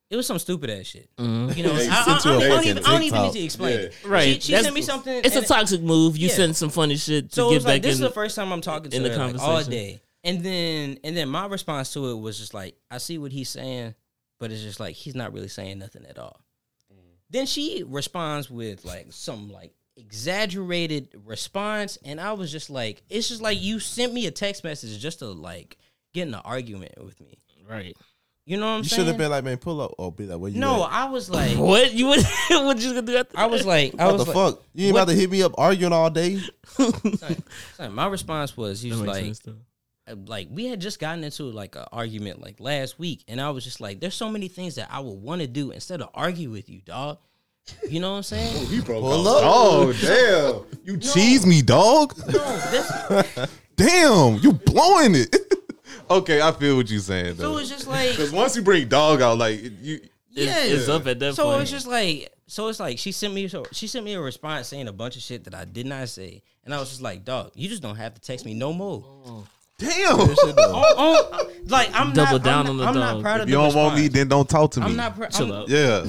A: it was some stupid ass shit.
C: Mhm.
A: You know, I,
B: He
A: I- I-
B: sent you a
A: I don't
B: fucking
A: even, I don't even
B: TikTok.
A: need to explain it.
C: Right.
A: Mm-hmm. She, she
C: That's-
A: sent me something.
C: It's a
A: and it-
C: toxic move. You
A: Yeah.
C: send some funny shit to
A: so it
C: get
A: was like
C: back
A: this is
C: in.
A: the first time I'm talking to
C: in the
A: her like, all
C: conversation.
A: day, and then and then my response to it was just like, I see what he's saying, but it's just like he's not really saying nothing at all.
B: Mm.
A: Then she responds with like some like exaggerated response, and I was just like, it's just like you sent me a text message just to like get in an argument with me.
C: right.
A: You know what I'm
B: You
A: saying?
B: should have been like, man, pull up. Oh, be like, where you
A: no,
B: at?
A: I was like,
C: What you would? what you gonna do after?
A: I was
C: that?
A: like, I
B: What
A: was
B: the
A: like,
B: fuck? You ain't
A: what-
B: about to hit me up arguing all day.
A: son, son, my response was, he
C: That
A: was
C: makes
A: like,
C: sense, though.
A: like we had just gotten into like an argument like last week, and I was just like, "There's so many things that I would want to do instead of argue with you, dog." You know what I'm saying?
B: Pull up.
F: Oh damn! You cheese me, dog. damn, you blowing it. okay, I feel what you're saying
A: so
F: though.
A: it's just like,
F: Because once you bring dog out, like you,
A: yeah,
C: It's up at that
A: so
C: point.
A: it's just like, so it's like she sent me, so she sent me a response saying a bunch of shit that I did not say, and I was just like, "Dog, you just don't have to text me no more."
F: Damn.
G: Oh, oh, like I'm
C: Double
G: not,
C: down
G: I'm,
C: on the
G: I'm not
C: dog.
G: proud of
F: you
G: the
F: don't want me,
G: response.
F: then don't talk to me.
G: I'm not proud.
C: Chill out.
F: yeah.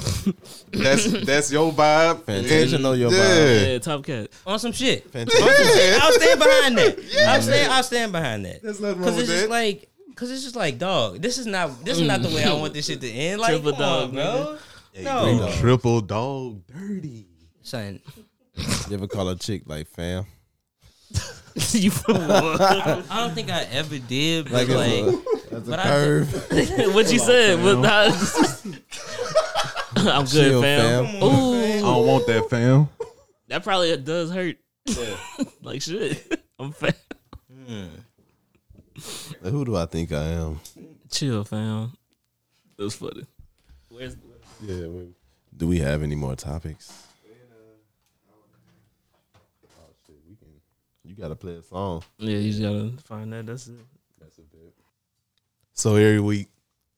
F: that's that's your vibe.
B: Fantasia know your vibe.
F: Yeah.
C: Yeah, Top Cat.
A: on some shit.
F: Yeah.
A: I'll stand behind that. I'll stand. I'll stand behind that.
F: There's nothing
A: Because
F: wrong with
A: it's just
F: that.
A: like, because it's just like, dog. This is not. This is not the way I want this shit to end. Like,
C: Triple
A: come on,
C: dog,
A: bro. No,
F: Triple dog dirty.
A: son.
B: You ever call a chick like fam?
C: you
A: I don't think I ever did. But like,
B: Like, it's
A: but I,
B: Curve.
C: what you said? What, I'm good,
B: Chill,
C: fam.
B: fam.
C: Ooh,
F: I don't want that, fam.
C: that probably does hurt. like shit. I'm fat.
B: Who do I think I am?
C: Chill, fam. That was funny.
B: Yeah. Do we have any more topics? You gotta play a song.
C: Yeah, you just gotta find that. That's it.
F: So every week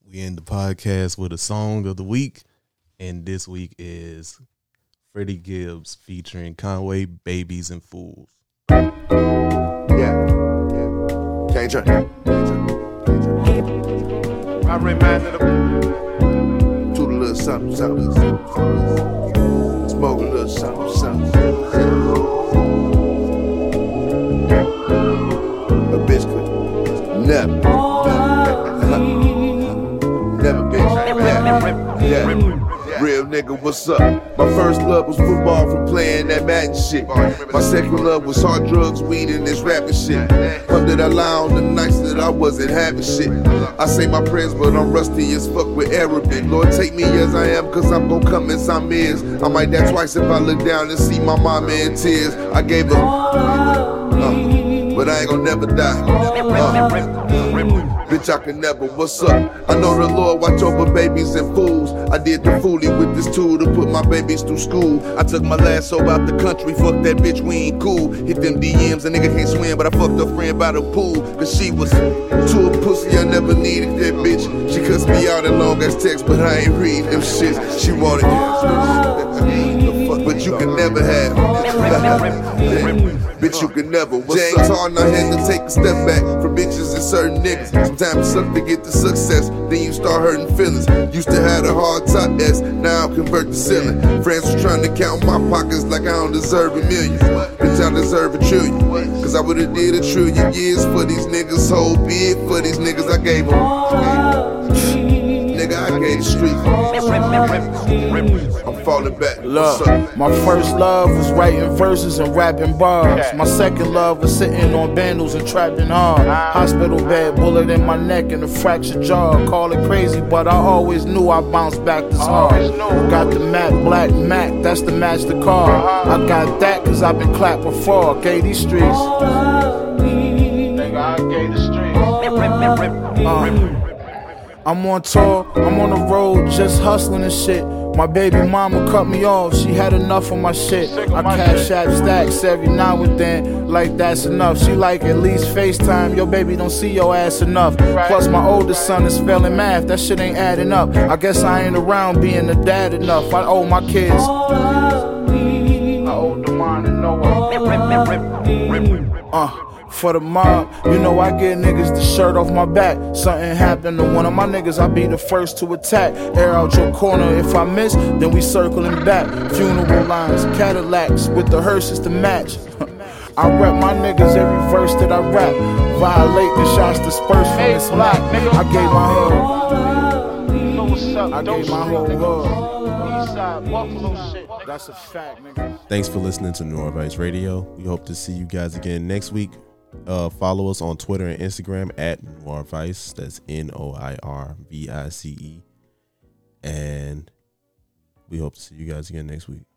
F: we end the podcast with a song of the week, and this week is Freddie Gibbs featuring Conway, Babies and Fools.
H: Yeah. yeah. Danger. Danger. I'm reminded of to the little something, something. Smoke a little something, something. A biscuit. Never. Never been like that. Yeah. Real nigga, what's up? My first love was football from playing that Madden shit. My second love was hard drugs, weed, and this rapping shit. Up that I lie on the nights that I wasn't having shit. I say my prayers, but I'm rusty as fuck with Arabic. Lord, take me as I am, cause I'm gonna come as I'm is. I might die twice if I look down and see my mama in tears. I gave her. Uh, but I ain't gonna never die. Uh, bitch, I can never. What's up? I know the Lord watch over babies and fools. I did the foolie with this tool to put my babies through school. I took my last soul out the country. Fuck that bitch, we ain't cool. Hit them DMs, a nigga can't swim, but I fucked a friend by the pool. Cause she was to a pussy, I never needed that bitch. She cussed me out in long as text, but I ain't read them shits. She wanted The fuck, but you can never have. Yeah. Bitch, you can never. What's James Harden, I had to take a step back from bitches and certain niggas. Sometimes it suck to get the success, then you start hurting feelings. Used to have a hard top S, now I convert the ceiling. Friends was trying to count my pockets like I don't deserve a million. Bitch, I deserve a trillion. Cause I would've did a trillion years for these niggas. Whole big for these niggas, I gave them. Nigga, I gave the street. I'm falling back. What's
I: Look,
H: up?
I: my first love was writing verses and rapping bars. My second love was sitting on bandals and trapped in hard. Hospital bed, bullet in my neck and a fractured jaw. Call it crazy, but I always knew I bounced back this hard. Got the matte black Mac, that's the match the car. I got that cause I've been clapped before. KD Streets. Nigga, I gave the streets. I'm on tour, I'm on the road, just hustling and shit. My baby mama cut me off, she had enough of my shit. I cash app stacks every now and then, like that's enough. She like at least FaceTime, your baby don't see your ass enough. Plus, my oldest son is failing math, that shit ain't adding up. I guess I ain't around being a dad enough, I owe my kids. I owe the mind and Noah. Uh. For the mob, you know I get niggas the shirt off my back. Something happened to one of my niggas, I be the first to attack. Air out your corner, if I miss, then we circling back. Funeral lines, Cadillacs, with the hearses to match. I rap my niggas every verse that I rap. Violate the shots dispersed from this block. I gave my hood. I gave my whole hood. That's a fact, nigga.
B: Thanks for listening to New Vice Radio. We hope to see you guys again next week. Uh, follow us on Twitter and Instagram at Noir Vice. That's N O I R V I C E. And we hope to see you guys again next week.